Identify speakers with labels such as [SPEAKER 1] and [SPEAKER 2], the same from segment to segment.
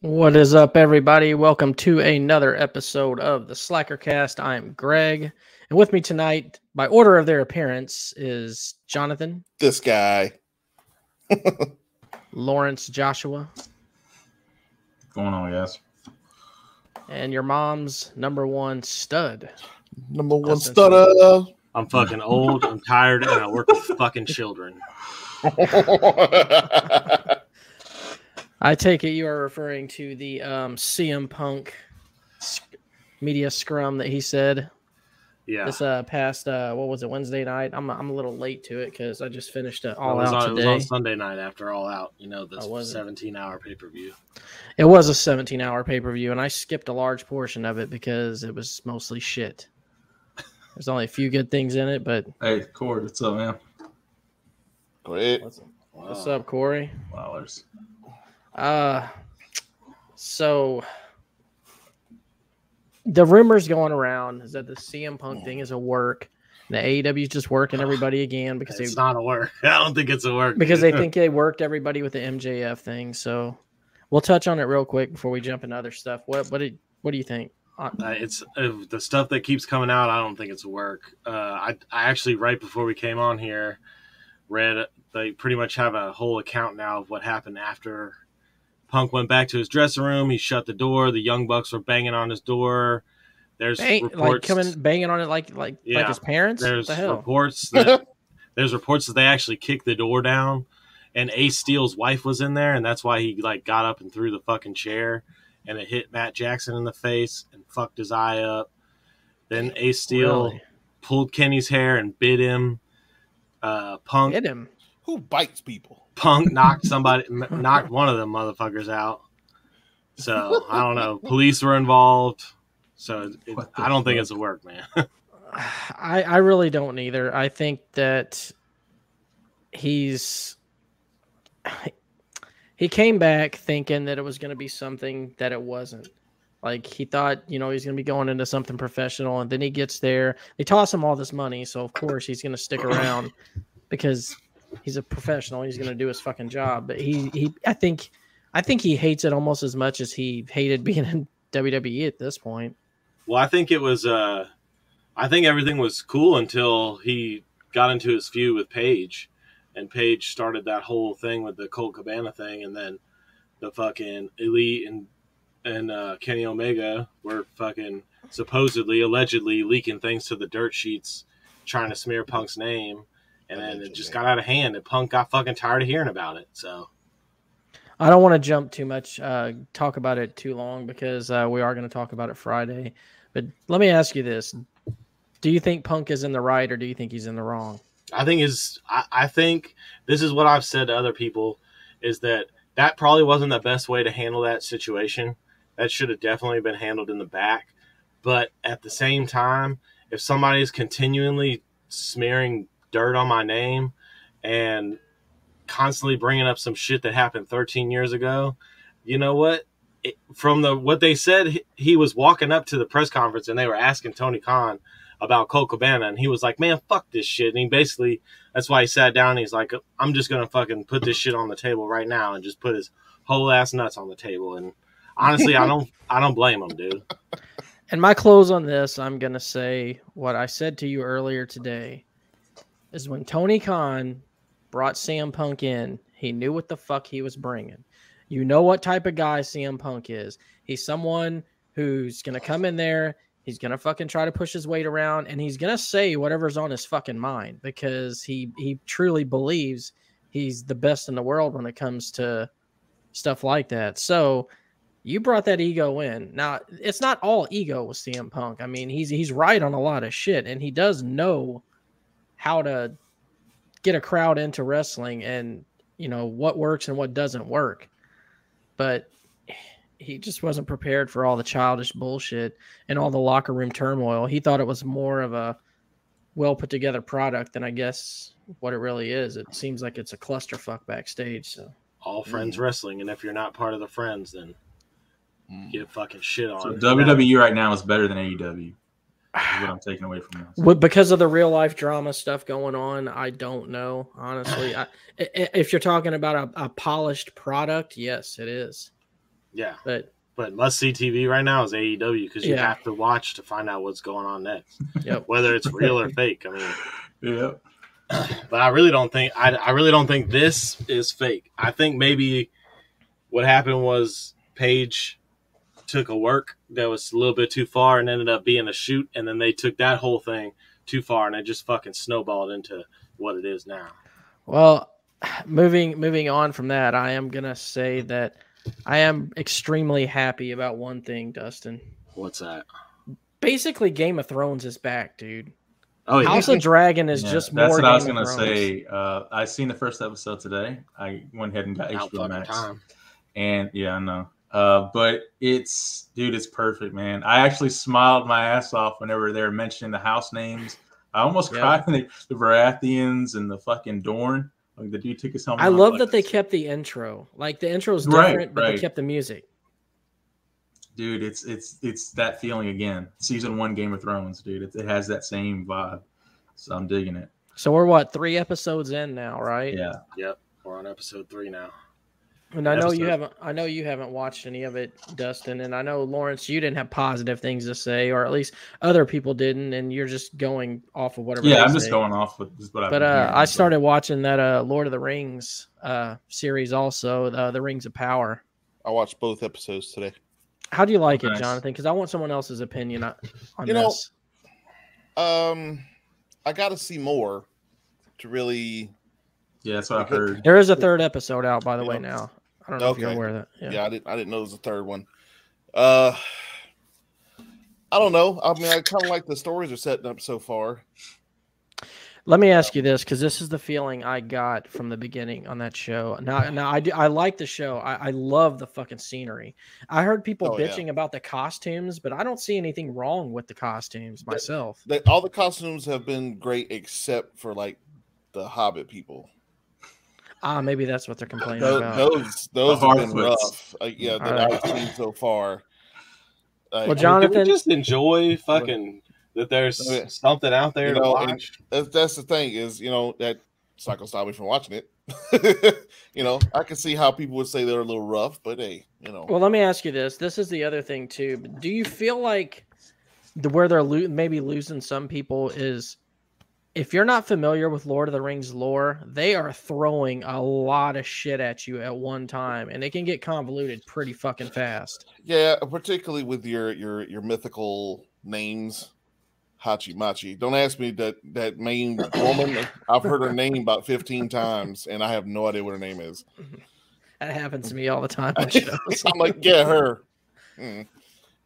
[SPEAKER 1] What is up, everybody? Welcome to another episode of the Slacker Cast. I'm Greg, and with me tonight, by order of their appearance, is Jonathan,
[SPEAKER 2] This guy.
[SPEAKER 1] Lawrence, Joshua,
[SPEAKER 3] going on, guys?
[SPEAKER 1] and your mom's number one stud.
[SPEAKER 2] Number one
[SPEAKER 1] That's
[SPEAKER 2] stutter.
[SPEAKER 4] I'm fucking old. I'm tired, and I work with fucking children.
[SPEAKER 1] I take it you are referring to the um, CM Punk sc- media scrum that he said
[SPEAKER 4] Yeah,
[SPEAKER 1] this uh, past uh, what was it Wednesday night? I'm I'm a little late to it because I just finished it all
[SPEAKER 4] it was,
[SPEAKER 1] out
[SPEAKER 4] on, it was
[SPEAKER 1] today.
[SPEAKER 4] on Sunday night after All Out. You know,
[SPEAKER 1] I
[SPEAKER 4] this
[SPEAKER 1] wasn't.
[SPEAKER 4] 17 hour pay per view.
[SPEAKER 1] It was a 17 hour pay per view, and I skipped a large portion of it because it was mostly shit. There's only a few good things in it, but
[SPEAKER 3] Hey, Cord, what's up, man?
[SPEAKER 2] Great.
[SPEAKER 1] what's,
[SPEAKER 4] Oh,
[SPEAKER 1] what's up, Corey?
[SPEAKER 3] Wowers.
[SPEAKER 1] Uh, so the rumors going around is that the CM Punk thing is a work. The AEW is just working everybody again because they
[SPEAKER 4] It's not a work. I don't think it's a work
[SPEAKER 1] because they
[SPEAKER 4] dude.
[SPEAKER 1] think they worked everybody with the MJF thing. So we'll touch on it real quick before we jump into other stuff. What what did, what do you think?
[SPEAKER 4] Uh, it's uh, the stuff that keeps coming out. I don't think it's work. Uh, I I actually right before we came on here, read they pretty much have a whole account now of what happened after Punk went back to his dressing room. He shut the door. The Young Bucks were banging on his door. There's
[SPEAKER 1] Bang, like
[SPEAKER 4] reports
[SPEAKER 1] coming banging on it like like like
[SPEAKER 4] Yeah.
[SPEAKER 1] his parents.
[SPEAKER 4] There's
[SPEAKER 1] what the hell?
[SPEAKER 4] reports that there's reports that they actually kicked the door down, and Ace Steele's wife was in there, and that's why he like got up and threw the fucking chair, and it hit Matt Jackson in the face and fucked his eye up. Then Ace Steele
[SPEAKER 1] Really?
[SPEAKER 4] pulled Kenny's hair and bit him. Uh, Punk
[SPEAKER 1] hit him.
[SPEAKER 2] Who bites people?
[SPEAKER 4] Punk knocked somebody m- knocked one of them motherfuckers out. So I don't know. Police were involved. So it,
[SPEAKER 3] What the
[SPEAKER 4] I don't think
[SPEAKER 3] fuck?
[SPEAKER 4] it's a work, man.
[SPEAKER 1] I I really don't either. I think that he's he came back thinking that it was going to be something that it wasn't. Like he thought, you know, he's going to be going into something professional, and then he gets there. They toss him all this money, so of course he's going to stick around because he's a professional. He's going to do his fucking job. But he, he, I think, I think he hates it almost as much as he hated being in WWE at this point.
[SPEAKER 4] Well, I think it was. Uh, I think everything was cool until he got into his feud with Paige, and Paige started that whole thing with the Colt Cabana thing, and then the fucking Elite and and uh, Kenny Omega were fucking supposedly, allegedly leaking things to the dirt sheets, trying to smear Punk's name, and then it just got out of hand, and Punk got fucking tired of hearing about it. So
[SPEAKER 1] I don't want to jump too much, uh, talk about it too long because uh, we are going to talk about it Friday. But let me ask you this: Do you think Punk is in the right, or do you think he's in the wrong?
[SPEAKER 4] I think is I, I think this is what I've said to other people is that that probably wasn't the best way to handle that situation. That should have definitely been handled in the back. But at the same time, if somebody's continually smearing dirt on my name and constantly bringing up some shit that happened 13 years ago, you know what? It, from the what they said, he, he was walking up to the press conference and they were asking Tony Khan about Cole Cabana, and he was like, "Man, fuck this shit." And he basically that's why he sat down. And he's like, "I'm just gonna fucking put this shit on the table right now," and just put his whole ass nuts on the table. And honestly, I don't, I don't blame him, dude.
[SPEAKER 1] And my close on this, I'm going to say what I said to you earlier today is when Tony Khan brought CM Punk in, he knew what the fuck he was bringing. You know what type of guy CM Punk is. He's someone who's going to come in there, he's going to fucking try to push his weight around and he's going to say whatever's on his fucking mind because he he truly believes he's the best in the world when it comes to stuff like that. So, you brought that ego in. Now it's not all ego with CM Punk. I mean, he's he's right on a lot of shit, and he does know how to get a crowd into wrestling, and you know what works and what doesn't work. But he just wasn't prepared for all the childish bullshit and all the locker room turmoil. He thought it was more of a well put together product than I guess what it really is. It seems like it's a clusterfuck backstage. So
[SPEAKER 4] All friends wrestling, and if you're not part of the friends, then
[SPEAKER 2] Mm.
[SPEAKER 4] get fucking shit on.
[SPEAKER 3] So E
[SPEAKER 4] And
[SPEAKER 3] WWE right now is better than AEW. Is what I'm taking away from this.
[SPEAKER 1] What, because of the real life drama stuff going on, I don't know honestly. I, i- i- if you're talking about a, a polished product, yes, it is.
[SPEAKER 4] Yeah,
[SPEAKER 1] But
[SPEAKER 4] but must see TV right now is AEW because you
[SPEAKER 1] Yeah.
[SPEAKER 4] have to watch to find out what's going on next,
[SPEAKER 1] yep.
[SPEAKER 4] whether it's real or fake. I mean,
[SPEAKER 3] Yeah.
[SPEAKER 4] but I really don't think I, I really don't think this is fake. I think maybe what happened was Paige took a work that was a little bit too far and ended up being a shoot, and then they took that whole thing too far and it just fucking snowballed into what it is now.
[SPEAKER 1] Well, moving moving on from that, I am gonna say that I am extremely happy about one thing, Dustin.
[SPEAKER 4] What's that?
[SPEAKER 1] Basically, Game of Thrones is back, dude.
[SPEAKER 3] Oh yeah.
[SPEAKER 1] House of Dragon is
[SPEAKER 3] Yeah,
[SPEAKER 1] just
[SPEAKER 3] that's
[SPEAKER 1] more.
[SPEAKER 3] what I was
[SPEAKER 1] Game
[SPEAKER 3] gonna
[SPEAKER 1] of Thrones.
[SPEAKER 3] say. Uh, I seen the first episode today. I went ahead and got
[SPEAKER 4] Out
[SPEAKER 3] HBO
[SPEAKER 4] fucking
[SPEAKER 3] Max.
[SPEAKER 4] time.
[SPEAKER 3] And yeah, I know. Uh, but it's dude, it's perfect, man. I actually smiled my ass off whenever they were mentioning the house names. I almost
[SPEAKER 1] Yeah.
[SPEAKER 3] cried when they, the Baratheons and the fucking Dorn. Like the dude took his helmet.
[SPEAKER 1] I
[SPEAKER 3] off,
[SPEAKER 1] love
[SPEAKER 3] like,
[SPEAKER 1] that they kept the intro. Like the intro is
[SPEAKER 3] Right,
[SPEAKER 1] different, but they
[SPEAKER 3] right.
[SPEAKER 1] kept the music.
[SPEAKER 3] Dude, it's it's it's that feeling again. Season one Game of Thrones, dude. It, it has that same vibe. So I'm digging it.
[SPEAKER 1] So we're what three episodes in now, right?
[SPEAKER 3] Yeah.
[SPEAKER 4] Yep, we're on episode three now.
[SPEAKER 1] And I know you
[SPEAKER 3] episode.
[SPEAKER 1] haven't. I know you haven't watched any of it, Dustin. And I know Lawrence, you didn't have positive things to say, or at least other people didn't. And you're just going off of whatever. they
[SPEAKER 3] Yeah, I'm just
[SPEAKER 1] say.
[SPEAKER 3] going off with just what I've
[SPEAKER 1] But
[SPEAKER 3] been
[SPEAKER 1] uh,
[SPEAKER 3] hearing,
[SPEAKER 1] I started watching that uh, Lord of the Rings uh, series also, uh, the Rings of Power.
[SPEAKER 2] I watched both episodes today.
[SPEAKER 1] How do you like it,
[SPEAKER 3] Nice.
[SPEAKER 1] Jonathan? Because I want someone else's opinion on on
[SPEAKER 2] You know,
[SPEAKER 1] this.
[SPEAKER 2] Um, I got to see more to really.
[SPEAKER 3] Yeah, that's what I've heard.
[SPEAKER 1] there is a third episode out, by the
[SPEAKER 2] You
[SPEAKER 1] way.
[SPEAKER 2] know,
[SPEAKER 1] Now I don't know if you're
[SPEAKER 2] okay.
[SPEAKER 1] aware of that.
[SPEAKER 2] Yeah, I didn't. I didn't know it was a third one. Uh, I don't know. I mean, I kind of like the stories are setting up so far.
[SPEAKER 1] Let me ask you this, because this is the feeling I got from the beginning on that show. Now, now I do, I like the show. I, I love the fucking scenery. I heard people
[SPEAKER 2] Oh, yeah.
[SPEAKER 1] bitching about the costumes, but I don't see anything wrong with the costumes myself.
[SPEAKER 2] They, all the costumes have been great except for like the Hobbit people.
[SPEAKER 1] Ah, maybe that's what they're complaining
[SPEAKER 2] Those
[SPEAKER 1] about.
[SPEAKER 2] those, those have been
[SPEAKER 3] Harfoots.
[SPEAKER 2] rough. Like, yeah, that
[SPEAKER 1] All
[SPEAKER 2] I've seen so far.
[SPEAKER 1] Well,
[SPEAKER 2] Like,
[SPEAKER 4] I mean, can
[SPEAKER 1] Jonathan- Oh,
[SPEAKER 4] we just enjoy fucking that there's
[SPEAKER 2] Okay.
[SPEAKER 4] something out there
[SPEAKER 2] You
[SPEAKER 4] to
[SPEAKER 2] know, and-
[SPEAKER 4] watch?
[SPEAKER 2] that's, that's the thing is, you know, that it's not gonna stop me from watching it. you know, I can see how people would say they're a little rough, but hey, you know,
[SPEAKER 1] Well, let me ask you this. This is the other thing too. but Do you feel like the where they're lo- maybe losing some people is if you're not familiar with Lord of the Rings lore, they are throwing a lot of shit at you at one time, and it can get convoluted pretty fucking fast.
[SPEAKER 2] yeah, particularly with your your your mythical names, Hachi Machi. Don't ask me that that main woman. I've heard her name about fifteen times, and I have no idea what her name is.
[SPEAKER 1] That happens to me all the time. on shows.
[SPEAKER 2] I'm like, yeah, her. Hmm.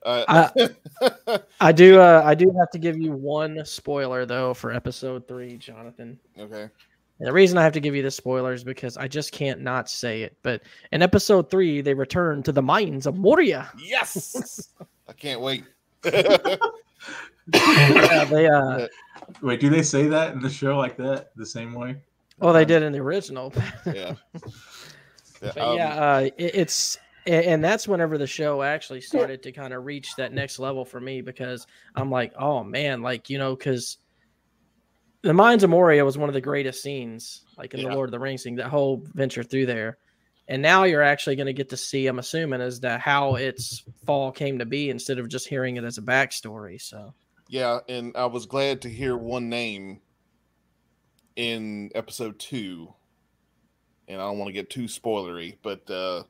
[SPEAKER 2] Uh,
[SPEAKER 1] I do. Uh, I do have to give you one spoiler though for episode three, Jonathan.
[SPEAKER 2] okay.
[SPEAKER 1] And the reason I have to give you the spoilers because I just can't not say it. But in episode three, they return to the mines of Moria.
[SPEAKER 2] Yes. I can't wait.
[SPEAKER 1] Yeah, they uh,
[SPEAKER 3] Wait, do they say that in the show like that the same way?
[SPEAKER 1] well, they did in the original.
[SPEAKER 2] yeah. Yeah,
[SPEAKER 1] But
[SPEAKER 2] um,
[SPEAKER 1] yeah, uh, it, it's a- and that's whenever the show actually started to kind of reach that next level for me because I'm like, oh man, like you know, because the Mines of Moria was one of the greatest scenes, like in
[SPEAKER 2] Yeah.
[SPEAKER 1] the Lord of the Rings thing, that whole venture through there. And now you're actually going to get to see, I'm assuming, is that how its fall came to be instead of just hearing it as a backstory. So
[SPEAKER 2] Yeah, and I was glad to hear one name in episode two. And I don't want to get too spoilery, but uh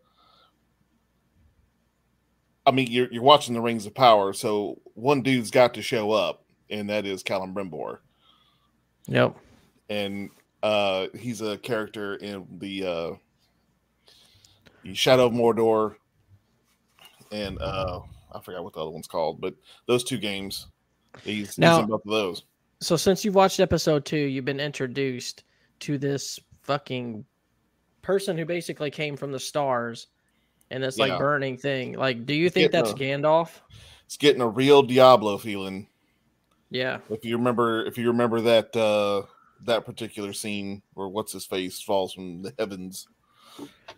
[SPEAKER 2] I mean you're you're watching the Rings of Power, so one dude's got to show up, and that is Callum Brimbor.
[SPEAKER 1] yep,
[SPEAKER 2] And uh he's a character in the uh the Shadow of Mordor and uh I forgot what the other one's called, but those two games. He's,
[SPEAKER 1] Now-
[SPEAKER 2] he's in both of those.
[SPEAKER 1] So since you've watched episode two, you've been introduced to this fucking person who basically came from the stars and this
[SPEAKER 2] Yeah.
[SPEAKER 1] like burning thing. Like, do you think
[SPEAKER 2] Yeah,
[SPEAKER 1] that's
[SPEAKER 2] no.
[SPEAKER 1] Gandalf?
[SPEAKER 2] it's getting a real Diablo feeling.
[SPEAKER 1] Yeah.
[SPEAKER 2] If you remember, if you remember that uh that particular scene where what's his face falls from the heavens.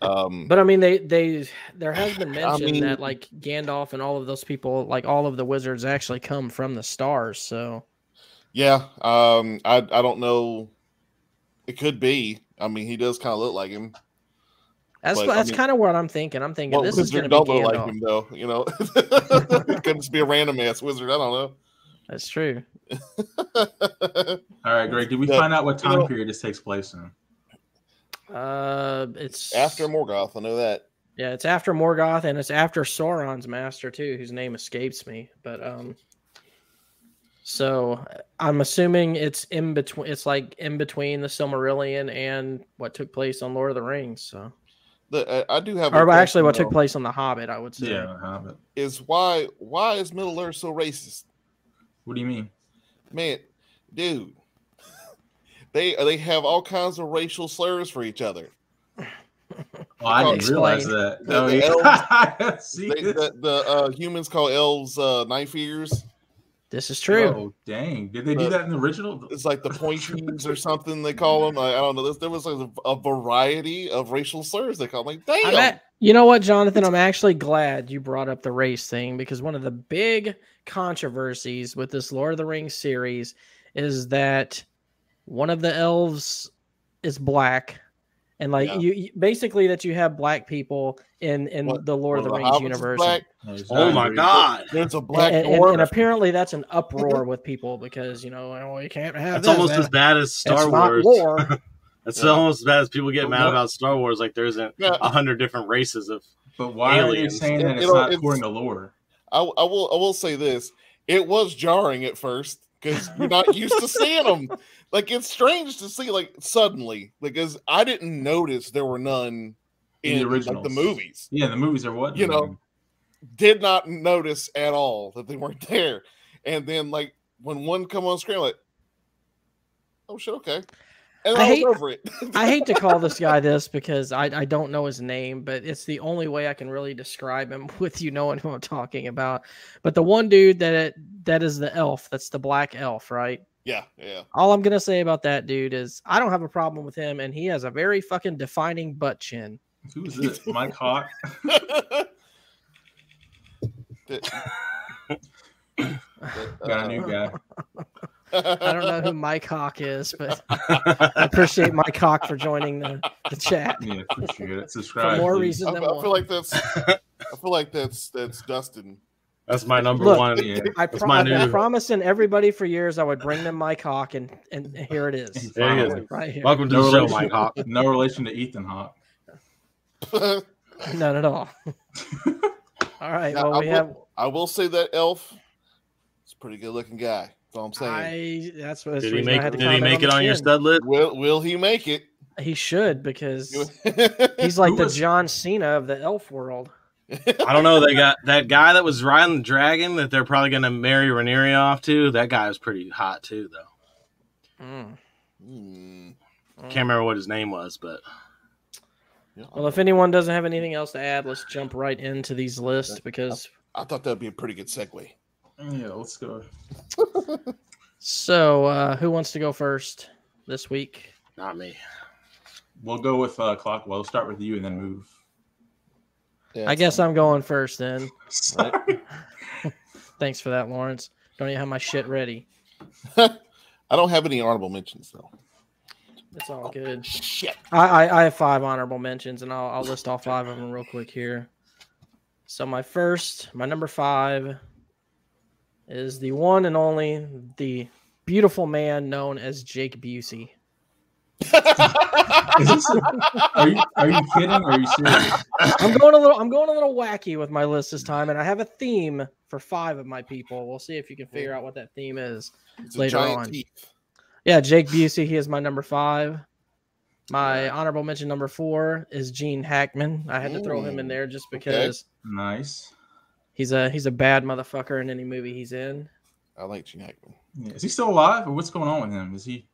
[SPEAKER 2] Um
[SPEAKER 1] But I mean they they there has been
[SPEAKER 2] I
[SPEAKER 1] mention
[SPEAKER 2] mean-
[SPEAKER 1] that like Gandalf and all of those people, like all of the wizards actually come from the stars. So
[SPEAKER 2] yeah, um I I don't know. It could be. I mean, he does kind of look like him.
[SPEAKER 1] That's
[SPEAKER 2] But, I
[SPEAKER 1] that's
[SPEAKER 2] mean-
[SPEAKER 1] kind of what I'm thinking. I'm thinking
[SPEAKER 2] Well,
[SPEAKER 1] this is
[SPEAKER 2] Wizard
[SPEAKER 1] going to
[SPEAKER 2] don't
[SPEAKER 1] be
[SPEAKER 2] look
[SPEAKER 1] Gandalf.
[SPEAKER 2] like him though, you know. it could just be a random ass wizard. I don't
[SPEAKER 1] That's true.
[SPEAKER 2] know.
[SPEAKER 3] All right, Greg. Did we
[SPEAKER 2] Yeah,
[SPEAKER 3] find out what
[SPEAKER 2] you
[SPEAKER 3] time
[SPEAKER 2] know-
[SPEAKER 3] period this takes place in?
[SPEAKER 1] Uh, it's
[SPEAKER 2] After Morgoth, I know that.
[SPEAKER 1] Yeah, it's after Morgoth and it's after Sauron's master too, whose name escapes me. But um so uh, I'm assuming it's in between it's like in between the Silmarillion and what took place on Lord of the Rings, so
[SPEAKER 2] The, I I do have. a
[SPEAKER 1] or well, actually what
[SPEAKER 2] question,
[SPEAKER 1] took place on the Hobbit, I would say.
[SPEAKER 3] Yeah. Hobbit.
[SPEAKER 2] though, is why why is Middle Earth so racist?
[SPEAKER 3] What do you mean?
[SPEAKER 2] Man, dude, they they have all kinds of racial slurs for each other.
[SPEAKER 3] Oh, I didn't
[SPEAKER 1] Explain.
[SPEAKER 3] realize that.
[SPEAKER 2] The-
[SPEAKER 3] Oh,
[SPEAKER 2] the
[SPEAKER 3] yeah. See
[SPEAKER 2] They,
[SPEAKER 3] this?
[SPEAKER 2] the the uh, humans call elves uh, knife ears.
[SPEAKER 1] This is true.
[SPEAKER 3] Oh, dang. Did they do
[SPEAKER 2] Uh,
[SPEAKER 3] that in the original?
[SPEAKER 2] It's like the pointies or something they call them. I, I don't know. There's- There was like a, a variety of racial slurs they call them. Like, damn.
[SPEAKER 1] I'm at- you know what, Jonathan? I'm actually glad you brought up the race thing because one of the big controversies with this Lord of the Rings series is that one of the elves is black, and like
[SPEAKER 2] Yeah.
[SPEAKER 1] you, you- basically that you have black people in in
[SPEAKER 2] What-
[SPEAKER 1] the Lord of the
[SPEAKER 2] One
[SPEAKER 1] Rings
[SPEAKER 2] hobbits is
[SPEAKER 1] universe.
[SPEAKER 2] black,
[SPEAKER 4] Oh my
[SPEAKER 3] Exactly.
[SPEAKER 4] god.
[SPEAKER 2] There's a
[SPEAKER 1] And,
[SPEAKER 2] black
[SPEAKER 1] and, and,
[SPEAKER 2] dwarf.
[SPEAKER 1] and apparently that's an uproar with people because you know oh, you can't have
[SPEAKER 4] That's
[SPEAKER 1] this,
[SPEAKER 4] almost
[SPEAKER 1] man.
[SPEAKER 4] as bad as Star
[SPEAKER 1] It's not
[SPEAKER 4] Wars.
[SPEAKER 1] war.
[SPEAKER 4] That's
[SPEAKER 2] Yeah.
[SPEAKER 4] almost as bad as people get
[SPEAKER 3] But
[SPEAKER 4] mad
[SPEAKER 3] what-
[SPEAKER 4] about Star Wars. Like there isn't
[SPEAKER 2] Yeah.
[SPEAKER 4] a hundred different races of.
[SPEAKER 3] But why are you
[SPEAKER 4] Aliens.
[SPEAKER 3] saying
[SPEAKER 2] It-
[SPEAKER 3] that it's
[SPEAKER 2] it'll-
[SPEAKER 3] not
[SPEAKER 2] it's-
[SPEAKER 3] according to lore?
[SPEAKER 2] I, I will I will say this. It was jarring at first because you're not used to seeing them. Like it's strange to see like suddenly because I didn't notice there were none
[SPEAKER 3] In the
[SPEAKER 2] in like, the
[SPEAKER 3] originals.
[SPEAKER 2] movies.
[SPEAKER 3] Yeah, the movies are what?
[SPEAKER 2] You know, Did not notice at all that they weren't there. And then like when one come on screen, I'm like oh shit, okay. And
[SPEAKER 1] I
[SPEAKER 2] I,
[SPEAKER 1] hate-
[SPEAKER 2] was over it.
[SPEAKER 1] I hate to call this guy this because I, I don't know his name, but it's the only way I can really describe him with you knowing who I'm talking about. But the one dude that that is the elf, that's the black elf, right?
[SPEAKER 2] yeah, yeah.
[SPEAKER 1] All I'm gonna say about that dude is I don't have a problem with him, and he has a very fucking defining butt chin.
[SPEAKER 3] who is this? Mike Hawk?
[SPEAKER 2] uh,
[SPEAKER 3] Got a new guy.
[SPEAKER 1] I don't know who Mike Hawk is, but I appreciate Mike Hawk for joining the, the chat.
[SPEAKER 3] Yeah, appreciate it. Subscribe.
[SPEAKER 1] more
[SPEAKER 3] please.
[SPEAKER 1] reasons-
[SPEAKER 2] I,
[SPEAKER 1] Number
[SPEAKER 2] I
[SPEAKER 1] one.
[SPEAKER 2] feel like that's I feel like that's that's Dustin.
[SPEAKER 4] That's my number
[SPEAKER 1] Look.
[SPEAKER 4] one.
[SPEAKER 3] Yeah.
[SPEAKER 1] I
[SPEAKER 4] That's
[SPEAKER 1] pro-
[SPEAKER 4] my
[SPEAKER 1] I've been
[SPEAKER 4] new-
[SPEAKER 1] promising everybody for years I would bring them Mike Hawk, and and here it is,
[SPEAKER 4] There he is.
[SPEAKER 3] Finally.
[SPEAKER 1] right here.
[SPEAKER 4] Welcome to
[SPEAKER 3] No
[SPEAKER 4] the show,
[SPEAKER 3] relation.
[SPEAKER 4] Mike Hawk.
[SPEAKER 3] No relation to Ethan Hawk.
[SPEAKER 1] None at all. all right.
[SPEAKER 2] Now,
[SPEAKER 1] well,
[SPEAKER 2] I
[SPEAKER 1] we
[SPEAKER 2] will-
[SPEAKER 1] have.
[SPEAKER 2] I will say that elf is a pretty good looking guy. That's all I'm saying.
[SPEAKER 1] I. That's what. that's
[SPEAKER 4] Did
[SPEAKER 1] the
[SPEAKER 4] he
[SPEAKER 1] reason I
[SPEAKER 4] make?
[SPEAKER 1] had to
[SPEAKER 4] Did he
[SPEAKER 1] comment
[SPEAKER 4] make it
[SPEAKER 1] the
[SPEAKER 4] on your
[SPEAKER 1] chin.
[SPEAKER 4] stud list?
[SPEAKER 2] Will will he make it?
[SPEAKER 1] He should because he's
[SPEAKER 3] Who
[SPEAKER 1] like the
[SPEAKER 3] was-
[SPEAKER 1] John Cena of the elf world.
[SPEAKER 4] I don't know. They got that guy that was riding the dragon that they're probably going to marry Rhaenyra off to. That guy was pretty hot too, though.
[SPEAKER 1] Mm,
[SPEAKER 2] Hmm.
[SPEAKER 1] mm.
[SPEAKER 4] Can't remember what his name was, but
[SPEAKER 2] Yeah, I-
[SPEAKER 1] Well, if anyone doesn't have anything else to add, let's jump right into these lists because
[SPEAKER 2] I thought that'd be a pretty good segue.
[SPEAKER 3] Yeah, let's go.
[SPEAKER 1] so uh who wants to go first this week?
[SPEAKER 4] not me.
[SPEAKER 3] We'll go with uh, Clock. We'll start with you and then move.
[SPEAKER 2] Yeah,
[SPEAKER 1] I guess I'm going first then.
[SPEAKER 3] Sorry.
[SPEAKER 1] Thanks for that, Lawrence. Don't even have my shit ready.
[SPEAKER 2] I don't have any honorable mentions though.
[SPEAKER 1] It's all good.
[SPEAKER 2] Shit.
[SPEAKER 1] I, I, I have five honorable mentions, and I'll, I'll list all five of them real quick here. So my first, my number five, is the one and only the beautiful man known as Jake Busey.
[SPEAKER 3] Is this- are you are you kidding? Or are you serious?
[SPEAKER 1] I'm going a little, I'm going a little wacky with my list this time, and I have a theme for five of my people. We'll see if you can figure out what that theme is.
[SPEAKER 2] It's a
[SPEAKER 1] Later
[SPEAKER 2] giant
[SPEAKER 1] on.
[SPEAKER 2] teeth.
[SPEAKER 1] Yeah, Jake Busey, he is my number five. My honorable mention number four is Gene Hackman. I had to throw him in
[SPEAKER 2] Ooh,
[SPEAKER 1] there just
[SPEAKER 2] okay.
[SPEAKER 1] because.
[SPEAKER 3] Nice.
[SPEAKER 1] He's a he's a bad motherfucker in any movie he's in.
[SPEAKER 2] I like Gene Hackman.
[SPEAKER 3] Yeah. Is he still alive, or what's going on with him? Is he?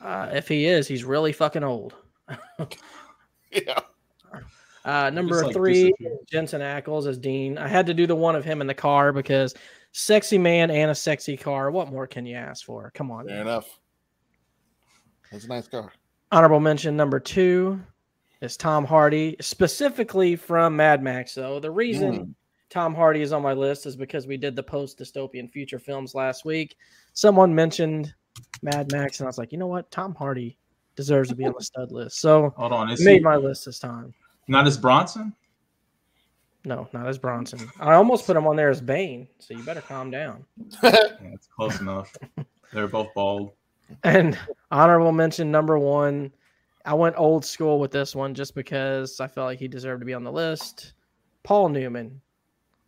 [SPEAKER 1] Uh, if he is, he's really fucking old.
[SPEAKER 2] Yeah.
[SPEAKER 1] Uh, number
[SPEAKER 3] like
[SPEAKER 1] three,
[SPEAKER 3] disappeared.
[SPEAKER 1] Jensen Ackles as Dean. I had to do the one of him in the car because sexy man and a sexy car. What more can you ask for? Come on.
[SPEAKER 2] Fair enough. That's a nice car.
[SPEAKER 1] Honorable mention number two is Tom Hardy, specifically from Mad Max. So the reason
[SPEAKER 3] Hmm.
[SPEAKER 1] Tom Hardy is on my list is because we did the post dystopian future films last week. Someone mentioned Mad Max, and I was like, you know what? Tom Hardy deserves to be on the stud list. So
[SPEAKER 3] Hold on. Is
[SPEAKER 1] made
[SPEAKER 3] he?
[SPEAKER 1] my list this time.
[SPEAKER 3] Not as Bronson.
[SPEAKER 1] No, not as Bronson. I almost put him on there as Bane, so you better calm down.
[SPEAKER 3] Yeah, it's close enough. They're both bald.
[SPEAKER 1] And honorable mention number one, I went old school with this one just because I felt like he deserved to be on the list. Paul Newman.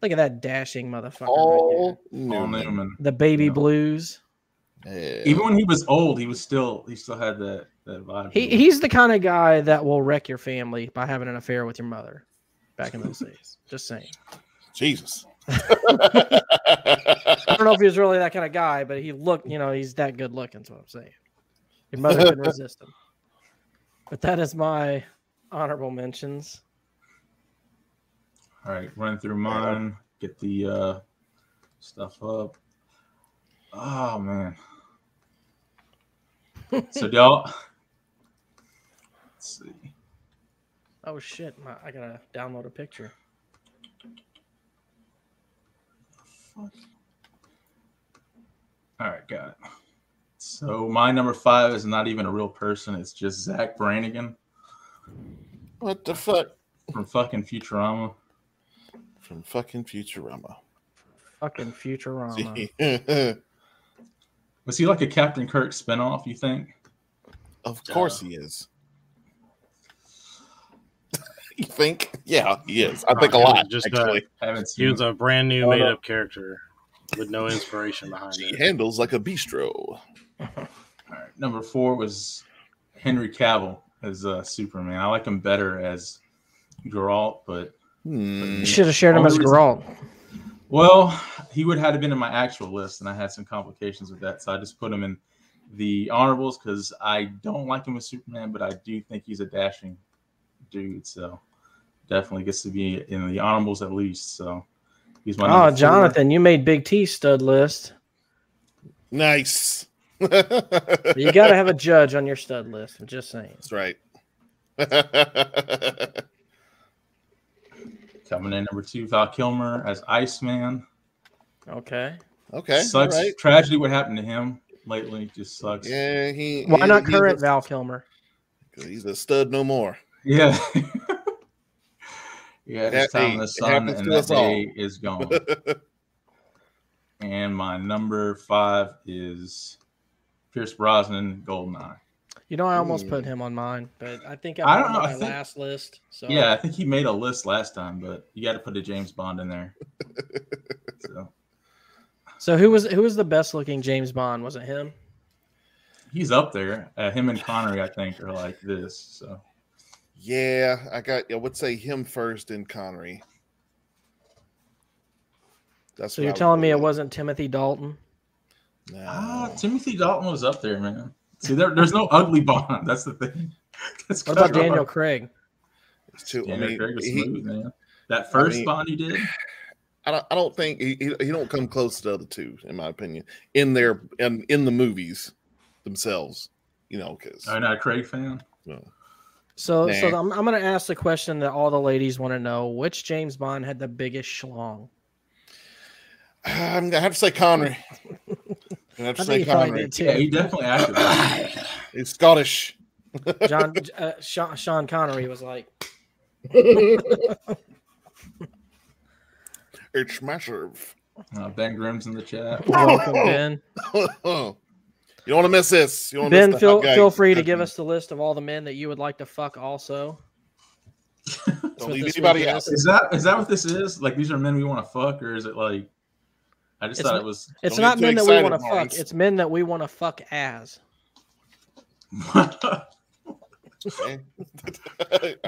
[SPEAKER 1] Look at that dashing motherfucker. right
[SPEAKER 2] All
[SPEAKER 3] Paul
[SPEAKER 2] Newman.
[SPEAKER 3] Newman.
[SPEAKER 1] there. The baby
[SPEAKER 3] Yeah.
[SPEAKER 1] blues.
[SPEAKER 2] Yeah.
[SPEAKER 3] Even when he was old, he was still he still had that that vibe.
[SPEAKER 1] He he's the kind of guy that will wreck your family by having an affair with your mother. Back in those days, just saying.
[SPEAKER 2] Jesus.
[SPEAKER 1] I don't know if he was really that kind of guy, but he looked, you know, he's that good looking. Is what I'm saying. Your mother couldn't resist him. But that is my honorable mentions.
[SPEAKER 3] All right, run through mine. Get the uh, stuff up. Oh man. so y'all. Let's see.
[SPEAKER 1] Oh shit! My, I gotta download a picture.
[SPEAKER 3] Fuck. All right, got it. So my number five is not even a real person. It's just Zach Brannigan
[SPEAKER 2] What the fuck?
[SPEAKER 3] from fucking Futurama.
[SPEAKER 2] From fucking Futurama.
[SPEAKER 1] Fucking Futurama.
[SPEAKER 3] Was he like a Captain Kirk spinoff? You think?
[SPEAKER 2] of course he is. you think? Yeah, he is. I think a lot.
[SPEAKER 4] Just, uh,
[SPEAKER 2] actually,
[SPEAKER 3] Haven't
[SPEAKER 4] He
[SPEAKER 3] seen.
[SPEAKER 4] was a brand new
[SPEAKER 3] Hold
[SPEAKER 4] made
[SPEAKER 3] up.
[SPEAKER 4] up character with no inspiration behind
[SPEAKER 2] she
[SPEAKER 4] it.
[SPEAKER 2] handles like a bistro.
[SPEAKER 3] All right, number four was Henry Cavill as uh, Superman. I like him better as Geralt, but
[SPEAKER 2] Hmm.
[SPEAKER 1] You should have shared him as
[SPEAKER 3] Always-
[SPEAKER 1] Geralt.
[SPEAKER 3] well, he would have been in my actual list, and I had some complications with that, so I just put him in the honorables because I don't like him as Superman, but I do think he's a dashing dude, so definitely gets to be in the honorables at least. So he's my
[SPEAKER 1] Oh,
[SPEAKER 3] number four.
[SPEAKER 1] Jonathan, you made Big T stud list.
[SPEAKER 2] Nice.
[SPEAKER 1] You gotta have a judge on your stud list. I'm just saying.
[SPEAKER 2] That's right.
[SPEAKER 3] coming in number two, Val Kilmer as Iceman.
[SPEAKER 1] Okay.
[SPEAKER 2] okay. all
[SPEAKER 3] sucks.
[SPEAKER 2] right.
[SPEAKER 3] Tragedy what happened to him lately just sucks.
[SPEAKER 2] Yeah, he.
[SPEAKER 1] Why
[SPEAKER 2] he-
[SPEAKER 1] not
[SPEAKER 2] he's a-
[SPEAKER 1] current Val Kilmer?
[SPEAKER 2] 'cause He's a stud no more.
[SPEAKER 3] Yeah. yeah,
[SPEAKER 2] That-
[SPEAKER 3] it's time
[SPEAKER 2] hey,
[SPEAKER 3] the
[SPEAKER 2] it
[SPEAKER 3] sun
[SPEAKER 2] happens
[SPEAKER 3] and
[SPEAKER 2] to
[SPEAKER 3] that
[SPEAKER 2] us all.
[SPEAKER 3] day is gone. and my number five is Pierce Brosnan, Goldeneye.
[SPEAKER 1] You know, I almost
[SPEAKER 2] Ooh.
[SPEAKER 1] put him on mine, but I think I,
[SPEAKER 3] I
[SPEAKER 1] put
[SPEAKER 3] don't
[SPEAKER 1] him
[SPEAKER 3] know,
[SPEAKER 1] on
[SPEAKER 3] I
[SPEAKER 1] my
[SPEAKER 3] think-
[SPEAKER 1] last list. So
[SPEAKER 3] Yeah, I think he made a list last time, but you got to put a James Bond in there. so
[SPEAKER 1] So who was who was the best looking James Bond? Was it him?
[SPEAKER 3] he's up there. Uh, him and Connery, I think, are like this. So
[SPEAKER 2] Yeah, I got. I would say him first, and Connery. That's
[SPEAKER 1] So
[SPEAKER 2] what I
[SPEAKER 1] you're
[SPEAKER 2] would
[SPEAKER 1] telling me
[SPEAKER 2] go
[SPEAKER 1] it
[SPEAKER 2] with.
[SPEAKER 1] wasn't Timothy Dalton?
[SPEAKER 3] ah,
[SPEAKER 2] No.
[SPEAKER 3] Timothy Dalton was up there, man. See, there, there's no ugly Bond. That's the thing. That's
[SPEAKER 1] What about
[SPEAKER 3] kinda
[SPEAKER 1] Daniel
[SPEAKER 3] hard.
[SPEAKER 1] Craig?
[SPEAKER 2] It's too, I
[SPEAKER 3] Daniel
[SPEAKER 2] mean,
[SPEAKER 3] Craig was
[SPEAKER 2] he-
[SPEAKER 3] smooth, man. That first
[SPEAKER 2] mean-
[SPEAKER 3] Bond he did,
[SPEAKER 2] I don't. I don't think he, he he don't come close to the other two, in my opinion, in their and in the movies themselves. You know, because
[SPEAKER 3] I'm not a Craig fan.
[SPEAKER 1] So so
[SPEAKER 2] Nah.
[SPEAKER 1] I'm, I'm gonna ask the question that all the ladies want to know: Which James Bond had the biggest schlong?
[SPEAKER 2] I'm gonna have to say Connery. i have
[SPEAKER 1] I
[SPEAKER 2] to
[SPEAKER 1] think
[SPEAKER 2] say
[SPEAKER 1] he probably
[SPEAKER 2] Connery.
[SPEAKER 1] did
[SPEAKER 3] Yeah,
[SPEAKER 1] too.
[SPEAKER 3] he definitely acted. like it.
[SPEAKER 2] It's Scottish.
[SPEAKER 1] John uh, Sean, Sean Connery was like,
[SPEAKER 2] It's massive.
[SPEAKER 3] Uh, ben Grimm's in the chat.
[SPEAKER 1] "Welcome, Ben.
[SPEAKER 2] you don't want to miss this. You don't wanna
[SPEAKER 1] Ben,
[SPEAKER 2] miss
[SPEAKER 1] feel
[SPEAKER 2] the hot guy.
[SPEAKER 1] feel free to give us the list of all the men that you would like to fuck. Also, That's
[SPEAKER 2] Don't
[SPEAKER 1] what
[SPEAKER 2] leave
[SPEAKER 1] this
[SPEAKER 2] anybody
[SPEAKER 1] week
[SPEAKER 2] out.
[SPEAKER 1] is.
[SPEAKER 3] Is that is that what this is? Like these are men we want to fuck, or is it like? I just
[SPEAKER 1] It's
[SPEAKER 3] thought
[SPEAKER 1] not-
[SPEAKER 3] it was.
[SPEAKER 1] It's not
[SPEAKER 2] Don't get too
[SPEAKER 1] men that we
[SPEAKER 2] excited,
[SPEAKER 1] want to fuck.
[SPEAKER 2] Lawrence.
[SPEAKER 1] It's men that we want to fuck as.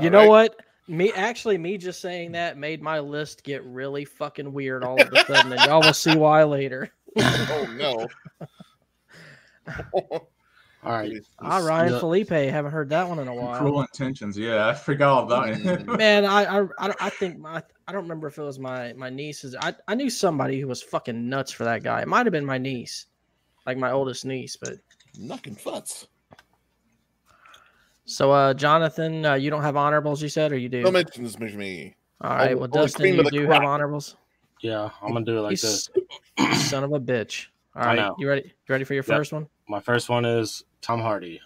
[SPEAKER 1] you know what? Me actually, me just saying that made my list get really fucking weird all of a sudden, and y'all will see why later.
[SPEAKER 2] Oh no.
[SPEAKER 4] All right.
[SPEAKER 1] Ah, Ryan
[SPEAKER 3] Yeah.
[SPEAKER 1] Felipe, haven't heard that one in a while.
[SPEAKER 3] Cruel intentions. Yeah, I forgot all about
[SPEAKER 4] Mm.
[SPEAKER 3] it.
[SPEAKER 1] Man, I I, I, don't- I think my I don't remember if it was my my niece's. I I knew somebody who was fucking nuts for that guy. It might have been my niece, like my oldest niece. But
[SPEAKER 2] Knocking futs.
[SPEAKER 1] so, uh, Jonathan, uh, you don't have honorables, you said, or you do?
[SPEAKER 2] Don't mention this, Mr. Me.
[SPEAKER 1] all right.
[SPEAKER 2] Oh,
[SPEAKER 1] Well,
[SPEAKER 2] oh, the
[SPEAKER 1] Dustin,
[SPEAKER 2] cream
[SPEAKER 1] you
[SPEAKER 2] of the
[SPEAKER 1] do
[SPEAKER 2] crop.
[SPEAKER 1] have honorables.
[SPEAKER 4] Yeah, I'm gonna do it like
[SPEAKER 1] You
[SPEAKER 4] this.
[SPEAKER 1] s- son of a bitch. All
[SPEAKER 4] I
[SPEAKER 1] right,
[SPEAKER 4] know.
[SPEAKER 1] you ready? You ready for your
[SPEAKER 4] Yep.
[SPEAKER 1] first one?
[SPEAKER 4] My first one is Tom Hardy.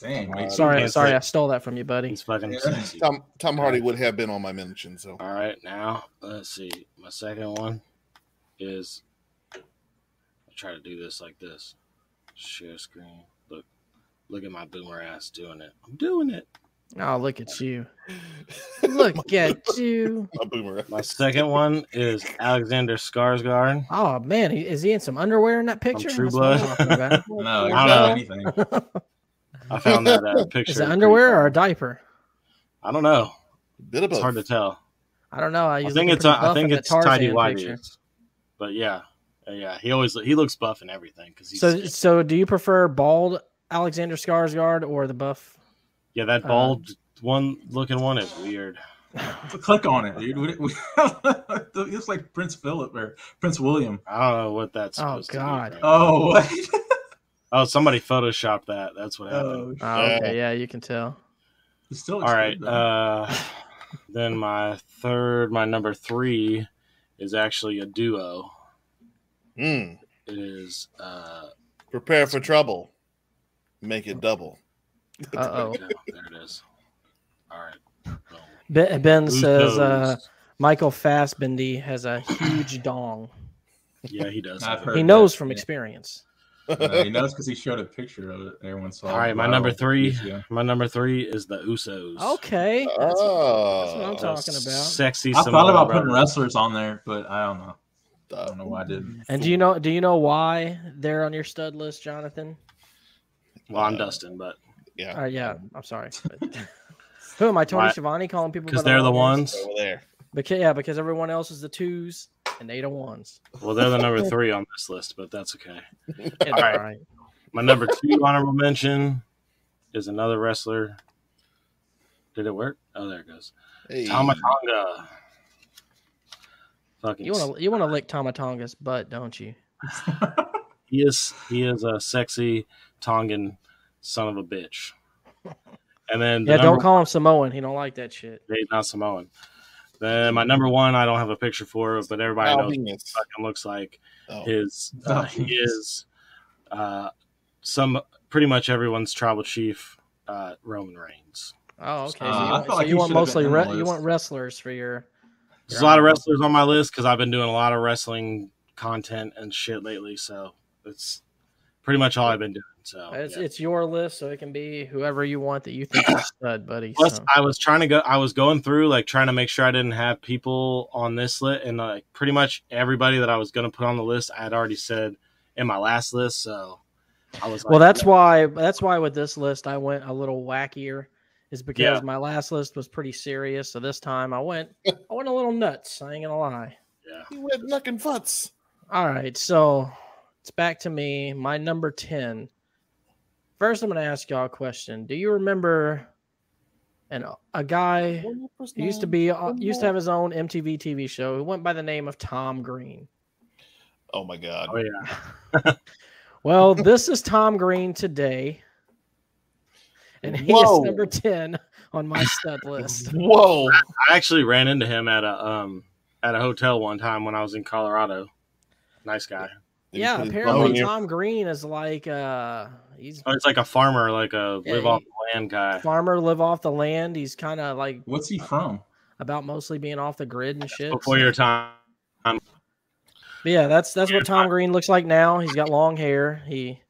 [SPEAKER 3] saying.
[SPEAKER 4] Uh,
[SPEAKER 3] Make sure
[SPEAKER 1] Sorry,
[SPEAKER 3] you-
[SPEAKER 1] sorry, I stole that from you, buddy.
[SPEAKER 4] He's fucking
[SPEAKER 3] Yeah.
[SPEAKER 4] sexy.
[SPEAKER 2] Tom Tom Hardy would have been on my mention, so
[SPEAKER 4] All right, now let's see. My second one is I try to do this like this. Share screen. Look, look at my boomer ass doing it. I'm doing it.
[SPEAKER 1] Oh, look at you! Look at you!
[SPEAKER 2] my boomer.
[SPEAKER 4] My second one is Alexander Skarsgård.
[SPEAKER 1] Oh man, he- is he in some underwear in that picture?
[SPEAKER 4] True
[SPEAKER 1] That's what
[SPEAKER 4] Blood.
[SPEAKER 1] I'm talking
[SPEAKER 3] No,
[SPEAKER 1] about.
[SPEAKER 3] you
[SPEAKER 4] I
[SPEAKER 3] don't
[SPEAKER 4] don't
[SPEAKER 3] know
[SPEAKER 4] know.
[SPEAKER 3] anything.
[SPEAKER 4] I found that uh, picture.
[SPEAKER 1] Is it underwear or a diaper?
[SPEAKER 4] I don't know.
[SPEAKER 2] Bit of
[SPEAKER 4] It's hard to
[SPEAKER 2] both.
[SPEAKER 4] tell.
[SPEAKER 1] I don't know.
[SPEAKER 4] I
[SPEAKER 1] he's
[SPEAKER 4] think
[SPEAKER 1] looking
[SPEAKER 4] it's uh,
[SPEAKER 1] pretty
[SPEAKER 4] I
[SPEAKER 1] buff in
[SPEAKER 4] think
[SPEAKER 1] the
[SPEAKER 4] it's tidy
[SPEAKER 1] Tarzan
[SPEAKER 4] whitey.
[SPEAKER 1] picture.
[SPEAKER 4] But yeah, Uh, yeah, he always he looks buff and everything because he's
[SPEAKER 1] So, so do you prefer bald Alexander Skarsgård or the buff?
[SPEAKER 4] yeah that bald
[SPEAKER 1] Um,
[SPEAKER 4] one looking one is weird.
[SPEAKER 3] Click on it, dude. What- what- it looks like Prince Philip or Prince William.
[SPEAKER 4] I don't know what that's.
[SPEAKER 1] Oh,
[SPEAKER 4] Supposed
[SPEAKER 1] God.
[SPEAKER 4] To be, bro.
[SPEAKER 3] Oh, what?
[SPEAKER 4] oh, somebody photoshopped that. That's what happened.
[SPEAKER 3] Oh,
[SPEAKER 1] Oh, okay, yeah, you can tell.
[SPEAKER 3] It still looks
[SPEAKER 4] All right.
[SPEAKER 3] good, though.
[SPEAKER 4] Uh, then my third, my number three, is actually a duo.
[SPEAKER 2] Mm.
[SPEAKER 4] It is. Uh,
[SPEAKER 2] Prepare for trouble. Make it double.
[SPEAKER 1] Uh oh.
[SPEAKER 4] there it is. All right. Boom.
[SPEAKER 1] Ben, ben
[SPEAKER 4] Who
[SPEAKER 1] says uh,
[SPEAKER 4] knows?
[SPEAKER 1] Michael Fassbendy has a huge dong.
[SPEAKER 4] yeah, he does.
[SPEAKER 3] I've heard
[SPEAKER 1] He knows
[SPEAKER 3] that.
[SPEAKER 1] from
[SPEAKER 3] Yeah.
[SPEAKER 1] experience.
[SPEAKER 3] No, he knows because he showed a picture of it. Everyone saw.
[SPEAKER 4] uh, All right, my
[SPEAKER 3] Wow.
[SPEAKER 4] number three.
[SPEAKER 3] Yeah.
[SPEAKER 4] My number three is the Usos.
[SPEAKER 1] Okay, that's,
[SPEAKER 4] Uh,
[SPEAKER 1] that's what I'm
[SPEAKER 2] oh,
[SPEAKER 1] Oh, talking about.
[SPEAKER 4] Sexy.
[SPEAKER 3] I
[SPEAKER 4] Samoan
[SPEAKER 3] thought about putting
[SPEAKER 4] brothers.
[SPEAKER 3] wrestlers on there, but I don't know. I don't know why I didn't.
[SPEAKER 1] And do you know? Do you know why they're on your stud list, Jonathan?
[SPEAKER 4] Well, I'm Dustin, but
[SPEAKER 2] yeah,
[SPEAKER 1] Uh, yeah, I'm sorry. but- Who am I, Tony
[SPEAKER 4] Um, Why?
[SPEAKER 1] Schiavone, calling people?
[SPEAKER 4] because
[SPEAKER 1] by their
[SPEAKER 4] they're the
[SPEAKER 1] names?
[SPEAKER 4] ones.
[SPEAKER 2] over there.
[SPEAKER 1] Because yeah, because everyone else is the twos and they the ones.
[SPEAKER 4] Well, they're the number three on this list, but that's okay.
[SPEAKER 1] It's all
[SPEAKER 4] right.
[SPEAKER 1] right.
[SPEAKER 4] My number two honorable mention is another wrestler. Did it work? Oh, there it goes.
[SPEAKER 2] Hey,
[SPEAKER 4] Tomatonga. Fucking,
[SPEAKER 1] You want to you want to lick Tomatonga's butt, don't you?
[SPEAKER 4] he is he is a sexy Tongan son of a bitch. And then the
[SPEAKER 1] Yeah, don't
[SPEAKER 4] number-
[SPEAKER 1] call him Samoan. He don't like that shit.
[SPEAKER 4] he's not Samoan. Then my number one, I don't have a picture for, but everybody knows what
[SPEAKER 2] Albinus.
[SPEAKER 4] he fucking looks like
[SPEAKER 2] Oh,
[SPEAKER 4] his uh, he is uh, some pretty much everyone's tribal chief uh, Roman Reigns.
[SPEAKER 1] Oh, okay. So you
[SPEAKER 3] Uh,
[SPEAKER 1] want,
[SPEAKER 3] I feel
[SPEAKER 1] so
[SPEAKER 3] like
[SPEAKER 1] you
[SPEAKER 3] he
[SPEAKER 1] want
[SPEAKER 3] should've been
[SPEAKER 1] mostly
[SPEAKER 3] on the
[SPEAKER 1] re- you
[SPEAKER 3] list.
[SPEAKER 1] want wrestlers for your.
[SPEAKER 4] There's a lot of wrestlers on my list because I've been doing a lot of wrestling content and shit lately. So it's pretty much all I've been doing.
[SPEAKER 3] Oh,
[SPEAKER 4] So
[SPEAKER 1] It's
[SPEAKER 4] yeah.
[SPEAKER 1] it's your list, so it can be whoever you want that you think is stud, buddy.
[SPEAKER 4] plus
[SPEAKER 1] so.
[SPEAKER 4] I was trying to go. I was going through like trying to make sure I didn't have people on this list, and like pretty much everybody that I was going to put on the list, I had already said in my last list. So I was like,
[SPEAKER 1] Well, that's why that's why with this list I went a little wackier, is because
[SPEAKER 4] Yeah.
[SPEAKER 1] my last list was pretty serious. So this time I went I went a little nuts. I ain't gonna lie.
[SPEAKER 4] yeah.
[SPEAKER 2] he went knucking futs.
[SPEAKER 1] All right, so it's back to me. My number ten. First, I'm gonna ask y'all a question. Do you remember an a guy who used to be uh, used to have his own MTV TV show who went by the name of Tom Green?
[SPEAKER 2] Oh my god.
[SPEAKER 4] Oh yeah,
[SPEAKER 1] Well, this is Tom Green today, and he
[SPEAKER 2] Whoa.
[SPEAKER 1] is number ten on my stud list.
[SPEAKER 2] Whoa.
[SPEAKER 4] I actually ran into him at a um at a hotel one time when I was in Colorado. Nice guy.
[SPEAKER 2] Did he
[SPEAKER 1] yeah,
[SPEAKER 2] put his
[SPEAKER 1] apparently
[SPEAKER 2] bone in?
[SPEAKER 1] Tom Green is like uh he's
[SPEAKER 4] Oh, It's like a farmer, like a
[SPEAKER 1] Yeah,
[SPEAKER 4] live
[SPEAKER 1] he-
[SPEAKER 4] off the land guy.
[SPEAKER 1] farmer, live off the land. He's kind of like
[SPEAKER 3] What's he from?
[SPEAKER 1] about mostly being off the grid and shit.
[SPEAKER 4] before your time.
[SPEAKER 1] But yeah, that's that's
[SPEAKER 4] Yeah.
[SPEAKER 1] what Tom Green looks like now. He's got long hair. He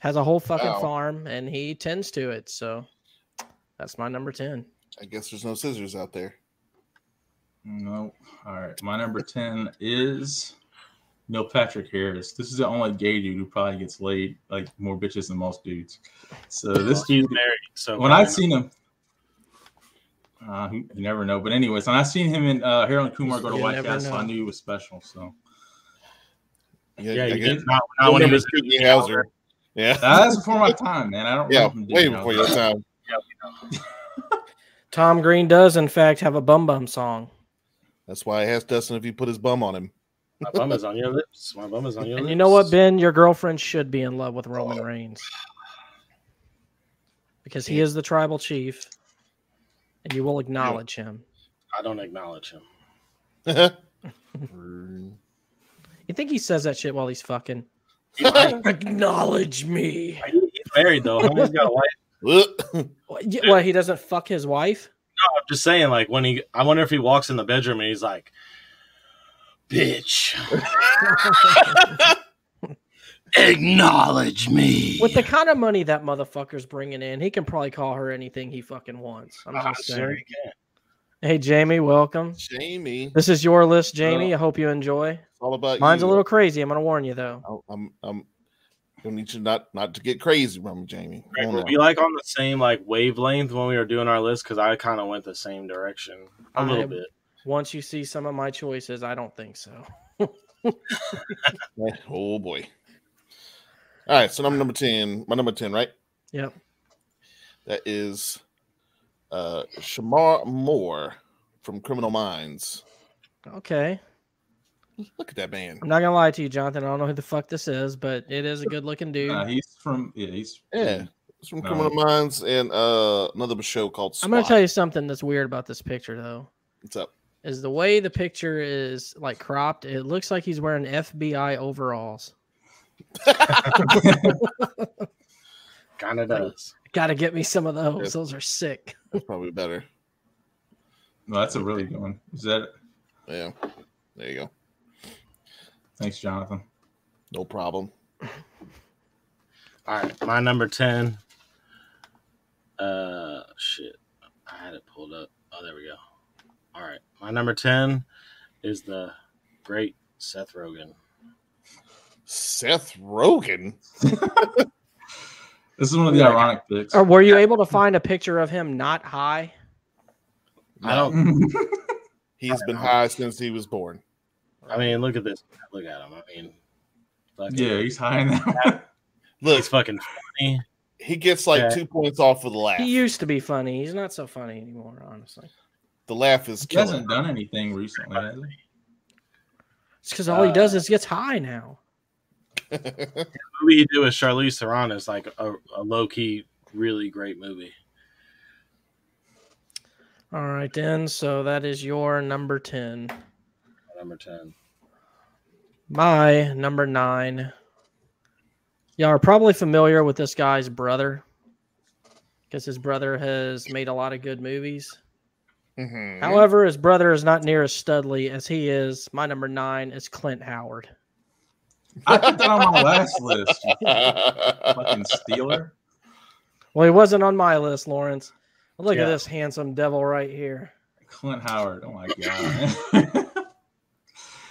[SPEAKER 1] has a whole fucking
[SPEAKER 2] Wow.
[SPEAKER 1] farm and he tends to it. So that's my number ten.
[SPEAKER 2] I guess there's no scissors out there.
[SPEAKER 3] No. All right. My number 10 is Neil Patrick Harris. This is the only gay dude who probably gets laid like more bitches than most dudes. So this
[SPEAKER 4] he's
[SPEAKER 3] dude,
[SPEAKER 4] married. So
[SPEAKER 3] when I've seen him, uh, you never know. But, anyways, when I seen him and uh, Harold Kumar go to
[SPEAKER 1] You
[SPEAKER 3] White
[SPEAKER 1] never
[SPEAKER 3] Castle, I
[SPEAKER 1] know.
[SPEAKER 3] knew it was special. So
[SPEAKER 4] yeah,
[SPEAKER 2] I
[SPEAKER 4] you
[SPEAKER 2] guess.
[SPEAKER 4] did not, not when he
[SPEAKER 2] Remember
[SPEAKER 4] was
[SPEAKER 2] Doogie Howser. Yeah.
[SPEAKER 3] that's before my time, man. I don't
[SPEAKER 2] Yeah,
[SPEAKER 3] remember him doing
[SPEAKER 2] way
[SPEAKER 3] that.
[SPEAKER 2] before your time.
[SPEAKER 1] Tom Green does in fact have a bum bum song.
[SPEAKER 2] That's why I asked Dustin if he put his bum on him.
[SPEAKER 4] My bum is on your lips. My bum is on your lips.
[SPEAKER 1] And you know what, Ben? Your girlfriend should be in love with Roman Reigns because he is the tribal chief, and you will acknowledge him.
[SPEAKER 4] I don't acknowledge him.
[SPEAKER 1] You think he says that shit while he's fucking?
[SPEAKER 4] He might.
[SPEAKER 1] Acknowledge me.
[SPEAKER 4] He married though. Homie's got a wife.
[SPEAKER 2] Ugh.
[SPEAKER 1] What, y- what, he doesn't fuck his wife?
[SPEAKER 4] I'm just saying, like when he, I wonder if he walks in the bedroom and he's like, "Bitch, acknowledge me."
[SPEAKER 1] With the kind of money that motherfucker's bringing in, he can probably call her anything he fucking wants. I'm
[SPEAKER 4] Ah,
[SPEAKER 1] just saying.
[SPEAKER 4] sure you can.
[SPEAKER 1] Hey, Jamie, welcome.
[SPEAKER 2] Jamie, it's
[SPEAKER 1] This is your list, Jamie. I hope you enjoy.
[SPEAKER 2] all about
[SPEAKER 1] Mine's a
[SPEAKER 2] you.
[SPEAKER 1] little crazy. I'm gonna warn you though.
[SPEAKER 2] I'm, I'm, I'm gonna need you not not to get crazy from me, Jamie. Come
[SPEAKER 4] Greg,
[SPEAKER 2] on
[SPEAKER 4] were
[SPEAKER 2] now.
[SPEAKER 4] we like on the same like wavelength when we were doing our list? Because I kind of went the same direction a little
[SPEAKER 1] I-
[SPEAKER 4] bit.
[SPEAKER 1] Once you see some of my choices, I don't think so.
[SPEAKER 2] Oh boy. All right, so I'm number ten. My number ten, right?
[SPEAKER 1] Yep.
[SPEAKER 2] That is uh Shamar Moore from Criminal Minds.
[SPEAKER 1] Okay.
[SPEAKER 2] Look at that man.
[SPEAKER 1] I'm not gonna lie to you, Jonathan. I don't know who the fuck this is, but it is a good looking dude.
[SPEAKER 3] Nah, Uh, he's from yeah, he's
[SPEAKER 2] Yeah. It's from
[SPEAKER 3] No.
[SPEAKER 2] Criminal Minds and uh another show called SWAT.
[SPEAKER 1] I'm gonna tell you something that's weird about this picture though.
[SPEAKER 2] what's up.
[SPEAKER 1] Is the way the picture is like cropped, it looks like he's wearing FBI overalls.
[SPEAKER 4] Kind of does.
[SPEAKER 1] Gotta get me some of those.
[SPEAKER 2] Yes.
[SPEAKER 1] Those are sick.
[SPEAKER 2] That's probably better.
[SPEAKER 3] No, that's a really good one. Is that
[SPEAKER 2] Yeah. There you go.
[SPEAKER 3] thanks, Jonathan?
[SPEAKER 2] No problem.
[SPEAKER 4] All right, my number ten. Uh, shit, I had it pulled up. Oh, there we go. All right, my number ten is the great Seth Rogen.
[SPEAKER 2] Seth Rogen.
[SPEAKER 3] This is one of the
[SPEAKER 4] Yeah.
[SPEAKER 3] ironic picks.
[SPEAKER 2] Oh,
[SPEAKER 1] Or were you able to find a picture of him not high?
[SPEAKER 4] I don't.
[SPEAKER 2] He's been high since he was born.
[SPEAKER 4] I mean, look at this. Look at him. I mean, fucking,
[SPEAKER 3] yeah, he's high in that. one.
[SPEAKER 2] Look,
[SPEAKER 4] he's fucking.
[SPEAKER 2] he gets like
[SPEAKER 4] Yeah.
[SPEAKER 2] two points off for the laugh.
[SPEAKER 1] He used to be funny. He's not so funny anymore, honestly.
[SPEAKER 2] the laugh is
[SPEAKER 3] he
[SPEAKER 2] killing.
[SPEAKER 3] hasn't done anything recently. Has he?
[SPEAKER 1] It's because all he
[SPEAKER 4] Uh,
[SPEAKER 1] does is gets high now.
[SPEAKER 4] The movie he did with Charlize Theron is like a, a low key, really great movie.
[SPEAKER 1] All right, then. So that is your number 10.
[SPEAKER 4] My number ten.
[SPEAKER 1] My number nine. Y'all are probably familiar with this guy's brother because his brother has made a lot of good movies.
[SPEAKER 2] Mhm.
[SPEAKER 1] However, his brother is not near as studly as he is. My number nine is Clint Howard.
[SPEAKER 3] I put that on my last list. You fucking stealer.
[SPEAKER 1] Well, he wasn't on my list, Lawrence. Look
[SPEAKER 4] Yeah.
[SPEAKER 1] at this handsome devil right here.
[SPEAKER 3] Clint Howard. Oh my god.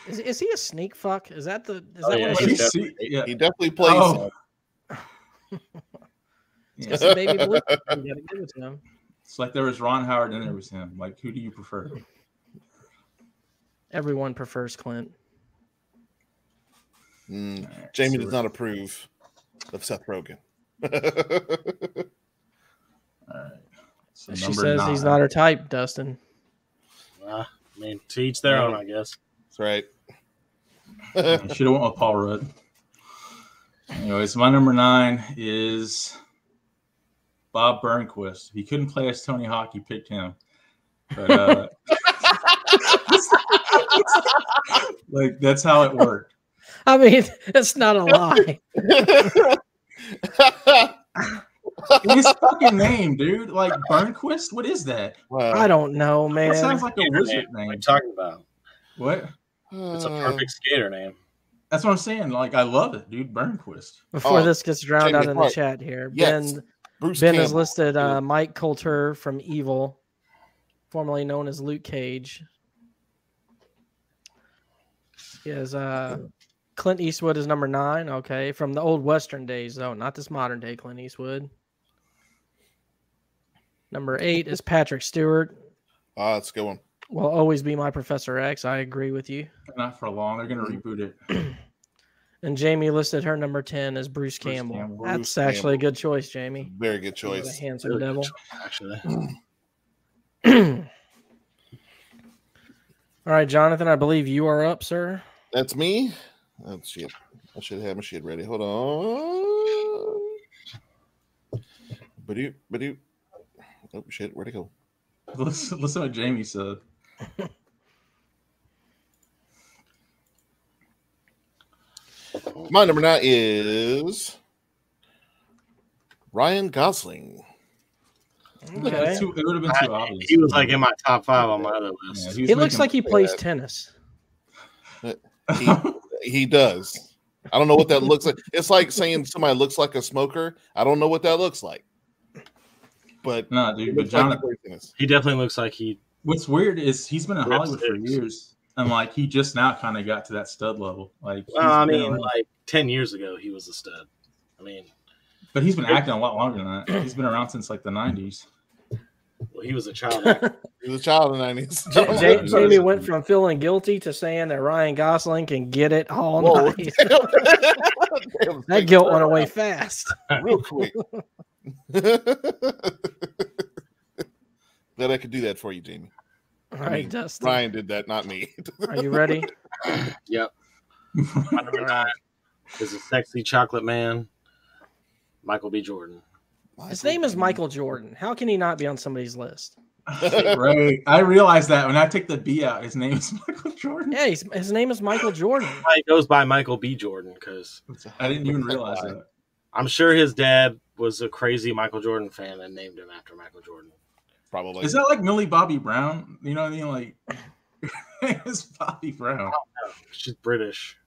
[SPEAKER 1] Is, is he a sneak fuck? Is that the? Is
[SPEAKER 4] Oh,
[SPEAKER 1] that
[SPEAKER 4] yeah,
[SPEAKER 1] what
[SPEAKER 3] What
[SPEAKER 1] it
[SPEAKER 3] do you
[SPEAKER 1] is?
[SPEAKER 4] he's-
[SPEAKER 3] see? Yeah.
[SPEAKER 2] he definitely plays.
[SPEAKER 3] Oh.
[SPEAKER 1] It's
[SPEAKER 3] Yeah.
[SPEAKER 1] got some baby blue. You gotta give it to him.
[SPEAKER 3] It's like there was Ron Howard and there was him. Like, who do you prefer?
[SPEAKER 1] Everyone prefers Clint.
[SPEAKER 2] Mm,
[SPEAKER 3] All right,
[SPEAKER 2] Jamie
[SPEAKER 3] so
[SPEAKER 2] does
[SPEAKER 3] we're-
[SPEAKER 2] not approve of Seth Rogen.
[SPEAKER 3] All right. So
[SPEAKER 1] She
[SPEAKER 3] number
[SPEAKER 1] says he's not her type, Dustin.
[SPEAKER 4] Uh, I mean, to each their own, I guess.
[SPEAKER 2] That's right.
[SPEAKER 3] You should have went with Paul Rudd. Anyways, my number nine is Bob Burnquist. He couldn't play as Tony Hawk. You picked him, but uh, like that's how it worked.
[SPEAKER 1] I mean, that's not a lie.
[SPEAKER 3] His fucking name, dude. Like Burnquist. What is that?
[SPEAKER 2] uh,
[SPEAKER 1] I don't know,
[SPEAKER 3] That sounds
[SPEAKER 1] man.
[SPEAKER 3] like a wizard
[SPEAKER 4] What are
[SPEAKER 3] name.
[SPEAKER 4] you talking about?
[SPEAKER 3] What?
[SPEAKER 4] It's
[SPEAKER 2] Mm.
[SPEAKER 4] a perfect skater name.
[SPEAKER 3] That's what I'm saying. Like I love it, dude. Burnquist.
[SPEAKER 1] Before
[SPEAKER 2] Oh,
[SPEAKER 1] this gets drowned
[SPEAKER 2] Jamie
[SPEAKER 1] out in the
[SPEAKER 2] Clark.
[SPEAKER 1] chat here,
[SPEAKER 2] Yes,
[SPEAKER 1] Ben
[SPEAKER 2] Bruce
[SPEAKER 1] Ben has
[SPEAKER 2] Campbell.
[SPEAKER 1] listed uh, Mike Coulter from Evil, formerly known as Luke Cage. He has uh, Clint Eastwood is number nine. Okay, from the old Western days though, not this modern day Clint Eastwood. Number eight is Patrick Stewart.
[SPEAKER 2] Ah, that's a good one.
[SPEAKER 1] Will always be my Professor X. I agree with you.
[SPEAKER 3] Not for long. They're gonna reboot it.
[SPEAKER 1] And Jamie listed her number ten as Bruce
[SPEAKER 3] Bruce
[SPEAKER 1] Campbell.
[SPEAKER 3] Campbell.
[SPEAKER 1] That's
[SPEAKER 2] Bruce
[SPEAKER 1] actually a
[SPEAKER 2] Campbell.
[SPEAKER 1] good choice, Jamie.
[SPEAKER 2] Very good
[SPEAKER 1] He's
[SPEAKER 2] choice.
[SPEAKER 1] A handsome
[SPEAKER 4] Really good
[SPEAKER 1] devil.
[SPEAKER 4] choice, Actually,
[SPEAKER 3] Mm.
[SPEAKER 1] All right, Jonathan, I believe you are up, sir.
[SPEAKER 2] That's me. Oh shit. I should have my shit ready. Hold on. But you, but you. Oh shit, where'd it go?
[SPEAKER 3] Listen, listen to what Jamie said.
[SPEAKER 2] My number nine is Ryan Gosling.
[SPEAKER 3] Look, it's too- it would have been too
[SPEAKER 4] I-
[SPEAKER 3] obvious.
[SPEAKER 4] he was like in my top five on my other
[SPEAKER 3] Yeah,
[SPEAKER 4] list.
[SPEAKER 3] he was
[SPEAKER 1] He looks
[SPEAKER 3] making-
[SPEAKER 1] like he plays tennis.
[SPEAKER 2] He, he does. I don't know what that looks like. It's like saying somebody looks like a smoker. I don't know what that looks like. But
[SPEAKER 3] no, dude.
[SPEAKER 2] looks
[SPEAKER 3] But
[SPEAKER 2] like he
[SPEAKER 3] Jonathan,
[SPEAKER 2] plays tennis.
[SPEAKER 4] He definitely looks like he.
[SPEAKER 3] what's weird is he's been in
[SPEAKER 4] Rip
[SPEAKER 3] Hollywood for
[SPEAKER 4] sticks.
[SPEAKER 3] years, and like he just now kind of got to that stud level. Like, he's
[SPEAKER 4] Well, I
[SPEAKER 3] been-
[SPEAKER 4] mean, like ten years ago, he was a stud. I mean,
[SPEAKER 3] but he's been acting a lot longer than that. He's been around since like the '90s.
[SPEAKER 4] well, he was a child. actor.
[SPEAKER 2] he was a child in the nineties.
[SPEAKER 1] Ja- Ja-
[SPEAKER 3] sorry.
[SPEAKER 1] Jamie went from feeling guilty to saying that Ryan Gosling can get it all
[SPEAKER 2] Whoa.
[SPEAKER 1] night.
[SPEAKER 2] Damn,
[SPEAKER 1] That
[SPEAKER 2] take
[SPEAKER 1] guilt
[SPEAKER 2] that
[SPEAKER 1] went away fast.
[SPEAKER 2] real quick. Glad I could do that for you, Jamie.
[SPEAKER 1] All
[SPEAKER 2] I
[SPEAKER 1] right,
[SPEAKER 2] mean,
[SPEAKER 1] Dustin,
[SPEAKER 2] Ryan did that, not me.
[SPEAKER 1] are you ready?
[SPEAKER 4] yep. My number nine is a sexy chocolate man, Michael B. Jordan.
[SPEAKER 1] His name is Michael Jordan. How can he not be on somebody's list?
[SPEAKER 3] right. I realized that when I take the B out, his name is Michael Jordan.
[SPEAKER 1] Yeah, he's, his name is Michael Jordan.
[SPEAKER 4] He goes by Michael B. Jordan because
[SPEAKER 3] I didn't even realize that.
[SPEAKER 4] I'm sure his dad was a crazy Michael Jordan fan and named him after Michael Jordan.
[SPEAKER 2] Probably.
[SPEAKER 3] Is that like Millie Bobby Brown? You know what I mean? Like, it's Bobby Brown.
[SPEAKER 4] She's British.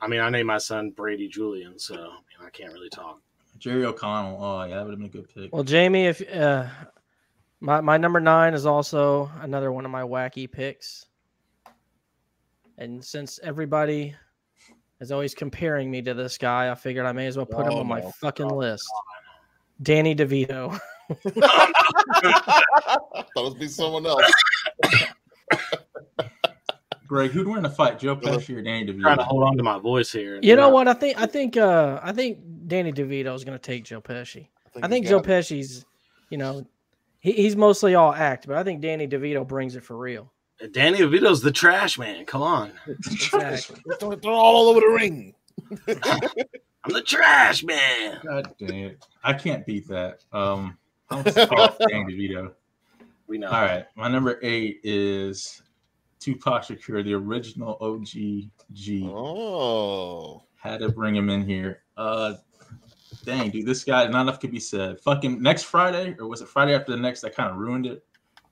[SPEAKER 4] I mean, I named my son Brady Julian, so I, mean, I can't really talk.
[SPEAKER 3] Jerry O'Connell. Oh, yeah, that would have been a good pick.
[SPEAKER 1] Well, Jamie, if uh, my my number nine is also another one of my wacky picks, and since everybody is always comparing me to this guy, I figured I may as well put him
[SPEAKER 2] Oh,
[SPEAKER 1] on my
[SPEAKER 2] no.
[SPEAKER 1] fucking list. Danny DeVito.
[SPEAKER 2] I thought it would be someone else.
[SPEAKER 3] Greg, who'd win in a fight, Joe Pesci or Danny
[SPEAKER 4] trying to
[SPEAKER 3] DeVito?
[SPEAKER 4] hold on to my voice here. and
[SPEAKER 1] You know
[SPEAKER 4] not-
[SPEAKER 1] what? I think I think uh, I think Danny DeVito is going to take Joe Pesci. I think
[SPEAKER 2] he's
[SPEAKER 1] Joe
[SPEAKER 2] got it.
[SPEAKER 1] Pesci's, you know, he, he's mostly all act, but I think Danny DeVito brings it for real.
[SPEAKER 4] Danny DeVito's the trash man. Come on,
[SPEAKER 1] Exactly.
[SPEAKER 2] Throw it all over the ring.
[SPEAKER 4] I'm the trash man.
[SPEAKER 3] God dang it. I can't beat that. Um, I'll just call it Danny DeVito.
[SPEAKER 4] We know.
[SPEAKER 3] All right. My number eight is Tupac Shakur, the original OG G.
[SPEAKER 2] Oh.
[SPEAKER 3] Had to bring him in here. Uh, dang, dude, this guy. Not enough could be said. Fucking next Friday, or was it Friday after the next? That kind of ruined it.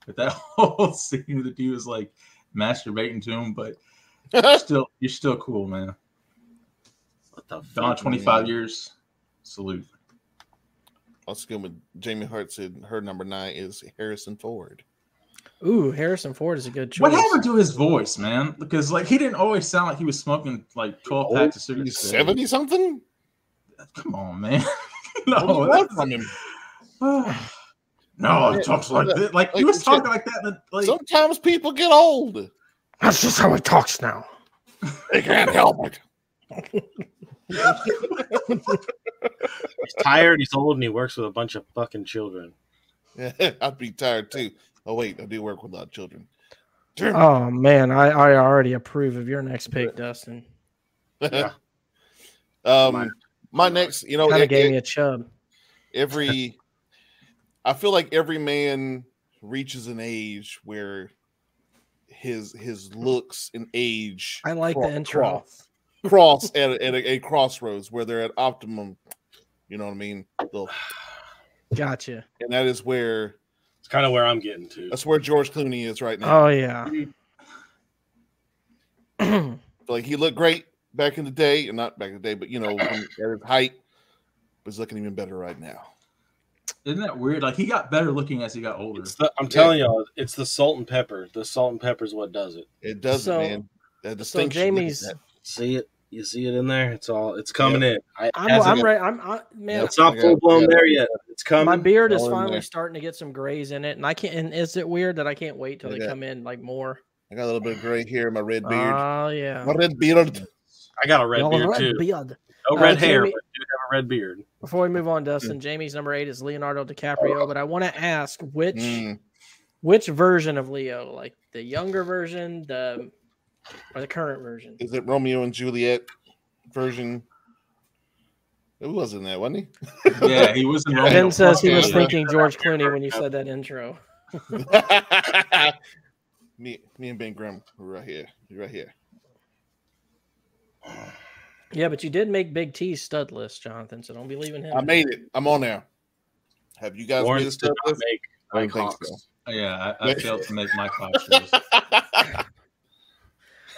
[SPEAKER 3] But that whole scene of the dude was like masturbating to him, but still, you're still cool, man.
[SPEAKER 4] What the fuck?
[SPEAKER 3] Gone 25 years. Salute.
[SPEAKER 2] Let's go with Jamie Hart said her number nine is Harrison Ford.
[SPEAKER 1] Ooh, Harrison Ford is a good choice.
[SPEAKER 3] What happened to his voice, man? Because like he didn't always sound like he was smoking like 12 packs of
[SPEAKER 2] He's
[SPEAKER 3] cigarettes. a day.
[SPEAKER 2] 70 something?
[SPEAKER 3] Come on, man.
[SPEAKER 2] What do you
[SPEAKER 3] no,
[SPEAKER 2] want
[SPEAKER 3] that's-
[SPEAKER 2] from him?
[SPEAKER 3] no, he talks like this. Like he
[SPEAKER 2] Like,
[SPEAKER 3] was talking like that. in the- Like
[SPEAKER 2] Sometimes people get old.
[SPEAKER 1] That's just how he talks now.
[SPEAKER 2] They can't help it.
[SPEAKER 4] He's tired. He's old, and he works with a bunch of fucking children.
[SPEAKER 2] I'd be tired too. Oh wait, I do work with a lot of children. Damn it.
[SPEAKER 1] Oh man, I, I already approve of your next pick, Dustin.
[SPEAKER 4] yeah.
[SPEAKER 2] um, my next, you know,
[SPEAKER 1] Kind of
[SPEAKER 2] Oh, it-
[SPEAKER 1] gave me
[SPEAKER 2] it-
[SPEAKER 1] a chub.
[SPEAKER 2] every, I feel like every man reaches an age where his his looks and age
[SPEAKER 1] I like the
[SPEAKER 2] cro-
[SPEAKER 1] intro.
[SPEAKER 2] cross, cross at, a- at a, a crossroads where they're at optimum. You know what I mean? They'll-
[SPEAKER 1] Gotcha.
[SPEAKER 2] and that is where
[SPEAKER 4] It's kind of where I'm getting to.
[SPEAKER 2] that's where George Clooney is right now.
[SPEAKER 1] Oh yeah.
[SPEAKER 2] like he looked great back in the day, and not back in the day, but you know, when, at his height, but he's looking even better right now.
[SPEAKER 3] isn't that weird? Like he got better looking as he got older.
[SPEAKER 4] It's the, I'm telling y'all, it's the salt and pepper. The salt and pepper is what does it.
[SPEAKER 2] It doesn't,
[SPEAKER 1] So-
[SPEAKER 2] man. That
[SPEAKER 1] so
[SPEAKER 2] distinction. look at
[SPEAKER 1] Jamie's,
[SPEAKER 2] that.
[SPEAKER 4] See it? You see it in there? It's all. It's coming in. I,
[SPEAKER 1] I'm
[SPEAKER 4] as it-
[SPEAKER 1] I'm ready. I'm I, man.
[SPEAKER 4] It's not
[SPEAKER 2] Yeah,
[SPEAKER 4] full blown
[SPEAKER 2] yeah.
[SPEAKER 4] there yet. It's coming.
[SPEAKER 1] My beard is
[SPEAKER 2] Um, All in
[SPEAKER 1] finally
[SPEAKER 2] there.
[SPEAKER 1] starting to get some grays in it, and I can't. And is it weird that I can't wait till
[SPEAKER 2] Look
[SPEAKER 1] they
[SPEAKER 2] at that.
[SPEAKER 1] come in like more?
[SPEAKER 2] I got a little bit of gray hair, in my red
[SPEAKER 1] Oh
[SPEAKER 2] beard.
[SPEAKER 1] yeah.
[SPEAKER 2] my red beard.
[SPEAKER 4] I got a red
[SPEAKER 1] Y'all
[SPEAKER 4] beard
[SPEAKER 1] red
[SPEAKER 4] too.
[SPEAKER 1] beard.
[SPEAKER 4] no
[SPEAKER 1] Uh,
[SPEAKER 4] red hair,
[SPEAKER 1] Jamie-
[SPEAKER 4] but I do have a red beard.
[SPEAKER 1] Before we move on,
[SPEAKER 2] Mm.
[SPEAKER 1] Dustin, Jamie's number eight is Leonardo DiCaprio, but I want to ask which
[SPEAKER 2] Oh. Mm.
[SPEAKER 1] which version of Leo, like the younger version, the or the current version.
[SPEAKER 2] Is it Romeo and Juliet version? It wasn't that, wasn't
[SPEAKER 3] yeah, he was in Romeo.
[SPEAKER 1] Ben says he
[SPEAKER 2] okay.
[SPEAKER 1] was
[SPEAKER 2] Yeah.
[SPEAKER 1] thinking George Clooney when you said that intro.
[SPEAKER 2] he? me, me and Ben Grimm were right here. You're right here.
[SPEAKER 1] Yeah, but you did make Big T stud list, Jonathan. So don't be leaving him.
[SPEAKER 2] I made it. I'm on there. Have you guys made
[SPEAKER 4] Warren
[SPEAKER 2] a
[SPEAKER 4] did
[SPEAKER 2] stud
[SPEAKER 4] not
[SPEAKER 2] list?
[SPEAKER 4] make
[SPEAKER 2] I
[SPEAKER 4] Mike
[SPEAKER 2] don't think
[SPEAKER 4] Hawks.
[SPEAKER 3] Yeah, I, I failed to make my Fox shows.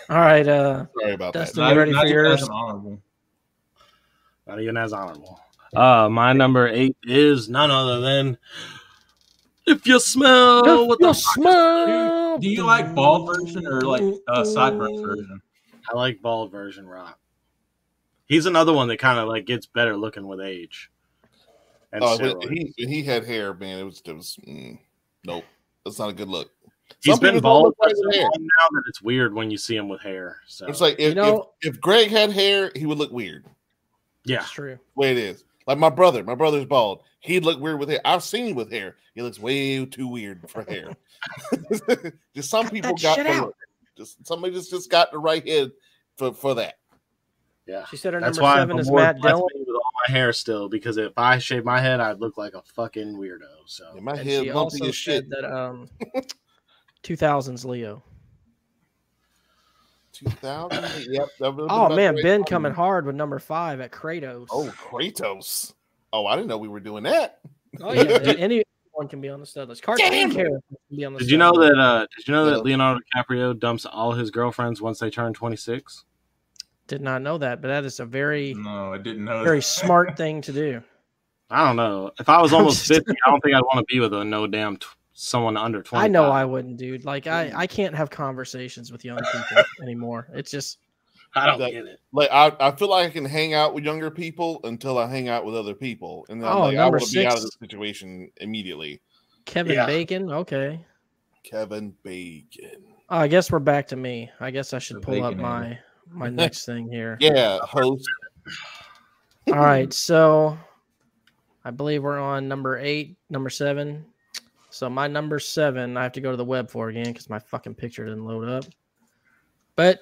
[SPEAKER 1] All right, uh,
[SPEAKER 2] Sorry about that.
[SPEAKER 1] Dustin, you ready for
[SPEAKER 3] even as
[SPEAKER 1] yours?
[SPEAKER 3] an honorable.
[SPEAKER 4] Not even as honorable. Uh, my number eight is none other than if you smell
[SPEAKER 3] Oh,
[SPEAKER 4] what the.
[SPEAKER 1] smell.
[SPEAKER 3] Do you like bald version or like uh, sideburns version?
[SPEAKER 4] I like bald version rock. He's another one that kind of like gets better looking with age. And
[SPEAKER 2] Oh,
[SPEAKER 4] steroids.
[SPEAKER 2] when he, when he had hair, man, it was, it was mm, nope. That's not a good look.
[SPEAKER 4] He's
[SPEAKER 2] Some
[SPEAKER 4] been
[SPEAKER 2] people don't
[SPEAKER 4] bald
[SPEAKER 2] look
[SPEAKER 4] for
[SPEAKER 2] right
[SPEAKER 4] so
[SPEAKER 2] with hair.
[SPEAKER 4] long now that it's weird when you see him with hair. So
[SPEAKER 2] It's like if,
[SPEAKER 1] You know-
[SPEAKER 2] if if Greg had hair, he would look weird.
[SPEAKER 4] yeah,
[SPEAKER 1] It's true.
[SPEAKER 2] The way it is. Like my brother, my brother's bald. He'd look weird with hair. I've seen him with hair. He looks way too weird for hair. just some people
[SPEAKER 1] that
[SPEAKER 2] got
[SPEAKER 1] shit
[SPEAKER 2] the
[SPEAKER 1] out.
[SPEAKER 2] look. Just somebody just, just got the right head for, for that.
[SPEAKER 4] yeah.
[SPEAKER 1] She said her
[SPEAKER 4] That's
[SPEAKER 1] number
[SPEAKER 4] why
[SPEAKER 1] seven
[SPEAKER 4] I'm
[SPEAKER 1] is
[SPEAKER 4] more
[SPEAKER 1] Matt Dillon.
[SPEAKER 4] blessed with all my hair still because if I shaved my head, I'd look like a fucking weirdo. So
[SPEAKER 2] Yeah, my
[SPEAKER 1] And
[SPEAKER 2] head
[SPEAKER 1] she
[SPEAKER 2] lumpy
[SPEAKER 1] also
[SPEAKER 2] as shit.
[SPEAKER 1] said that um, 2000s Leo.
[SPEAKER 2] Two thousand. yep. that would've
[SPEAKER 1] Oh
[SPEAKER 2] been
[SPEAKER 1] man,
[SPEAKER 2] about
[SPEAKER 1] Ben
[SPEAKER 2] right.
[SPEAKER 1] coming hard with number five at Kratos.
[SPEAKER 2] Oh, Kratos. Oh, I didn't know we were doing that.
[SPEAKER 1] Oh, yeah, anyone can be on the stud list. Cartoon
[SPEAKER 2] Damn.
[SPEAKER 1] characters can be on the
[SPEAKER 4] did you
[SPEAKER 1] stud
[SPEAKER 4] know
[SPEAKER 1] list.
[SPEAKER 4] that? Uh, did you know
[SPEAKER 2] Yeah.
[SPEAKER 4] that Leonardo DiCaprio dumps all his girlfriends once they turn twenty six?
[SPEAKER 1] Did not know that, but that is a very,
[SPEAKER 3] No, I didn't know.
[SPEAKER 1] very
[SPEAKER 3] that.
[SPEAKER 1] smart thing to do.
[SPEAKER 4] I don't know. If I was almost
[SPEAKER 1] just-
[SPEAKER 4] fifty, I don't think I'd want to be with a no damn t- someone under twenty.
[SPEAKER 1] I know I wouldn't, dude. Like I, I can't have conversations with young people anymore. It's just
[SPEAKER 4] I don't
[SPEAKER 2] That-
[SPEAKER 4] get it.
[SPEAKER 2] Like I, I feel like I can hang out with younger people until I hang out with other people, and then I'm
[SPEAKER 1] Oh,
[SPEAKER 2] like, I
[SPEAKER 1] number
[SPEAKER 2] want to be out of
[SPEAKER 1] six.
[SPEAKER 2] this situation immediately.
[SPEAKER 1] Kevin
[SPEAKER 4] Yeah.
[SPEAKER 1] Bacon. Okay,
[SPEAKER 2] Kevin Bacon.
[SPEAKER 1] Uh, I guess we're back to me. I guess I should
[SPEAKER 3] The
[SPEAKER 1] pull up
[SPEAKER 3] Baconator.
[SPEAKER 1] my my next thing here.
[SPEAKER 2] Yeah, host.
[SPEAKER 1] All right, so I believe we're on number eight, number seven. So my number seven, I have to go to the web for again because my fucking picture didn't load up. But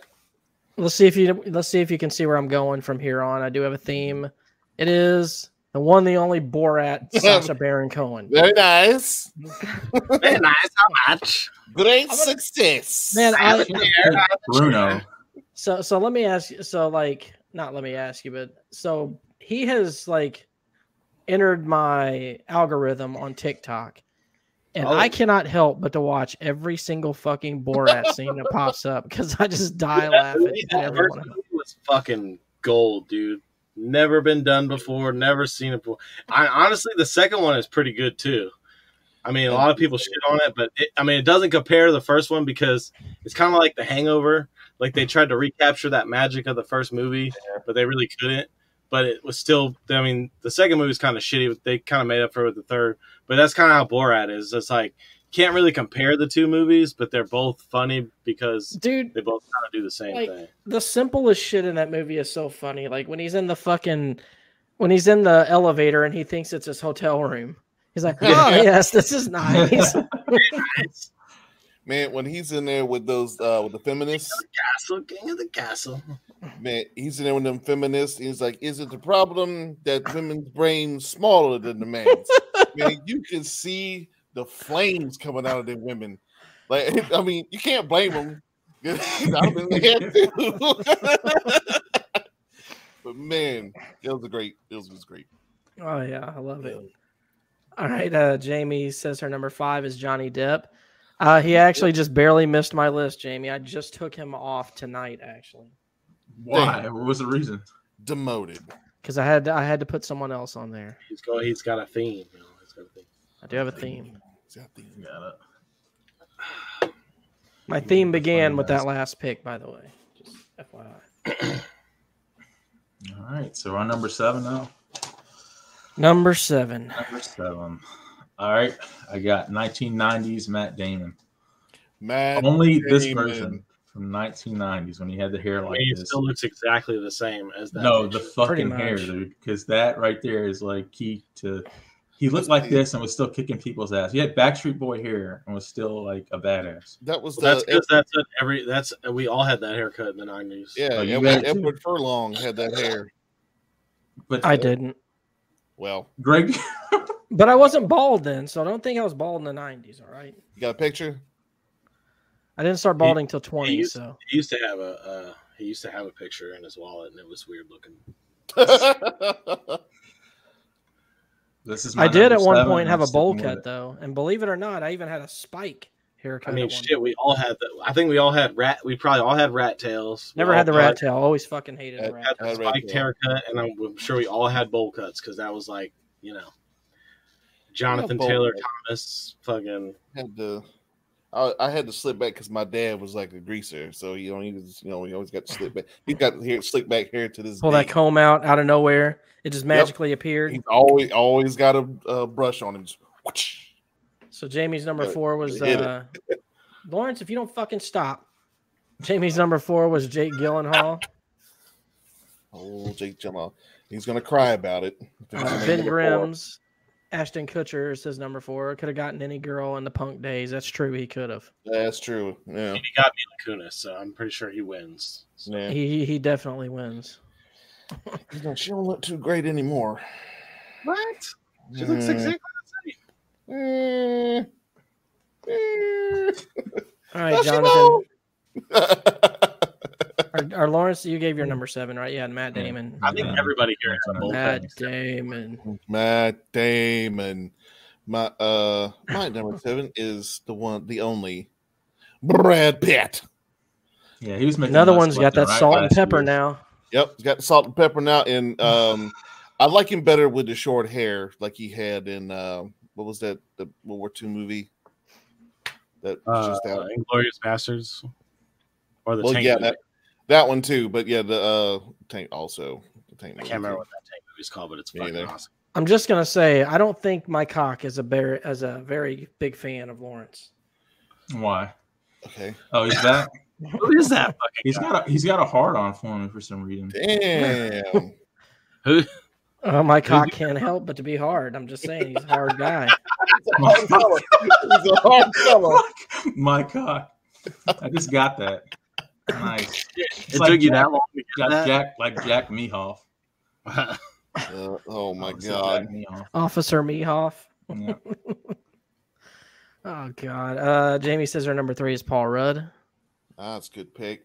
[SPEAKER 1] let's see if you let's see if you can see where I'm going from here on. I do have a theme. It is the one, the only Borat, Sasha Baron Cohen.
[SPEAKER 2] Very nice.
[SPEAKER 4] Very nice. How much?
[SPEAKER 2] Great success.
[SPEAKER 1] Man, I,
[SPEAKER 3] Bruno.
[SPEAKER 1] So so let me ask you so like not let me ask you, but so he has like entered my algorithm on TikTok. And
[SPEAKER 4] Oh.
[SPEAKER 1] I cannot help but to watch every single fucking Borat scene that pops up because I just die laughing
[SPEAKER 4] movie-
[SPEAKER 1] at
[SPEAKER 4] that
[SPEAKER 1] every
[SPEAKER 4] first
[SPEAKER 1] one of them.
[SPEAKER 4] movie was fucking gold, dude. Never been done before. Never seen it before. I honestly, the second one is pretty good too. I mean, a lot of people shit on it, but it, I mean, it doesn't compare to the first one because it's kind of like The Hangover. Like they tried to recapture that magic of the first movie, but they really couldn't. But it was still. I mean, the second movie was kind of shitty. But they kind of made up for it with the third. But that's kind of how Borat is. It's like can't really compare the two movies, but they're both funny because
[SPEAKER 1] Dude,
[SPEAKER 4] they both kind of do the same
[SPEAKER 1] Like,
[SPEAKER 4] thing.
[SPEAKER 1] the simplest shit in that movie is so funny. Like when he's in the fucking when he's in the elevator and he thinks it's his hotel room. He's like, Oh
[SPEAKER 2] Yeah.
[SPEAKER 1] yes, this is nice.
[SPEAKER 2] Man, when he's in there with those uh with the feminists,
[SPEAKER 4] Castle, king of the castle.
[SPEAKER 2] man, he's in there with them feminists. He's like, is it the problem that women's brains smaller than the man's? man, you can see the flames coming out of the women. Like, I mean, you can't blame them. I've been there too. but man, it was a great. It was, it was great.
[SPEAKER 1] Oh yeah, I love it. All right, uh, Jamie says her number five is Johnny Depp. Uh, he actually just barely missed my list, Jamie. I just took him off tonight, actually,
[SPEAKER 3] Why? What was the reason?
[SPEAKER 2] Demoted.
[SPEAKER 1] because I had to, I had to put someone else on there.
[SPEAKER 4] He's got he's got a theme. You know, he's got a theme.
[SPEAKER 1] I do have a theme.
[SPEAKER 2] See, I think-
[SPEAKER 3] Got it.
[SPEAKER 1] My theme began with that last pick, by the way. Just FYI.
[SPEAKER 3] All right, so our number seven now.
[SPEAKER 1] Number seven.
[SPEAKER 3] Number seven. All right, I got 1990s Matt Damon.
[SPEAKER 2] Matt
[SPEAKER 3] Only this
[SPEAKER 2] Damon.
[SPEAKER 3] version from 1990s when he had the hair like
[SPEAKER 4] he
[SPEAKER 3] this.
[SPEAKER 4] still looks exactly the same as that.
[SPEAKER 3] No, the
[SPEAKER 4] picture.
[SPEAKER 1] Pretty
[SPEAKER 3] fucking hair,
[SPEAKER 1] much.
[SPEAKER 3] dude. Because that right there is like key to. He looked like this and was still kicking people's ass. He had Backstreet Boy hair and was still like a badass.
[SPEAKER 2] That was
[SPEAKER 4] Well, that's
[SPEAKER 2] the
[SPEAKER 4] because that's what every that's we all had that haircut in the nineties.
[SPEAKER 2] yeah.
[SPEAKER 3] Oh, you
[SPEAKER 2] Edward,
[SPEAKER 3] got it too.
[SPEAKER 2] Edward Furlong had that hair.
[SPEAKER 3] But
[SPEAKER 1] I didn't,
[SPEAKER 2] Well,
[SPEAKER 3] Greg,
[SPEAKER 1] but I wasn't bald then, so I don't think I was bald in the nineties. All right,
[SPEAKER 2] you got a picture?
[SPEAKER 1] I didn't start balding till twenty.
[SPEAKER 4] you-
[SPEAKER 1] So
[SPEAKER 4] He used to have a uh, He used to have a picture in his wallet, and it was weird looking.
[SPEAKER 3] This is. my
[SPEAKER 1] I did
[SPEAKER 3] number
[SPEAKER 1] at one
[SPEAKER 3] seven,
[SPEAKER 1] point
[SPEAKER 3] and
[SPEAKER 1] have
[SPEAKER 3] I'm
[SPEAKER 1] a bowl
[SPEAKER 3] sticking
[SPEAKER 1] cut
[SPEAKER 3] with it.
[SPEAKER 1] though, and believe it or not, I even had a spike haircut.
[SPEAKER 4] I mean,
[SPEAKER 1] at one
[SPEAKER 4] shit. We all had. The, I think we all had rat. We probably all had rat tails. We
[SPEAKER 1] Never
[SPEAKER 4] all
[SPEAKER 1] had the
[SPEAKER 4] probably
[SPEAKER 1] rat tail. Always fucking hated
[SPEAKER 2] Uh,
[SPEAKER 1] the rat.
[SPEAKER 4] Had
[SPEAKER 2] I
[SPEAKER 4] the
[SPEAKER 2] had rat
[SPEAKER 4] spiked
[SPEAKER 2] tail.
[SPEAKER 4] haircut, and I'm I'm sure we all had bowl cuts because that was like you know, Jonathan
[SPEAKER 2] bowl
[SPEAKER 4] Taylor
[SPEAKER 2] cut.
[SPEAKER 4] Thomas, fucking
[SPEAKER 2] had to, I, I had to slip back because my dad was like a greaser, so you know he was, you know, he always got to slip back. He got here slick back hair to this
[SPEAKER 1] Pull
[SPEAKER 2] day.
[SPEAKER 1] that comb out out of nowhere. It just magically appeared.
[SPEAKER 2] He's always always got a uh, brush on him. Just whoosh.
[SPEAKER 1] So Jamie's number
[SPEAKER 2] Yeah,
[SPEAKER 1] four was
[SPEAKER 2] hit it.
[SPEAKER 1] uh, Lawrence. If you don't fucking stop, Jamie's number four was Jake Gyllenhaal.
[SPEAKER 2] Oh, Jake Gyllenhaal. He's gonna cry about it.
[SPEAKER 1] Uh, ben Grimm's, Ashton Kutcher is his number four. Could have gotten any girl in the punk days. That's true. He could have.
[SPEAKER 2] That's true. Yeah.
[SPEAKER 4] he got Mila Kunis, so I'm pretty sure he wins. So
[SPEAKER 2] yeah.
[SPEAKER 1] He, he he definitely wins.
[SPEAKER 2] He's like, she don't look too great anymore.
[SPEAKER 4] what? She looks
[SPEAKER 2] Mm,
[SPEAKER 4] exactly.
[SPEAKER 2] mm, mm.
[SPEAKER 1] All right,
[SPEAKER 2] Does she
[SPEAKER 1] Jonathan. Our, our Lawrence, you gave your number seven, right? Yeah, and Matt
[SPEAKER 3] Yeah.
[SPEAKER 1] Damon.
[SPEAKER 4] I think
[SPEAKER 3] Yeah.
[SPEAKER 4] everybody here had a bowl cut.
[SPEAKER 1] Matt Damon.
[SPEAKER 2] Matt Damon. My uh my number seven is the one the only Brad Pitt.
[SPEAKER 3] Yeah, he was making
[SPEAKER 1] Another
[SPEAKER 3] less
[SPEAKER 1] one's got
[SPEAKER 3] left
[SPEAKER 1] that
[SPEAKER 3] right
[SPEAKER 1] salt and
[SPEAKER 3] last
[SPEAKER 1] pepper
[SPEAKER 3] year.
[SPEAKER 1] now.
[SPEAKER 2] Yep, he's got salt and pepper now. And um I like him better with the short hair like he had in uh, what was that the World War II movie that was
[SPEAKER 4] Uh,
[SPEAKER 2] just out.
[SPEAKER 4] Inglorious Bastards, or the
[SPEAKER 2] Well,
[SPEAKER 4] Tank
[SPEAKER 2] yeah,
[SPEAKER 4] movie.
[SPEAKER 2] that that one too, but yeah, the uh tank also the tank.
[SPEAKER 4] I
[SPEAKER 2] movie,
[SPEAKER 4] can't remember
[SPEAKER 2] too.
[SPEAKER 4] what that Tank movie's called, but it's
[SPEAKER 2] Me
[SPEAKER 4] fucking
[SPEAKER 2] either.
[SPEAKER 4] awesome.
[SPEAKER 1] I'm just gonna say I don't think my cock is a bear as a very big fan of Lawrence.
[SPEAKER 3] Why?
[SPEAKER 2] Okay,
[SPEAKER 3] Oh, he's back.
[SPEAKER 4] Who is that fucking?
[SPEAKER 3] He's
[SPEAKER 4] guy?
[SPEAKER 3] got a he's got a hard on for me for some reason.
[SPEAKER 2] damn.
[SPEAKER 1] Uh, my cock can't help but to be hard. I'm just saying he's a hard guy.
[SPEAKER 2] Hard color. It's a hard color.
[SPEAKER 3] My cock. I just got that. Nice.
[SPEAKER 4] It
[SPEAKER 3] like
[SPEAKER 4] took you
[SPEAKER 3] Jack-
[SPEAKER 4] that long to get
[SPEAKER 3] Like
[SPEAKER 4] that. Oh
[SPEAKER 3] Jack, like Jack Mehoff.
[SPEAKER 2] Uh, oh my
[SPEAKER 3] Obviously
[SPEAKER 2] god.
[SPEAKER 3] Jack Mehoff.
[SPEAKER 1] Officer Mehoff.
[SPEAKER 3] Yeah.
[SPEAKER 1] Oh God. Uh, Jamie says her number three is Paul Rudd.
[SPEAKER 2] That's a good pick.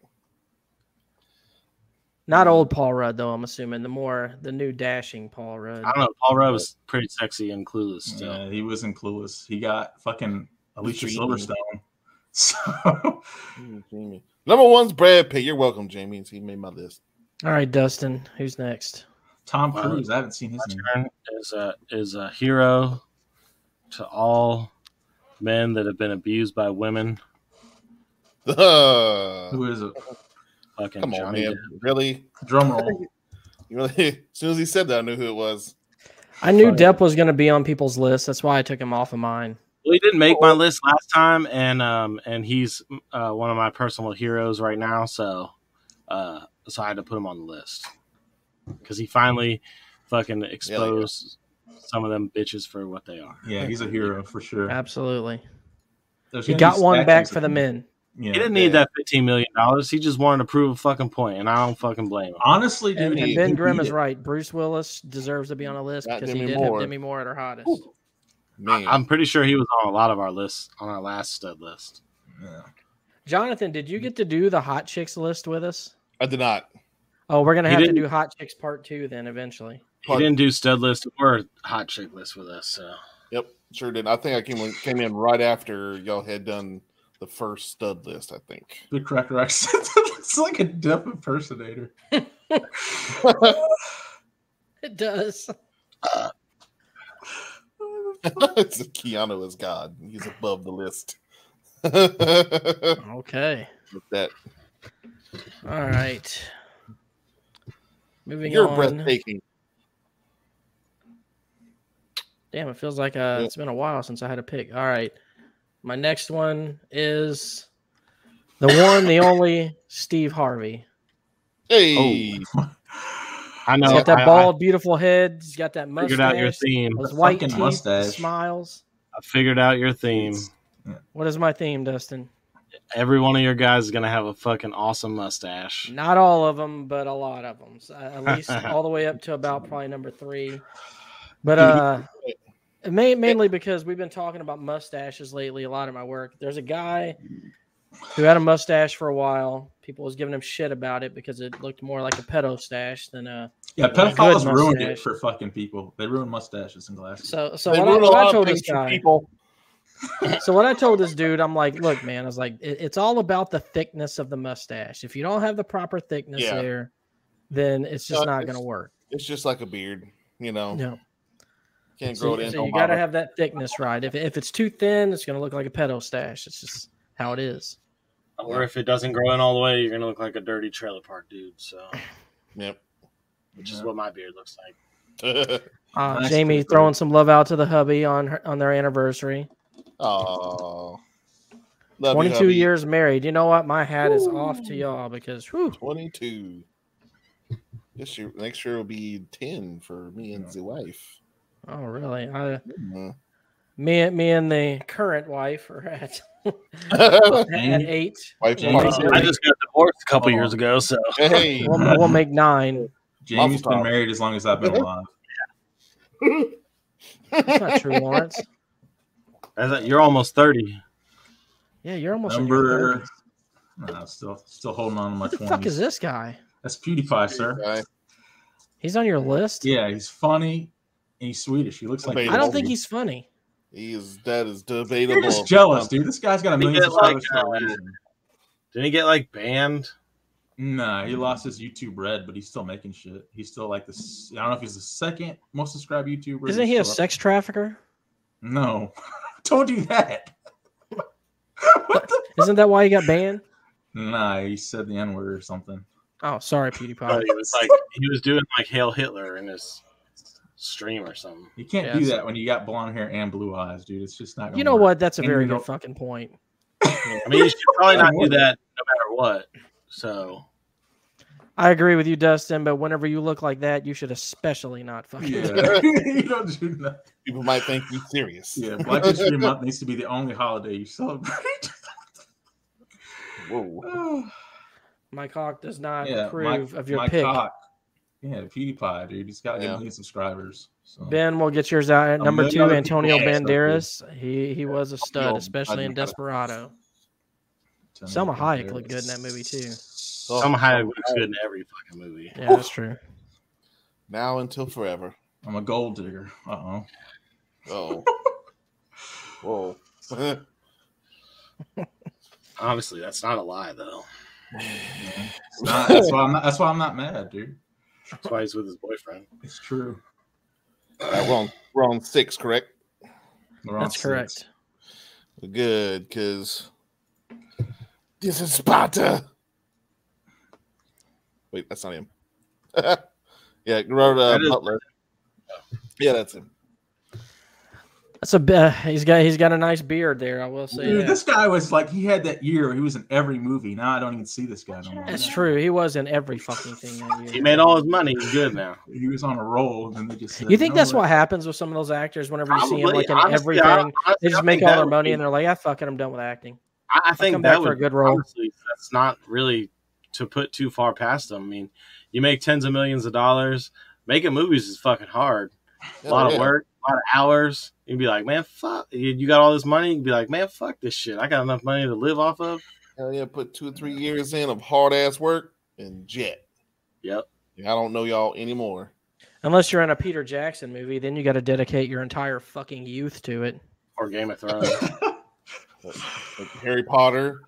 [SPEAKER 1] Not old Paul Rudd though. I'm assuming the more the new dashing Paul Rudd.
[SPEAKER 4] I don't know. Paul Rudd was pretty sexy and clueless. Still,
[SPEAKER 3] Yeah, he wasn't clueless. He got fucking Alicia
[SPEAKER 2] Dreamy.
[SPEAKER 3] Silverstone. So
[SPEAKER 2] Mm, Jamie. Number one's Brad Pitt. You're welcome, Jamie. He made my list.
[SPEAKER 1] All right, Dustin. Who's next?
[SPEAKER 3] Tom
[SPEAKER 4] Wow.
[SPEAKER 3] Cruise, I haven't seen his
[SPEAKER 4] my
[SPEAKER 3] name.
[SPEAKER 4] turn is a is a hero to all men that have been abused by women.
[SPEAKER 2] Come
[SPEAKER 3] Who is it?
[SPEAKER 4] Fucking
[SPEAKER 2] on,
[SPEAKER 4] Johnny
[SPEAKER 2] man. Really?
[SPEAKER 3] Drum roll.
[SPEAKER 2] You really? As soon as he said that, I knew who it was.
[SPEAKER 1] I knew
[SPEAKER 4] Sorry.
[SPEAKER 1] Depp was going to be on people's list. That's why I took him off of mine.
[SPEAKER 4] Well, he didn't make my list last time, and um, and he's uh, one of my personal heroes right now. So, uh, so I had to put him on the list because he finally fucking exposed some of them bitches for what they are.
[SPEAKER 3] Yeah, he's a hero for sure.
[SPEAKER 1] Absolutely.
[SPEAKER 3] There's
[SPEAKER 1] He
[SPEAKER 3] gonna
[SPEAKER 1] got
[SPEAKER 3] be
[SPEAKER 1] one back
[SPEAKER 3] statues
[SPEAKER 1] for
[SPEAKER 3] of
[SPEAKER 1] the
[SPEAKER 3] him.
[SPEAKER 1] men.
[SPEAKER 4] He
[SPEAKER 3] Yeah.
[SPEAKER 4] didn't need
[SPEAKER 2] Yeah.
[SPEAKER 4] that fifteen million dollars. He just wanted to prove a fucking point, and I don't fucking blame him.
[SPEAKER 3] Honestly, dude,
[SPEAKER 1] And, and
[SPEAKER 3] he-
[SPEAKER 1] Ben
[SPEAKER 3] he
[SPEAKER 1] Grimm
[SPEAKER 3] beat
[SPEAKER 1] is
[SPEAKER 3] it.
[SPEAKER 1] right. Bruce Willis deserves to be on a list
[SPEAKER 2] Not
[SPEAKER 1] because he
[SPEAKER 2] Demi
[SPEAKER 1] did
[SPEAKER 2] Moore.
[SPEAKER 1] have Demi Moore at her hottest.
[SPEAKER 2] Ooh. Man.
[SPEAKER 4] I'm pretty sure he was on a lot of our lists on our last stud list.
[SPEAKER 3] Yeah.
[SPEAKER 1] Jonathan, did
[SPEAKER 4] Mm-hmm.
[SPEAKER 1] you get to do the hot chicks list with us?
[SPEAKER 2] I did not.
[SPEAKER 1] Oh, we're gonna
[SPEAKER 4] He
[SPEAKER 1] have to
[SPEAKER 4] didn't-
[SPEAKER 1] do hot chicks part two then eventually.
[SPEAKER 4] He didn't do stud list or hot chick list with us. So
[SPEAKER 2] Yep, sure did. I think I came in, came in right after y'all had done the first stud list. I think.
[SPEAKER 3] The cracker accent. it's like a deaf impersonator.
[SPEAKER 1] It does.
[SPEAKER 2] it's Keanu is God. He's above the list. With
[SPEAKER 1] Okay.
[SPEAKER 2] that
[SPEAKER 1] All right. Moving
[SPEAKER 2] you're
[SPEAKER 1] on.
[SPEAKER 2] breathtaking.
[SPEAKER 1] Damn, it feels like uh, it's been a while since I had a pick. All right. My next one is the one, the only Steve Harvey.
[SPEAKER 2] Hey,
[SPEAKER 4] I know
[SPEAKER 1] He's got
[SPEAKER 4] I-
[SPEAKER 1] that
[SPEAKER 4] I
[SPEAKER 1] bald, beautiful head. He's got that mustache.
[SPEAKER 4] figured out your theme.
[SPEAKER 1] Those
[SPEAKER 3] The
[SPEAKER 1] white
[SPEAKER 3] fucking
[SPEAKER 1] teeth,
[SPEAKER 3] mustache.
[SPEAKER 1] the smiles.
[SPEAKER 4] I figured out your theme.
[SPEAKER 1] What is my theme, Dustin?
[SPEAKER 4] Every one of your guys is gonna have a fucking awesome mustache.
[SPEAKER 1] Not all of them, but a lot of them. So, uh, at least all the way up to about probably number three. But uh, ma- mainly because we've been talking about mustaches lately. A lot of my work. There's a guy who had a mustache for a while, people was giving him shit about it because it looked more like a pedo stash than uh, a
[SPEAKER 3] Yeah,
[SPEAKER 1] Good
[SPEAKER 3] pedophiles ruined it
[SPEAKER 1] mustache.
[SPEAKER 3] for fucking people. They ruined mustaches and glasses.
[SPEAKER 1] so so
[SPEAKER 2] They
[SPEAKER 1] what I,
[SPEAKER 2] ruin a
[SPEAKER 1] what I
[SPEAKER 2] lot of
[SPEAKER 1] told
[SPEAKER 2] things
[SPEAKER 1] this
[SPEAKER 2] for
[SPEAKER 1] guy
[SPEAKER 2] people.
[SPEAKER 1] so what I told this dude, I'm like, look, man, I was like, it, it's all about the thickness of the mustache. If you don't have the proper thickness
[SPEAKER 2] Yeah.
[SPEAKER 1] there, then it's just
[SPEAKER 2] Uh,
[SPEAKER 1] not
[SPEAKER 2] it's-
[SPEAKER 1] gonna work.
[SPEAKER 2] It's just Oh. like a beard, you know.
[SPEAKER 1] No.
[SPEAKER 2] Can't grow
[SPEAKER 1] So,
[SPEAKER 2] it in.
[SPEAKER 1] so
[SPEAKER 2] no
[SPEAKER 1] you gotta
[SPEAKER 2] matter.
[SPEAKER 1] have that thickness right. If if it's too thin, it's gonna look like a pedo stash. It's just how it is.
[SPEAKER 4] Or if it doesn't grow in all the way, you're gonna look like a dirty trailer park dude. So, which is
[SPEAKER 3] Yeah.
[SPEAKER 4] what my beard looks like.
[SPEAKER 2] Yep.
[SPEAKER 1] Uh,
[SPEAKER 3] Nice
[SPEAKER 1] Jamie
[SPEAKER 3] people.
[SPEAKER 1] throwing some love out to the hubby on her, on their anniversary.
[SPEAKER 2] Oh.
[SPEAKER 1] 22 years married. You know what? My hat is off to y'all because whew,
[SPEAKER 2] 22. This year, next year will be 10 for me and the wife.
[SPEAKER 1] oh really? I
[SPEAKER 2] Mhm.
[SPEAKER 1] me and me and the current wife are at, at
[SPEAKER 3] Jamie?
[SPEAKER 1] eight.
[SPEAKER 2] Wife and
[SPEAKER 3] Yeah.
[SPEAKER 2] partner.
[SPEAKER 4] I just got divorced a couple
[SPEAKER 3] Oh.
[SPEAKER 4] years ago, so
[SPEAKER 2] Hey.
[SPEAKER 1] We'll, we'll make nine.
[SPEAKER 3] Jamie's
[SPEAKER 2] Muffled.
[SPEAKER 3] been married as long as I've been alive.
[SPEAKER 1] That's not true, Lawrence.
[SPEAKER 4] As I- you're almost thirty.
[SPEAKER 1] Yeah, you're almost in your
[SPEAKER 3] Number.
[SPEAKER 1] 30s.
[SPEAKER 3] Nah, still, still holding on to my
[SPEAKER 1] What the fuck is
[SPEAKER 3] twenties.
[SPEAKER 1] this guy?
[SPEAKER 3] That's PewDiePie, sir.
[SPEAKER 2] Guy.
[SPEAKER 1] He's on your list.
[SPEAKER 3] Yeah, he's funny and he's Swedish. He looks like
[SPEAKER 2] I
[SPEAKER 1] I don't think he's funny.
[SPEAKER 2] He is, that is
[SPEAKER 3] You're
[SPEAKER 2] debatable.
[SPEAKER 3] just jealous, dude. This guy's got a
[SPEAKER 4] He
[SPEAKER 3] million
[SPEAKER 4] did like, uh,
[SPEAKER 3] subscribers for a reason.
[SPEAKER 4] Didn't he get like banned?
[SPEAKER 3] Nah, he lost his YouTube red, but he's still making shit. He's still like this. I don't know if he's the second most subscribed YouTuber.
[SPEAKER 1] Isn't he a
[SPEAKER 3] He's still up-
[SPEAKER 1] sex trafficker?
[SPEAKER 3] No, don't do that. what the?
[SPEAKER 1] Isn't that why he got banned?
[SPEAKER 3] Nah, he said the N word or something.
[SPEAKER 1] Oh, sorry,
[SPEAKER 4] But
[SPEAKER 1] PewDiePie.
[SPEAKER 4] he was like he was doing like Hail Hitler in his stream or something.
[SPEAKER 3] You can't
[SPEAKER 1] Yeah,
[SPEAKER 3] do
[SPEAKER 1] it's-
[SPEAKER 3] that when you got blonde hair and blue eyes, dude. It's just not. Gonna
[SPEAKER 1] You know
[SPEAKER 3] work.
[SPEAKER 1] what? That's a
[SPEAKER 3] And
[SPEAKER 1] very
[SPEAKER 3] you
[SPEAKER 1] good
[SPEAKER 3] don't-
[SPEAKER 1] fucking point.
[SPEAKER 4] I mean, you should probably not do that no matter what. So
[SPEAKER 1] I agree with you, Dustin. But whenever you look like that, you should especially not fucking.
[SPEAKER 3] Yeah, you don't do that.
[SPEAKER 2] People might think he's serious.
[SPEAKER 3] Yeah, Black History Month needs to be the only holiday you celebrate.
[SPEAKER 2] Whoa.
[SPEAKER 1] My cock does not
[SPEAKER 3] yeah,
[SPEAKER 1] approve
[SPEAKER 3] my-
[SPEAKER 1] of your
[SPEAKER 3] my
[SPEAKER 1] pick.
[SPEAKER 3] cock. Yeah, PewDiePie, dude. He's got
[SPEAKER 2] Yeah.
[SPEAKER 3] a million subscribers. So.
[SPEAKER 1] Ben will get yours out. At
[SPEAKER 3] A
[SPEAKER 1] number
[SPEAKER 3] million
[SPEAKER 1] two,
[SPEAKER 3] other
[SPEAKER 1] Antonio
[SPEAKER 3] people have
[SPEAKER 1] Banderas. He he was a stud,
[SPEAKER 2] Antonio
[SPEAKER 1] especially in
[SPEAKER 2] Banderas.
[SPEAKER 1] Desperado.
[SPEAKER 3] Tell me
[SPEAKER 1] Selma
[SPEAKER 3] if
[SPEAKER 1] Hayek
[SPEAKER 3] there
[SPEAKER 1] looked
[SPEAKER 3] is-
[SPEAKER 1] good in that movie, too.
[SPEAKER 2] Oh,
[SPEAKER 4] Selma Hayek looks good in every fucking movie.
[SPEAKER 1] Yeah, that's true.
[SPEAKER 2] Now until forever.
[SPEAKER 3] I'm a gold digger. Uh oh.
[SPEAKER 2] Oh. Whoa.
[SPEAKER 4] Obviously, that's not a lie though.
[SPEAKER 3] Uh, That's why I'm not. That's why I'm not mad, dude.
[SPEAKER 4] That's why he's with his boyfriend.
[SPEAKER 3] It's true.
[SPEAKER 2] Alright, we're, on, we're on six, correct?
[SPEAKER 3] We're on
[SPEAKER 1] That's
[SPEAKER 3] six.
[SPEAKER 1] correct.
[SPEAKER 2] Good, because this is Sparta. Wait, that's not him. yeah, wrote uh,
[SPEAKER 4] That is-
[SPEAKER 2] Butler. Yeah, that's him.
[SPEAKER 1] That's a b- uh, he's got he's got a nice beard there. I will say
[SPEAKER 3] Dude,
[SPEAKER 1] that.
[SPEAKER 3] this guy was like he had that year. He was in every movie. Now I don't even see this guy no more.
[SPEAKER 1] That's true. He was in every fucking thing that
[SPEAKER 4] He
[SPEAKER 1] year.
[SPEAKER 4] made all his money. He's good now.
[SPEAKER 3] He was on a roll, and then they just. Said,
[SPEAKER 1] You think
[SPEAKER 3] know
[SPEAKER 1] that's what happens with some of those actors? Whenever you see them like in
[SPEAKER 4] Honestly, I-
[SPEAKER 1] everything,
[SPEAKER 4] honestly,
[SPEAKER 1] they
[SPEAKER 4] I
[SPEAKER 1] just make
[SPEAKER 4] think
[SPEAKER 1] all
[SPEAKER 4] that
[SPEAKER 1] their
[SPEAKER 4] would
[SPEAKER 1] money
[SPEAKER 4] be-
[SPEAKER 1] and they're like, "I fucking I'm done with acting."
[SPEAKER 4] I, I
[SPEAKER 1] come back
[SPEAKER 4] think that
[SPEAKER 1] for a
[SPEAKER 4] would
[SPEAKER 1] good role.
[SPEAKER 4] honestly, that's not really to put too far past them. I mean, you make tens of millions of dollars. Making movies is fucking hard. A lot
[SPEAKER 2] Yeah.
[SPEAKER 4] of work, a lot of hours. You'd be like, man, fuck. You, you got all this money. You'd be like, man, fuck this shit. I got enough money to live off of.
[SPEAKER 2] Hell yeah, put two or three years in of hard ass work and jet.
[SPEAKER 4] Yep.
[SPEAKER 2] I don't know y'all anymore.
[SPEAKER 1] Unless you're in a Peter Jackson movie, then you got to dedicate your entire fucking youth to it.
[SPEAKER 4] Or Game of Thrones.
[SPEAKER 2] Like Harry Potter.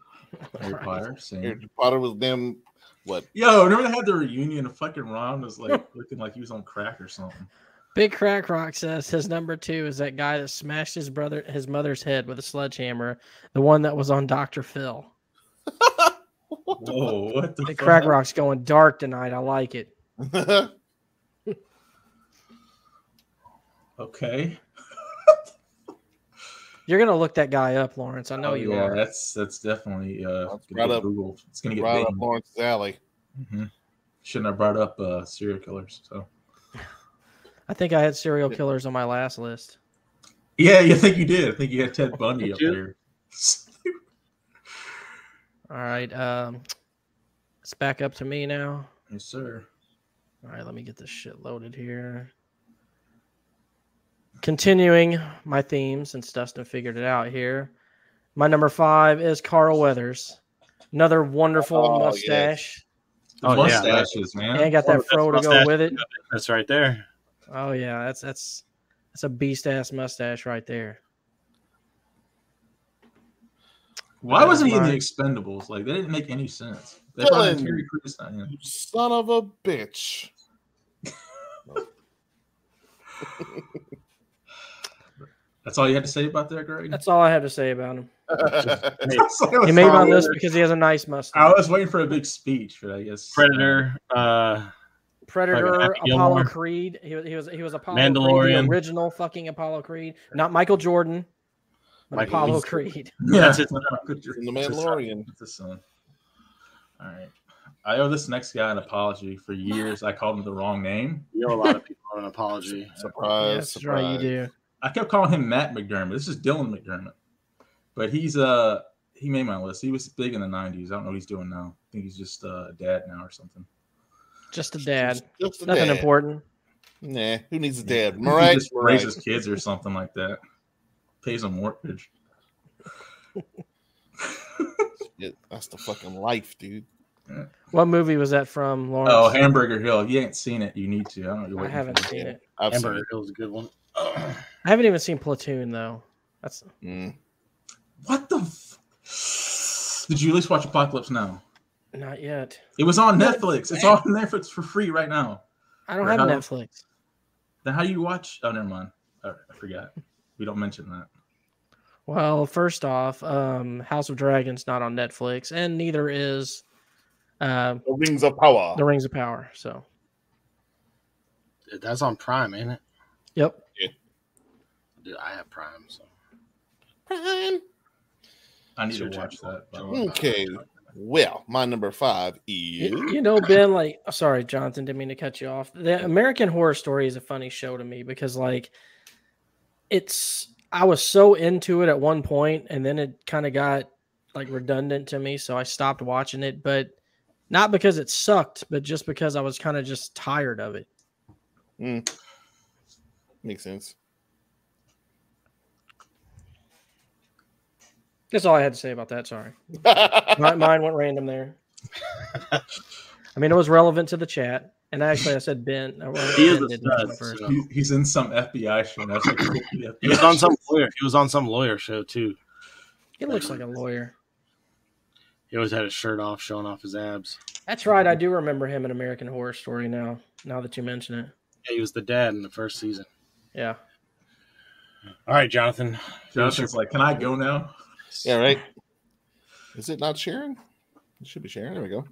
[SPEAKER 3] Harry
[SPEAKER 1] Right.
[SPEAKER 3] Potter, same.
[SPEAKER 2] Harry Potter was damn what?
[SPEAKER 3] Yo, remember they had the reunion and fucking Ron was like looking like he was on crack or something.
[SPEAKER 1] Big Crack Rock says his number two is that guy that smashed his brother, his mother's head with a sledgehammer, the one that was on Doctor Phil.
[SPEAKER 3] Whoa, what the
[SPEAKER 1] Big
[SPEAKER 3] fuck?
[SPEAKER 1] Crack Rock's going dark tonight. I like it.
[SPEAKER 3] Okay.
[SPEAKER 1] You're gonna look that guy up, Lawrence. I know
[SPEAKER 3] Oh,
[SPEAKER 1] you
[SPEAKER 3] yeah,
[SPEAKER 1] are.
[SPEAKER 3] That's that's definitely
[SPEAKER 2] That's
[SPEAKER 3] uh gonna
[SPEAKER 2] right
[SPEAKER 3] get
[SPEAKER 2] up-
[SPEAKER 3] Google. It's gonna get
[SPEAKER 2] right up
[SPEAKER 3] big.
[SPEAKER 2] Lawrence's alley.
[SPEAKER 3] Mhm. Shouldn't have brought up uh serial killers. So
[SPEAKER 1] I think I had serial killers on my last list.
[SPEAKER 3] yeah, you think you did? I think you had Ted Bundy up
[SPEAKER 4] Yeah.
[SPEAKER 3] there.
[SPEAKER 1] All right, um, it's back up to me now.
[SPEAKER 3] yes, sir.
[SPEAKER 1] All right, let me get this shit loaded here. Continuing my theme since Dustin figured it out here. My number five is Carl Weathers. Another wonderful
[SPEAKER 2] Oh, yes.
[SPEAKER 1] mustache.
[SPEAKER 3] The
[SPEAKER 4] Oh, yeah.
[SPEAKER 3] mustaches, man.
[SPEAKER 1] And got that
[SPEAKER 4] That's
[SPEAKER 1] fro to go
[SPEAKER 4] mustache.
[SPEAKER 1] with it.
[SPEAKER 4] That's right there.
[SPEAKER 1] Oh yeah, that's that's that's a beast ass mustache right there.
[SPEAKER 3] Why wasn't he in the
[SPEAKER 1] Right.
[SPEAKER 3] Expendables? Like, that didn't make any sense. They
[SPEAKER 2] Dylan.
[SPEAKER 3] probably had Terry Crews on him.
[SPEAKER 2] You son of a bitch.
[SPEAKER 3] That's all you had to say about that, Greg?
[SPEAKER 1] That's all I have to say about him.
[SPEAKER 3] That's all
[SPEAKER 1] He made my
[SPEAKER 3] I
[SPEAKER 1] list
[SPEAKER 3] was-
[SPEAKER 1] because he has a nice mustache.
[SPEAKER 3] I was waiting for a big speech, but I guess
[SPEAKER 4] Predator. Uh,
[SPEAKER 1] Predator,
[SPEAKER 4] Happy
[SPEAKER 1] Apollo
[SPEAKER 4] Gilmore.
[SPEAKER 1] Creed. He was he was he was Apollo Creed,
[SPEAKER 4] Mandalorian.
[SPEAKER 1] the original fucking Apollo Creed, not Michael Jordan, but
[SPEAKER 4] Michael
[SPEAKER 1] Apollo
[SPEAKER 4] Easton.
[SPEAKER 1] Creed.
[SPEAKER 3] Yeah,
[SPEAKER 4] That's it.
[SPEAKER 3] Good
[SPEAKER 2] In the
[SPEAKER 3] it's his
[SPEAKER 2] Mandalorian.
[SPEAKER 3] It's his son. All right. I owe this next guy an apology. For years, I called him the wrong name.
[SPEAKER 4] you owe a lot of people an apology.
[SPEAKER 2] Surprise,
[SPEAKER 1] that's
[SPEAKER 2] surprise.
[SPEAKER 1] right, you do.
[SPEAKER 3] I kept calling him Matt McDermott. This is Dylan McDermott, but he's uh he made my list. He was big in the '90s. I don't know what he's doing now. I think he's just uh, a dad now or something.
[SPEAKER 1] Just a dad.
[SPEAKER 2] Just- just a
[SPEAKER 1] Nothing
[SPEAKER 2] dad.
[SPEAKER 1] important.
[SPEAKER 2] Nah, who needs a
[SPEAKER 3] I
[SPEAKER 2] dad?
[SPEAKER 3] think
[SPEAKER 2] Mariah
[SPEAKER 3] he just
[SPEAKER 2] Carey.
[SPEAKER 3] raises kids or something like that. Pays a mortgage.
[SPEAKER 2] Yeah, that's the fucking life, dude.
[SPEAKER 1] What movie was that from, Lawrence?
[SPEAKER 3] Oh, Hamburger Hill. If you ain't seen it, you need to. I don't know.
[SPEAKER 1] I haven't seen it.
[SPEAKER 2] I've seen
[SPEAKER 4] Amber Hill's a good one.
[SPEAKER 1] I haven't even seen Platoon though. That's
[SPEAKER 2] it. Mm.
[SPEAKER 3] What the? F- Did you at least watch Apocalypse Now?
[SPEAKER 1] not yet.
[SPEAKER 3] It was on Netflix. It's on Netflix for free right now.
[SPEAKER 1] I don't
[SPEAKER 3] Right
[SPEAKER 1] have
[SPEAKER 3] on.
[SPEAKER 1] Netflix.
[SPEAKER 3] Then how you watch? Oh, never mind. All right, I forgot. We don't mention that.
[SPEAKER 1] Well, first off, um, House of Dragons not on Netflix, and neither is uh,
[SPEAKER 2] The Rings of Power.
[SPEAKER 1] The Rings of Power. So,
[SPEAKER 4] That's on Prime, ain't it?
[SPEAKER 1] yep.
[SPEAKER 4] Dude, I have Prime. So.
[SPEAKER 3] I need
[SPEAKER 4] Sure,
[SPEAKER 3] to
[SPEAKER 4] Jack.
[SPEAKER 3] watch that. by the way.
[SPEAKER 2] Okay. Well, my number five
[SPEAKER 1] Y-
[SPEAKER 2] is
[SPEAKER 1] You know, Ben, like, oh, sorry, Jonathan, didn't mean to cut you off. The American Horror Story is a funny show to me because, like, it's, I was so into it at one point and then it kind of got like redundant to me. So I stopped watching it, but not because it sucked, but just because I was kind of just tired of it.
[SPEAKER 2] makes sense.
[SPEAKER 1] That's all I had to say about that. Sorry. My, mine went random there. I mean, it was relevant to the chat. And actually, I said Ben. I- well,
[SPEAKER 4] He is
[SPEAKER 1] Ben
[SPEAKER 4] a
[SPEAKER 1] didn't come
[SPEAKER 4] stud,
[SPEAKER 1] first.
[SPEAKER 4] so.
[SPEAKER 3] He- he's in some FBI show. That's like, the
[SPEAKER 4] He was on some lawyer. He was on some lawyer show too.
[SPEAKER 1] He looks like a lawyer.
[SPEAKER 4] He always had his shirt off, showing off his abs.
[SPEAKER 1] That's right. I do remember him in American Horror Story now, now that you mention it.
[SPEAKER 4] Yeah, he was the dad in the first season.
[SPEAKER 1] Yeah.
[SPEAKER 4] All right, Jonathan.
[SPEAKER 3] Jonathan's like, can I go now?
[SPEAKER 2] yeah, right. Is it not Sharon? It should be Sharon. There we go.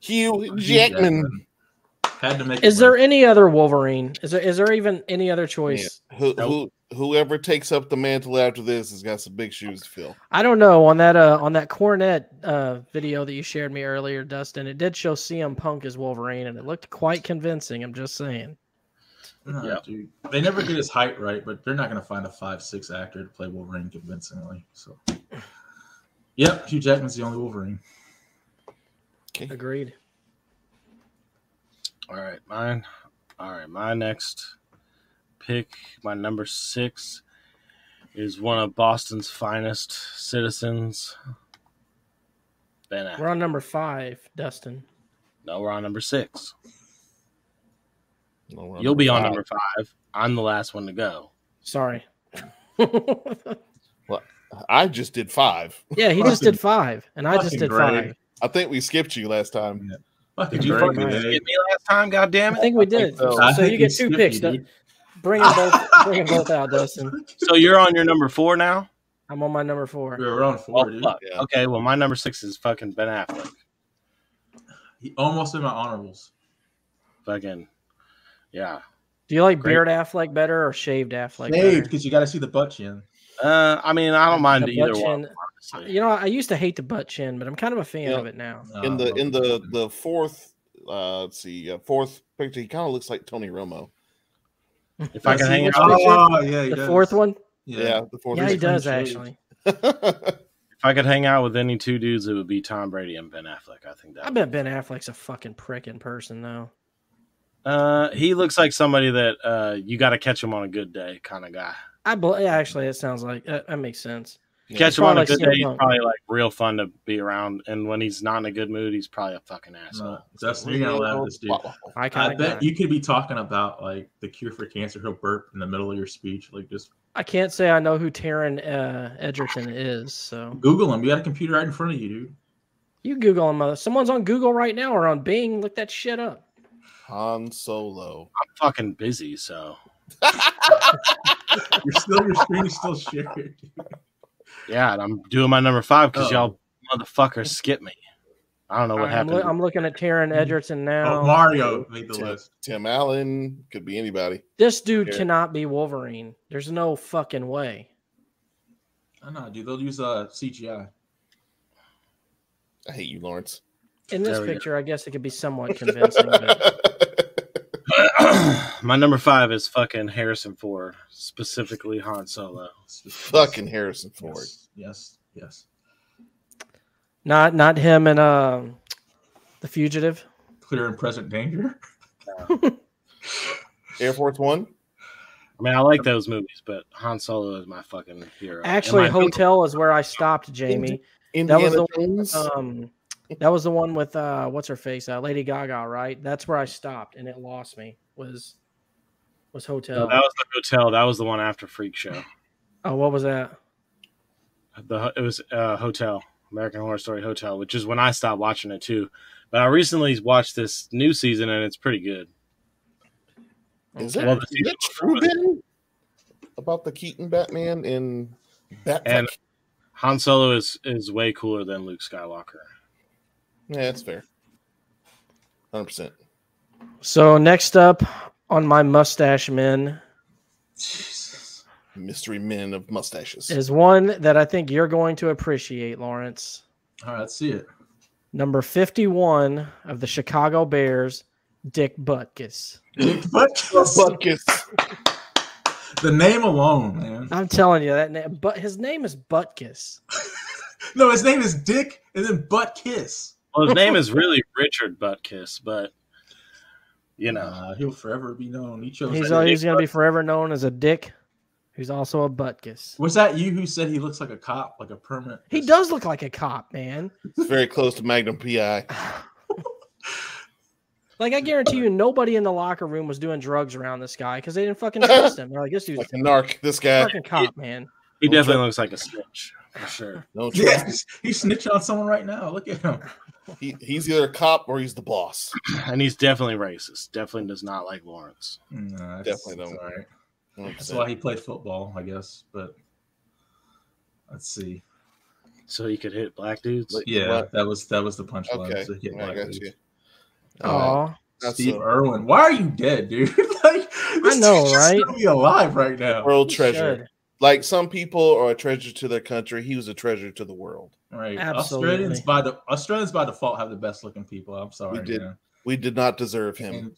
[SPEAKER 2] Hugh Jackman.
[SPEAKER 3] had to make. it
[SPEAKER 1] Is there
[SPEAKER 3] work.
[SPEAKER 1] any other Wolverine? Is there is there even any other choice?
[SPEAKER 2] Who, who, whoever takes up the mantle after this has got some big shoes to fill.
[SPEAKER 1] I don't know. On that uh on that Cornet uh video that you shared me earlier, Dustin, it did show CM Punk as Wolverine and it looked quite convincing. I'm just saying.
[SPEAKER 3] No,
[SPEAKER 4] Yeah.
[SPEAKER 3] dude. They never get his height right, but they're not going to find a five six actor to play Wolverine convincingly. So, yep, Hugh Jackman's the only Wolverine.
[SPEAKER 2] Okay.
[SPEAKER 1] Agreed.
[SPEAKER 4] All right, mine. All right, my next pick, my number six, is one of Boston's finest citizens, Ben Affleck.
[SPEAKER 1] We're on number five, Dustin.
[SPEAKER 4] No, we're on number six.
[SPEAKER 2] No, we're
[SPEAKER 4] You'll be on
[SPEAKER 2] five.
[SPEAKER 4] number five. I'm the last one to go.
[SPEAKER 1] Sorry.
[SPEAKER 2] I just did five.
[SPEAKER 1] yeah, he just did five, and I just
[SPEAKER 3] Fucking
[SPEAKER 1] did
[SPEAKER 3] great.
[SPEAKER 1] five.
[SPEAKER 2] I think we skipped you last
[SPEAKER 4] Mm-hmm.
[SPEAKER 2] time.
[SPEAKER 3] Fucking
[SPEAKER 4] Did you
[SPEAKER 3] Greg,
[SPEAKER 1] fucking
[SPEAKER 3] dude.
[SPEAKER 4] Hit me last time,
[SPEAKER 1] I
[SPEAKER 4] goddammit.
[SPEAKER 1] think we did.
[SPEAKER 2] so.
[SPEAKER 1] So,
[SPEAKER 3] I think
[SPEAKER 1] you get
[SPEAKER 3] he
[SPEAKER 1] two
[SPEAKER 3] skipped
[SPEAKER 1] picks.
[SPEAKER 3] you,
[SPEAKER 1] Dust-
[SPEAKER 3] dude.
[SPEAKER 1] Bring them both. Bring them both out, Dustin.
[SPEAKER 4] So you're on your number four now?
[SPEAKER 1] I'm on my number four.
[SPEAKER 3] We're on
[SPEAKER 4] Oh,
[SPEAKER 3] four, dude.
[SPEAKER 4] fuck.
[SPEAKER 2] Yeah.
[SPEAKER 4] Okay, well, my number six is fucking Ben Affleck.
[SPEAKER 3] He almost in my honorables.
[SPEAKER 4] Fucking, yeah.
[SPEAKER 1] Do you like
[SPEAKER 4] Great.
[SPEAKER 1] beard Affleck better or shaved Affleck?
[SPEAKER 3] Hey,
[SPEAKER 1] better?
[SPEAKER 3] because you got to see the butt chin.
[SPEAKER 4] Uh, I mean, I don't mind
[SPEAKER 1] The
[SPEAKER 4] either
[SPEAKER 1] butt
[SPEAKER 4] one.
[SPEAKER 1] chin-
[SPEAKER 4] honestly.
[SPEAKER 1] You know, I used to hate the butt chin, but I'm kind of a fan
[SPEAKER 2] Yeah.
[SPEAKER 1] of it now.
[SPEAKER 3] No,
[SPEAKER 2] in
[SPEAKER 3] I
[SPEAKER 2] the
[SPEAKER 3] love
[SPEAKER 2] in
[SPEAKER 3] the
[SPEAKER 2] the
[SPEAKER 3] butt chin.
[SPEAKER 2] the fourth uh let's see uh, fourth picture he kind of looks like tony romo
[SPEAKER 4] If I
[SPEAKER 3] Yeah,
[SPEAKER 4] can
[SPEAKER 3] see,
[SPEAKER 4] hang
[SPEAKER 3] which
[SPEAKER 4] out,
[SPEAKER 1] with
[SPEAKER 4] with
[SPEAKER 1] you.
[SPEAKER 3] Oh, yeah, he
[SPEAKER 1] The
[SPEAKER 3] does.
[SPEAKER 1] fourth one,
[SPEAKER 2] yeah, the fourth
[SPEAKER 1] yeah, he
[SPEAKER 3] he's pretty
[SPEAKER 1] does
[SPEAKER 3] shaved.
[SPEAKER 1] actually.
[SPEAKER 4] if I could hang out with any two dudes, it would be Tom Brady and Ben Affleck. I think
[SPEAKER 1] I
[SPEAKER 4] that.
[SPEAKER 1] bet Ben Affleck's a fucking prick in person, though.
[SPEAKER 4] Uh, he looks like somebody that uh, you got to catch him on a good day kind of guy.
[SPEAKER 1] I bl- yeah, actually, that sounds like that, that makes sense. Yeah.
[SPEAKER 4] Catch him
[SPEAKER 1] Probably
[SPEAKER 4] on a
[SPEAKER 1] like
[SPEAKER 4] good
[SPEAKER 1] CM
[SPEAKER 4] day. He's
[SPEAKER 1] Punk.
[SPEAKER 4] probably like real fun to be around, and when he's not in a good mood, he's probably a fucking asshole.
[SPEAKER 3] Uh, Dustin, you're gonna laugh at this dude.
[SPEAKER 1] I kind
[SPEAKER 3] I
[SPEAKER 1] of
[SPEAKER 3] bet you could be talking about like the cure for cancer. He'll burp in the middle of your speech. Like just
[SPEAKER 1] I can't say I know who Taryn uh, Edgerton is. So
[SPEAKER 3] Google him. You got a computer right in front of you, dude.
[SPEAKER 1] you Google him. Uh, someone's on Google right now or on Bing. Look that shit up.
[SPEAKER 2] Han Solo.
[SPEAKER 4] I'm fucking busy, so
[SPEAKER 3] You're still your screen's still shared. dude.
[SPEAKER 4] yeah, and I'm doing my number five because
[SPEAKER 3] Uh-oh.
[SPEAKER 4] y'all motherfuckers skip me. I don't know what
[SPEAKER 1] I'm,
[SPEAKER 4] happened.
[SPEAKER 1] loo- I'm looking at Taryn Edgerton now.
[SPEAKER 3] Oh, Mario made the
[SPEAKER 2] Tim,
[SPEAKER 3] list.
[SPEAKER 2] Tim Allen could be anybody.
[SPEAKER 1] this dude
[SPEAKER 2] Yeah.
[SPEAKER 1] cannot be Wolverine. There's no fucking way.
[SPEAKER 3] I know, dude. They'll use uh CGI.
[SPEAKER 2] I hate you, Lawrence.
[SPEAKER 1] In this
[SPEAKER 4] There we go.
[SPEAKER 1] picture, I guess it could be somewhat convincing. but
[SPEAKER 4] my number five is fucking Harrison Ford, specifically Han Solo.
[SPEAKER 2] Fucking Harrison Ford.
[SPEAKER 3] Yes, yes, yes.
[SPEAKER 1] not not him and um the fugitive.
[SPEAKER 3] Clear and present danger.
[SPEAKER 2] Air Force One.
[SPEAKER 4] I mean, I like those movies, but Han Solo is my fucking hero.
[SPEAKER 1] Actually,
[SPEAKER 4] And my-
[SPEAKER 1] hotel is where I stopped, Jamie. That
[SPEAKER 2] Indiana
[SPEAKER 1] was the
[SPEAKER 2] Jones.
[SPEAKER 1] Um, that was the one with uh, what's her face, uh, Lady Gaga, right? That's where I stopped, and it lost me. Was was
[SPEAKER 4] No,
[SPEAKER 1] hotel?
[SPEAKER 4] that was the hotel. That was the one after Freak Show.
[SPEAKER 1] Oh, what was that?
[SPEAKER 4] The ho- it was uh, Hotel, American Horror Story Hotel, which is when I stopped watching it too. But I recently watched this new season and it's pretty good.
[SPEAKER 2] is
[SPEAKER 1] Okay.
[SPEAKER 2] that,
[SPEAKER 4] Well, the
[SPEAKER 2] is that true, Ben? About the Keaton Batman in Batman.
[SPEAKER 4] And- Han Solo is is way cooler than Luke Skywalker.
[SPEAKER 2] Yeah, that's fair. Hundred percent.
[SPEAKER 1] So next up on my mustache men
[SPEAKER 3] Jesus.
[SPEAKER 2] Mystery men of mustaches.
[SPEAKER 1] is one that I think you're going to appreciate, Lawrence.
[SPEAKER 3] All right, let's see it.
[SPEAKER 1] Number fifty-one of the Chicago Bears, Dick Butkus.
[SPEAKER 3] the
[SPEAKER 2] Buckus.
[SPEAKER 3] name alone, man.
[SPEAKER 1] I'm telling you that name, but his name is Butkus.
[SPEAKER 3] No, his name is Dick and then Butt Kiss.
[SPEAKER 4] Well, his name is really Richard Butkus, but you know,
[SPEAKER 3] Uh, he'll forever be known. He chose.
[SPEAKER 1] He's,
[SPEAKER 3] that.
[SPEAKER 4] a
[SPEAKER 1] he's
[SPEAKER 4] Dick
[SPEAKER 1] going to be forever known as a Dick, who's also a Butkus.
[SPEAKER 3] Was that you who said he looks like a cop, like a permanent?
[SPEAKER 1] He does look like a cop, man.
[SPEAKER 2] It's very close to Magnum PI.
[SPEAKER 1] Like I guarantee you, nobody in the locker room was doing drugs around this guy because they didn't fucking trust him. They're like, this dude's
[SPEAKER 2] Like a narc. This
[SPEAKER 1] a
[SPEAKER 2] guy.
[SPEAKER 1] fucking cop, man.
[SPEAKER 4] he definitely looks like a snitch for sure.
[SPEAKER 2] No trust.
[SPEAKER 3] Yes, he's snitching on someone right now. Look at him.
[SPEAKER 2] He, he's either a cop or he's the boss.
[SPEAKER 4] And he's definitely racist. Definitely does not like Lawrence.
[SPEAKER 3] No, that's,
[SPEAKER 2] Definitely don't.
[SPEAKER 3] that's all right.
[SPEAKER 2] 100%.
[SPEAKER 3] That's why he played football, I guess. But let's see.
[SPEAKER 4] So he could hit black dudes.
[SPEAKER 2] Like-
[SPEAKER 3] Yeah,
[SPEAKER 2] What?
[SPEAKER 3] that was that was the punchline.
[SPEAKER 2] Okay,
[SPEAKER 3] So he hit
[SPEAKER 2] I
[SPEAKER 3] black
[SPEAKER 2] got
[SPEAKER 3] dudes.
[SPEAKER 2] you. All right.
[SPEAKER 1] Oh,
[SPEAKER 2] That's
[SPEAKER 3] Steve
[SPEAKER 2] a
[SPEAKER 3] Irwin, why are you dead, dude? like this
[SPEAKER 1] know,
[SPEAKER 3] dude's just
[SPEAKER 1] right?
[SPEAKER 3] gonna be alive right now.
[SPEAKER 2] world treasure. Like some people are a treasure to their country, he was a treasure to the world.
[SPEAKER 3] Right.
[SPEAKER 1] Absolutely.
[SPEAKER 3] Australians by the Australians by default have the best looking people. I'm sorry.
[SPEAKER 2] We did.
[SPEAKER 3] man.
[SPEAKER 2] We did not deserve him.
[SPEAKER 3] And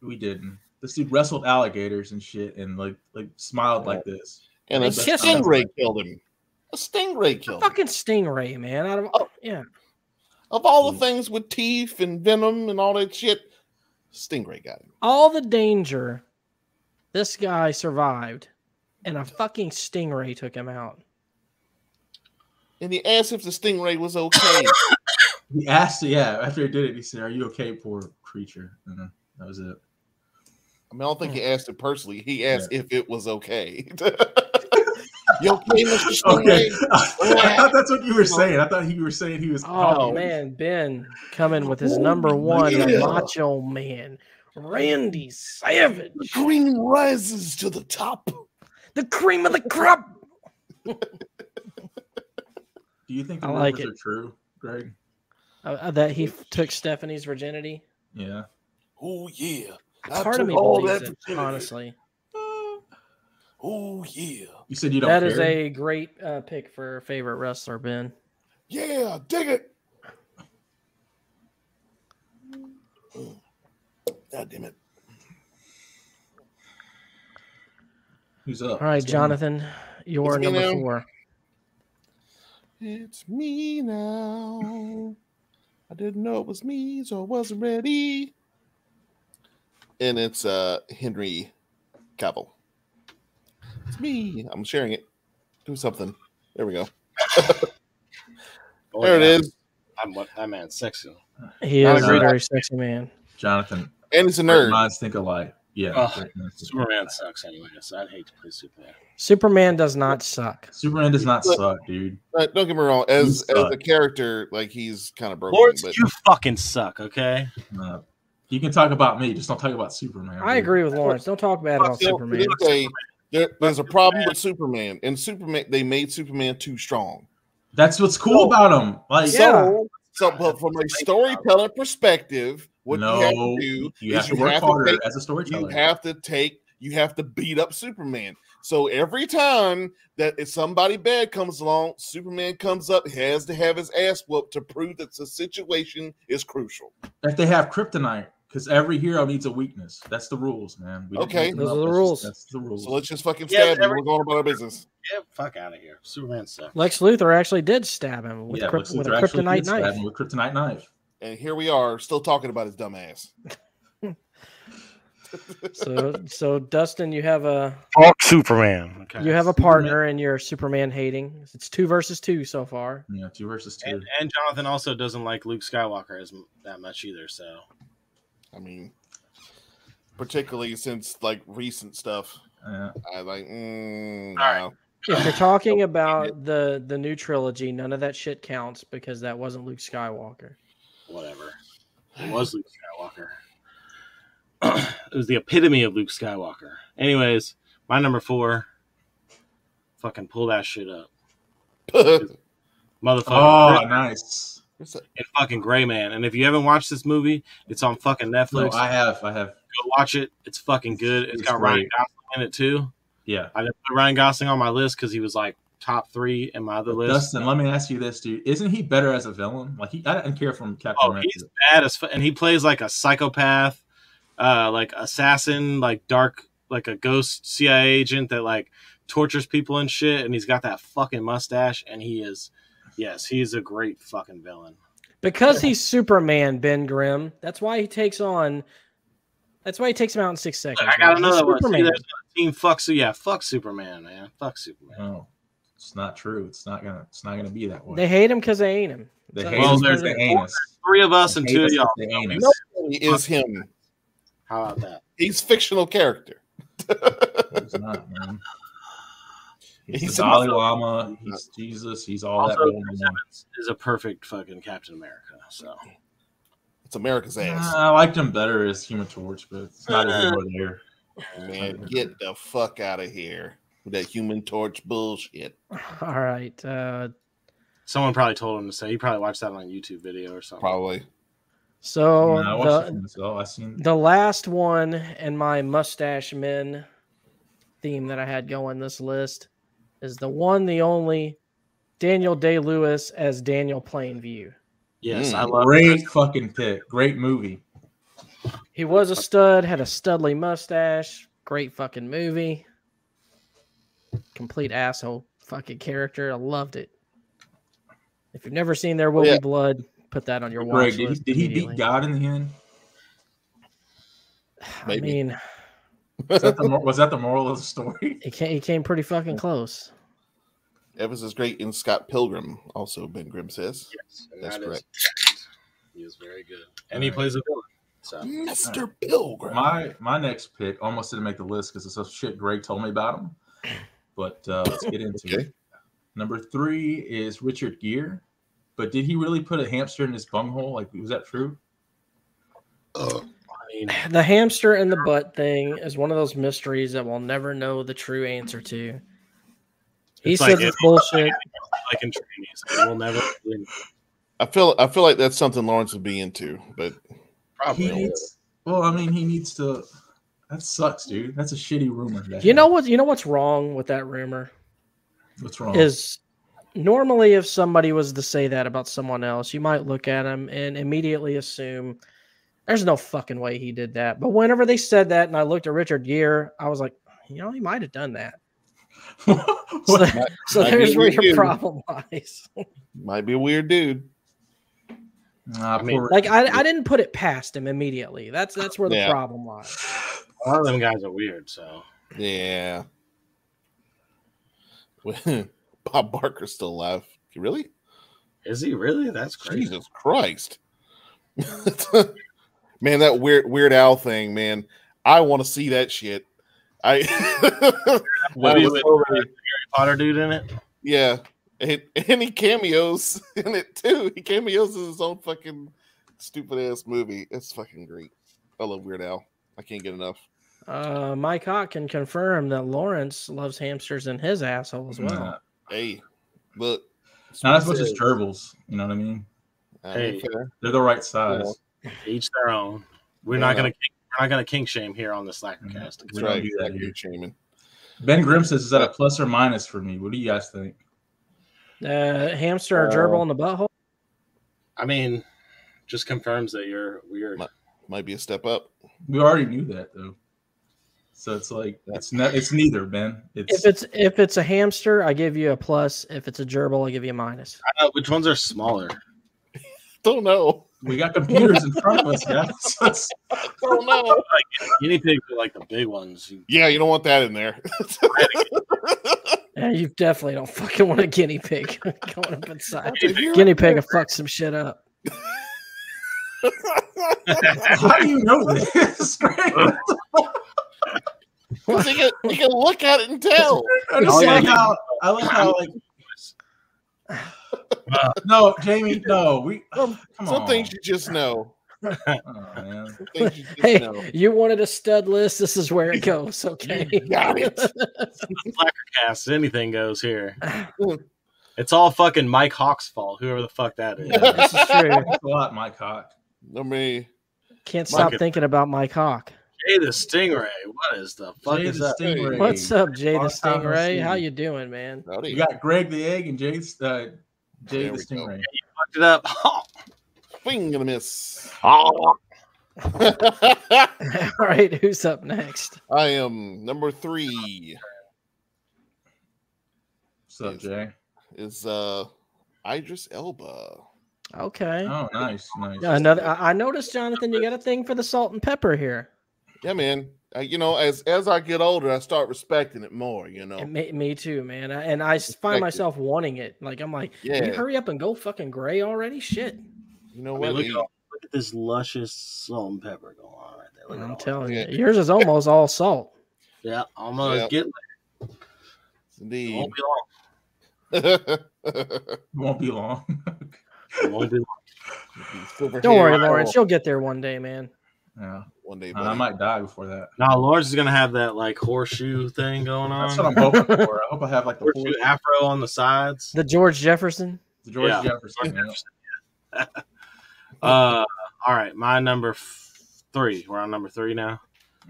[SPEAKER 3] we didn't. This dude wrestled alligators and shit and like like smiled like this.
[SPEAKER 2] And a
[SPEAKER 1] They kissed
[SPEAKER 3] him.
[SPEAKER 2] stingray killed him. A stingray killed him.
[SPEAKER 1] Fucking stingray, man. Out of
[SPEAKER 2] Oh.
[SPEAKER 1] yeah,
[SPEAKER 2] Of all
[SPEAKER 3] Mm.
[SPEAKER 2] the things with teeth and venom and all that shit, stingray got him.
[SPEAKER 1] all the danger, this guy survived, and a fucking stingray took him out.
[SPEAKER 2] And he asked if the stingray was okay.
[SPEAKER 3] He asked yeah, after he did it, he said, Are you okay, poor creature? And uh, that was it.
[SPEAKER 2] I mean, I don't think he asked it personally. He asked if it was okay. you okay, Mr.
[SPEAKER 1] Oh,
[SPEAKER 2] Stingray?
[SPEAKER 3] Okay. I thought that's what you were saying. I thought you were saying he was
[SPEAKER 1] Oh,
[SPEAKER 2] Oh.
[SPEAKER 1] man, Ben coming with his number one
[SPEAKER 2] yeah.
[SPEAKER 1] macho man, Randy Savage,
[SPEAKER 2] The green rises to the top.
[SPEAKER 1] the cream of the crop.
[SPEAKER 3] Do you think the
[SPEAKER 1] I like
[SPEAKER 3] rumors
[SPEAKER 1] it.
[SPEAKER 3] are true, Greg?
[SPEAKER 1] Uh, uh, that he f- took Stephanie's virginity.
[SPEAKER 3] Yeah.
[SPEAKER 2] Oh yeah. I
[SPEAKER 1] Part of
[SPEAKER 2] took
[SPEAKER 1] me
[SPEAKER 2] all
[SPEAKER 1] believes
[SPEAKER 2] that
[SPEAKER 1] it,
[SPEAKER 2] virginity.
[SPEAKER 1] honestly.
[SPEAKER 2] Oh yeah.
[SPEAKER 3] You said you don't
[SPEAKER 1] That is
[SPEAKER 3] care?
[SPEAKER 1] a great uh, pick for favorite wrestler, Ben.
[SPEAKER 2] Yeah, dig it. Mm. God damn it.
[SPEAKER 3] who's up?
[SPEAKER 1] All right,
[SPEAKER 3] Let's go.
[SPEAKER 1] Jonathan, you're
[SPEAKER 2] It's me
[SPEAKER 1] number
[SPEAKER 2] now.
[SPEAKER 1] four.
[SPEAKER 2] It's me now. I didn't know it was me, so I wasn't ready. And it's uh Henry Cavill. It's me. I'm sharing it. Do something. There we go.
[SPEAKER 4] Boy,
[SPEAKER 2] There it
[SPEAKER 4] that-
[SPEAKER 2] is.
[SPEAKER 4] Oh, I'm, that man's sexy.
[SPEAKER 1] He
[SPEAKER 2] I
[SPEAKER 1] is a
[SPEAKER 2] agree.
[SPEAKER 1] very sexy man.
[SPEAKER 3] Jonathan,
[SPEAKER 2] And he's a
[SPEAKER 3] great
[SPEAKER 2] nerd.
[SPEAKER 3] minds think alike. Yeah,
[SPEAKER 4] Ugh.
[SPEAKER 3] great minds think alike.
[SPEAKER 4] Superman sucks anyway, so I'd hate to play Superman.
[SPEAKER 1] Superman does not suck.
[SPEAKER 3] Superman does not
[SPEAKER 2] Look.
[SPEAKER 3] suck, dude.
[SPEAKER 2] But don't get me wrong. As
[SPEAKER 3] He
[SPEAKER 2] as
[SPEAKER 3] sucks.
[SPEAKER 2] a character, like he's kind of broken.
[SPEAKER 4] Lawrence,
[SPEAKER 2] but
[SPEAKER 4] you fucking suck, okay?
[SPEAKER 3] Uh, you can talk about me, just don't talk about Superman.
[SPEAKER 1] I
[SPEAKER 3] dude.
[SPEAKER 1] agree with Lawrence. Don't talk bad about
[SPEAKER 2] still,
[SPEAKER 1] Superman.
[SPEAKER 2] it is a- there- there's a problem with Superman, and Superman they made Superman too strong.
[SPEAKER 3] That's what's cool about him. Like,
[SPEAKER 1] Yeah.
[SPEAKER 2] So, so but from a storytelling perspective, what
[SPEAKER 3] no,
[SPEAKER 2] you have to do
[SPEAKER 3] you have
[SPEAKER 2] is
[SPEAKER 3] to work harder
[SPEAKER 2] take-
[SPEAKER 3] as a
[SPEAKER 2] you
[SPEAKER 3] storyteller.
[SPEAKER 2] have to take you have to beat up Superman. So every time that if somebody bad comes along, Superman comes up, has to have his ass whooped to prove that the situation is crucial.
[SPEAKER 3] if they have kryptonite, because every hero needs a weakness. That's the rules, man. We didn't
[SPEAKER 2] Okay.
[SPEAKER 3] make them
[SPEAKER 1] Those
[SPEAKER 3] up.
[SPEAKER 1] are the
[SPEAKER 3] That's
[SPEAKER 1] rules.
[SPEAKER 3] just- That's the rules.
[SPEAKER 2] So let's just fucking
[SPEAKER 4] Yeah,
[SPEAKER 2] stab him.
[SPEAKER 4] every-
[SPEAKER 2] We're going about our business.
[SPEAKER 4] Get fuck out of here. Superman sucks.
[SPEAKER 1] Lex Luthor actually did stab him with,
[SPEAKER 3] yeah,
[SPEAKER 1] kryp-
[SPEAKER 3] Lex
[SPEAKER 1] with a
[SPEAKER 3] Luthor actually
[SPEAKER 1] kryptonite
[SPEAKER 3] did stab
[SPEAKER 1] knife.
[SPEAKER 3] him With kryptonite knife.
[SPEAKER 2] And here we are, still talking about his dumb ass.
[SPEAKER 1] So, so Dustin, you have a
[SPEAKER 5] Fuck Superman.
[SPEAKER 4] Okay.
[SPEAKER 1] you have a
[SPEAKER 3] Superman-
[SPEAKER 1] partner in your Superman hating. It's two versus two so far.
[SPEAKER 3] Yeah, two versus two.
[SPEAKER 4] and, and Jonathan also doesn't like Luke Skywalker as m- that much either. So
[SPEAKER 2] I mean, particularly since like recent stuff.
[SPEAKER 3] Yeah.
[SPEAKER 2] I like. Mm,
[SPEAKER 4] All right.
[SPEAKER 2] no.
[SPEAKER 1] If you're talking about the the new trilogy, none of that shit counts because that wasn't Luke Skywalker.
[SPEAKER 4] whatever. It was Luke Skywalker. it was the epitome of Luke Skywalker. Anyways, my number four. Fucking pull that shit up, motherfucker.
[SPEAKER 3] Oh, nice.
[SPEAKER 4] and fucking Gray Man. And if you haven't watched this movie, it's on fucking
[SPEAKER 3] No,
[SPEAKER 4] Netflix.
[SPEAKER 3] I have, I have.
[SPEAKER 4] Go watch it. It's fucking good. it's
[SPEAKER 3] It's
[SPEAKER 4] got Ryan
[SPEAKER 3] great.
[SPEAKER 4] Gosling in it too.
[SPEAKER 3] Yeah.
[SPEAKER 4] I didn't put Ryan Gosling on my list because he was like top three in my other list.
[SPEAKER 3] Dustin, let me ask you this, dude. Isn't he better as a villain? Like he, I didn't care from Captain
[SPEAKER 4] Oh,
[SPEAKER 3] America.
[SPEAKER 4] he's bad as fu- and he plays like a psychopath, uh, like assassin, like dark, like a ghost CIA agent that like tortures people and shit. And he's got that fucking mustache, and he is, yes, he's a great fucking villain.
[SPEAKER 1] Because he's Superman, Ben Grimm. That's why he takes on. That's why he takes him out in six seconds.
[SPEAKER 4] I got
[SPEAKER 1] man. He's
[SPEAKER 4] another one. See,
[SPEAKER 1] Superman.
[SPEAKER 4] there's another Team fuck, so yeah, fuck Superman, man, fuck Superman.
[SPEAKER 3] No, Oh, it's not true. It's not gonna. It's not gonna be that way.
[SPEAKER 1] They hate him because they ain't him.
[SPEAKER 3] They,
[SPEAKER 1] so-
[SPEAKER 3] hate us
[SPEAKER 4] Well,
[SPEAKER 3] 'cause
[SPEAKER 4] there's
[SPEAKER 3] they
[SPEAKER 4] that
[SPEAKER 3] hate us.
[SPEAKER 4] Three of us and
[SPEAKER 3] They
[SPEAKER 4] two
[SPEAKER 3] hate
[SPEAKER 4] of
[SPEAKER 3] us 'cause
[SPEAKER 4] y'all.
[SPEAKER 3] they hate us.
[SPEAKER 2] Nobody is him.
[SPEAKER 4] How about that?
[SPEAKER 2] He's fictional character.
[SPEAKER 3] He's not, man. He's,
[SPEAKER 2] He's
[SPEAKER 3] the Dalai Lama. He's Jesus. He's all that.
[SPEAKER 4] Also,
[SPEAKER 3] rolled
[SPEAKER 4] Chris
[SPEAKER 3] in one.
[SPEAKER 4] Evans is a perfect fucking Captain America. So
[SPEAKER 2] It's America's ass.
[SPEAKER 3] Nah, I liked him better as Human Torch, but it's not
[SPEAKER 1] Uh,
[SPEAKER 3] everywhere there.
[SPEAKER 2] Man, get the fuck out of here with that Human Torch bullshit.
[SPEAKER 1] All right. Uh,
[SPEAKER 4] someone probably told him to say. He probably watched that on a YouTube video or something.
[SPEAKER 2] Probably.
[SPEAKER 1] so oh,
[SPEAKER 3] Nah, I
[SPEAKER 1] the,
[SPEAKER 3] watched it myself. I seen.
[SPEAKER 1] The last one in my mustache men theme that I had going this list is the one, the only Daniel Day Lewis as Daniel Plainview.
[SPEAKER 4] Yes,
[SPEAKER 2] Mm.
[SPEAKER 4] I love.
[SPEAKER 3] Great fucking pick. Great movie.
[SPEAKER 1] He was a stud, had a studly mustache, great fucking movie. Complete asshole fucking character. I loved it. If you've never seen There Will
[SPEAKER 2] Yeah.
[SPEAKER 1] Be Blood, put that on your watch
[SPEAKER 3] Greg, did he,
[SPEAKER 1] list.
[SPEAKER 3] did he
[SPEAKER 1] immediately.
[SPEAKER 3] beat God in the end?
[SPEAKER 1] I
[SPEAKER 2] Maybe.
[SPEAKER 1] mean,
[SPEAKER 3] Was that the, mor- was that the moral of the story?
[SPEAKER 1] he came, he came pretty fucking close.
[SPEAKER 2] Evans is great in Scott Pilgrim, also Ben Grimm says.
[SPEAKER 4] Yes, and
[SPEAKER 2] That's
[SPEAKER 4] that is
[SPEAKER 2] correct.
[SPEAKER 4] correct. He is very good, and he
[SPEAKER 3] Alright.
[SPEAKER 4] plays a villain. So
[SPEAKER 2] Mr. Pilgrim.
[SPEAKER 3] My my next pick almost didn't make the list because it's some shit Greg told me about him. But uh, let's get into
[SPEAKER 2] Okay.
[SPEAKER 3] it. Number three is Richard Gere. But did he really put a hamster in his bunghole? Like, was that true?
[SPEAKER 4] I mean,
[SPEAKER 1] The hamster and the butt thing is one of those mysteries that we'll never know the true answer to. He
[SPEAKER 4] It's
[SPEAKER 1] says
[SPEAKER 4] like
[SPEAKER 1] it's
[SPEAKER 4] it-
[SPEAKER 1] bullshit.
[SPEAKER 4] like in trainees, like, we'll never. win.
[SPEAKER 2] I feel I feel like that's something Lawrence would be into, but
[SPEAKER 4] Probably.
[SPEAKER 3] He needs, well, I mean, he needs to. That sucks, dude. That's a shitty rumor. that-
[SPEAKER 1] You know what? You know what's wrong with that rumor
[SPEAKER 3] what's wrong?
[SPEAKER 1] is normally if somebody was to say that about someone else, you might look at him and immediately assume there's no fucking way he did that. But whenever they said that, and I looked at Richard Gere, I was like, you know, he might have done that. So,
[SPEAKER 3] What?
[SPEAKER 1] so
[SPEAKER 2] might
[SPEAKER 1] there's
[SPEAKER 2] be
[SPEAKER 1] where
[SPEAKER 2] you do.
[SPEAKER 1] your problem lies.
[SPEAKER 2] might be a weird dude.
[SPEAKER 3] Nah,
[SPEAKER 4] I mean,
[SPEAKER 3] poor-
[SPEAKER 1] Like I, I didn't put it past him immediately. That's that's where the
[SPEAKER 2] Yeah.
[SPEAKER 1] problem lies.
[SPEAKER 4] A lot of them guys are weird. So
[SPEAKER 2] Yeah. Bob Barker's still alive. Really?
[SPEAKER 4] Is he really? That's crazy.
[SPEAKER 2] Jesus Christ. man, that weird weird owl thing, man. I want to see that shit. I
[SPEAKER 4] What
[SPEAKER 2] I
[SPEAKER 4] is
[SPEAKER 2] was
[SPEAKER 4] it?
[SPEAKER 2] so ready.
[SPEAKER 4] Potter dude in it.
[SPEAKER 2] yeah. And, and he cameos in it too. He cameos in his own fucking stupid ass movie. It's fucking great. I love Weird Al. I can't get enough.
[SPEAKER 1] Uh, Mike Hott can confirm that Lawrence loves hamsters in his asshole as well.
[SPEAKER 3] Nah,
[SPEAKER 2] Hey, look.
[SPEAKER 3] not as much as gerbils. You know what I mean?
[SPEAKER 2] Uh,
[SPEAKER 4] Hey.
[SPEAKER 2] fair.
[SPEAKER 3] They're the right size.
[SPEAKER 4] Each their own. We're not gonna kink, we're not gonna kink shame here on the
[SPEAKER 2] Mm-hmm.
[SPEAKER 4] Slacker
[SPEAKER 3] Yeah.
[SPEAKER 4] cast.
[SPEAKER 3] We
[SPEAKER 2] That's
[SPEAKER 3] don't
[SPEAKER 2] right.
[SPEAKER 3] do that
[SPEAKER 2] That
[SPEAKER 3] here.
[SPEAKER 2] good shaman.
[SPEAKER 3] Ben Grimm says, "Is that a plus or minus for me? What do you guys think?"
[SPEAKER 1] Uh, hamster or
[SPEAKER 2] Uh,
[SPEAKER 1] gerbil in the butthole?
[SPEAKER 4] I mean, just confirms that you're weird.
[SPEAKER 2] My- Might be a step up.
[SPEAKER 3] We already knew that though, so it's like it's not. It's neither, Ben. It's,
[SPEAKER 1] If it's if it's a hamster, I give you a plus. If it's a gerbil, I give you a minus.
[SPEAKER 4] I know, which ones are smaller?
[SPEAKER 2] Don't know.
[SPEAKER 3] we got computers in front of us, guys. Let's-
[SPEAKER 2] Don't know.
[SPEAKER 4] Guinea pigs are like the big ones. You-
[SPEAKER 2] yeah, you don't want that in there.
[SPEAKER 1] Yeah, Uh, you definitely don't fucking want a guinea pig going up inside.
[SPEAKER 2] If you're-
[SPEAKER 1] Guinea pig will fuck some shit up.
[SPEAKER 3] How do you know this? It's great. I
[SPEAKER 2] Because you can, you can look at it and tell.
[SPEAKER 3] just like how I like how like. No, Jamie. No, we.
[SPEAKER 2] Some,
[SPEAKER 3] Come
[SPEAKER 2] some
[SPEAKER 3] on.
[SPEAKER 2] things you just know.
[SPEAKER 3] Oh, man.
[SPEAKER 2] Some things you just
[SPEAKER 1] Hey.
[SPEAKER 2] know.
[SPEAKER 1] You wanted a stud list. This is where it goes. Okay.
[SPEAKER 2] Got it.
[SPEAKER 4] Cast anything goes here. It's all fucking Mike Hawk's fault, whoever the fuck that is.
[SPEAKER 3] Yeah.
[SPEAKER 1] This is true.
[SPEAKER 3] Thanks a lot, Mike Hawk.
[SPEAKER 2] I mean,
[SPEAKER 1] Can't stop
[SPEAKER 4] Mike-
[SPEAKER 1] thinking about Mike Hawk.
[SPEAKER 4] Jay the Stingray. What is the fuck
[SPEAKER 3] Jay
[SPEAKER 4] is
[SPEAKER 3] the
[SPEAKER 4] that?
[SPEAKER 3] Stingray.
[SPEAKER 1] What's up, Jay the
[SPEAKER 3] Long time no see.
[SPEAKER 1] Stingray? How you doing, man?
[SPEAKER 2] howdy.
[SPEAKER 3] You got Greg the Egg and Jay, uh, Jay
[SPEAKER 2] There
[SPEAKER 3] the
[SPEAKER 2] we go.
[SPEAKER 3] Stingray.
[SPEAKER 4] Fucked it up. Oh,
[SPEAKER 2] Swing and a miss.
[SPEAKER 1] All right, who's up next?
[SPEAKER 2] I am number three.
[SPEAKER 3] What's up, Jay?
[SPEAKER 2] Is uh Idris Elba.
[SPEAKER 1] Okay.
[SPEAKER 3] Oh, nice, nice.
[SPEAKER 1] Yeah, another. I, I noticed, Jonathan, you got a thing for the salt and pepper here.
[SPEAKER 2] Yeah, man. I, you know, as as I get older, I start respecting it more. You know.
[SPEAKER 1] And me, me too, man. I- And I s- find
[SPEAKER 2] Respected.
[SPEAKER 1] myself wanting it. Like I'm like, "Can you
[SPEAKER 2] Yeah.
[SPEAKER 1] hurry up and go fucking gray already. Shit.
[SPEAKER 2] You know
[SPEAKER 4] I mean,
[SPEAKER 2] what?
[SPEAKER 4] look, at,
[SPEAKER 2] Hey,
[SPEAKER 4] all- look at this luscious salt and pepper going on right there. Look at all
[SPEAKER 1] I'm
[SPEAKER 4] that.
[SPEAKER 1] telling
[SPEAKER 2] Yeah.
[SPEAKER 1] you, yours is almost all salt.
[SPEAKER 4] Yeah, I'm gonna
[SPEAKER 2] Yeah.
[SPEAKER 4] get it.
[SPEAKER 2] Indeed.
[SPEAKER 4] Won't be long.
[SPEAKER 3] It won't be long.
[SPEAKER 4] It won't be long.
[SPEAKER 2] Silver
[SPEAKER 1] Don't
[SPEAKER 2] hair
[SPEAKER 1] worry,
[SPEAKER 2] and
[SPEAKER 1] Lawrence.
[SPEAKER 2] all.
[SPEAKER 1] You'll get there one day, man.
[SPEAKER 3] yeah,
[SPEAKER 2] One day,
[SPEAKER 3] And I
[SPEAKER 2] buddy.
[SPEAKER 3] might die before that.
[SPEAKER 4] Now Lawrence is gonna have that like horseshoe thing going on.
[SPEAKER 3] That's what I'm hoping for. I hope I have like the,
[SPEAKER 4] horseshoe afro on the sides.
[SPEAKER 1] The George Jefferson.
[SPEAKER 3] the George
[SPEAKER 4] Yeah.
[SPEAKER 3] Jefferson. you know.
[SPEAKER 4] Uh, all right, my number f- three. We're on number three now.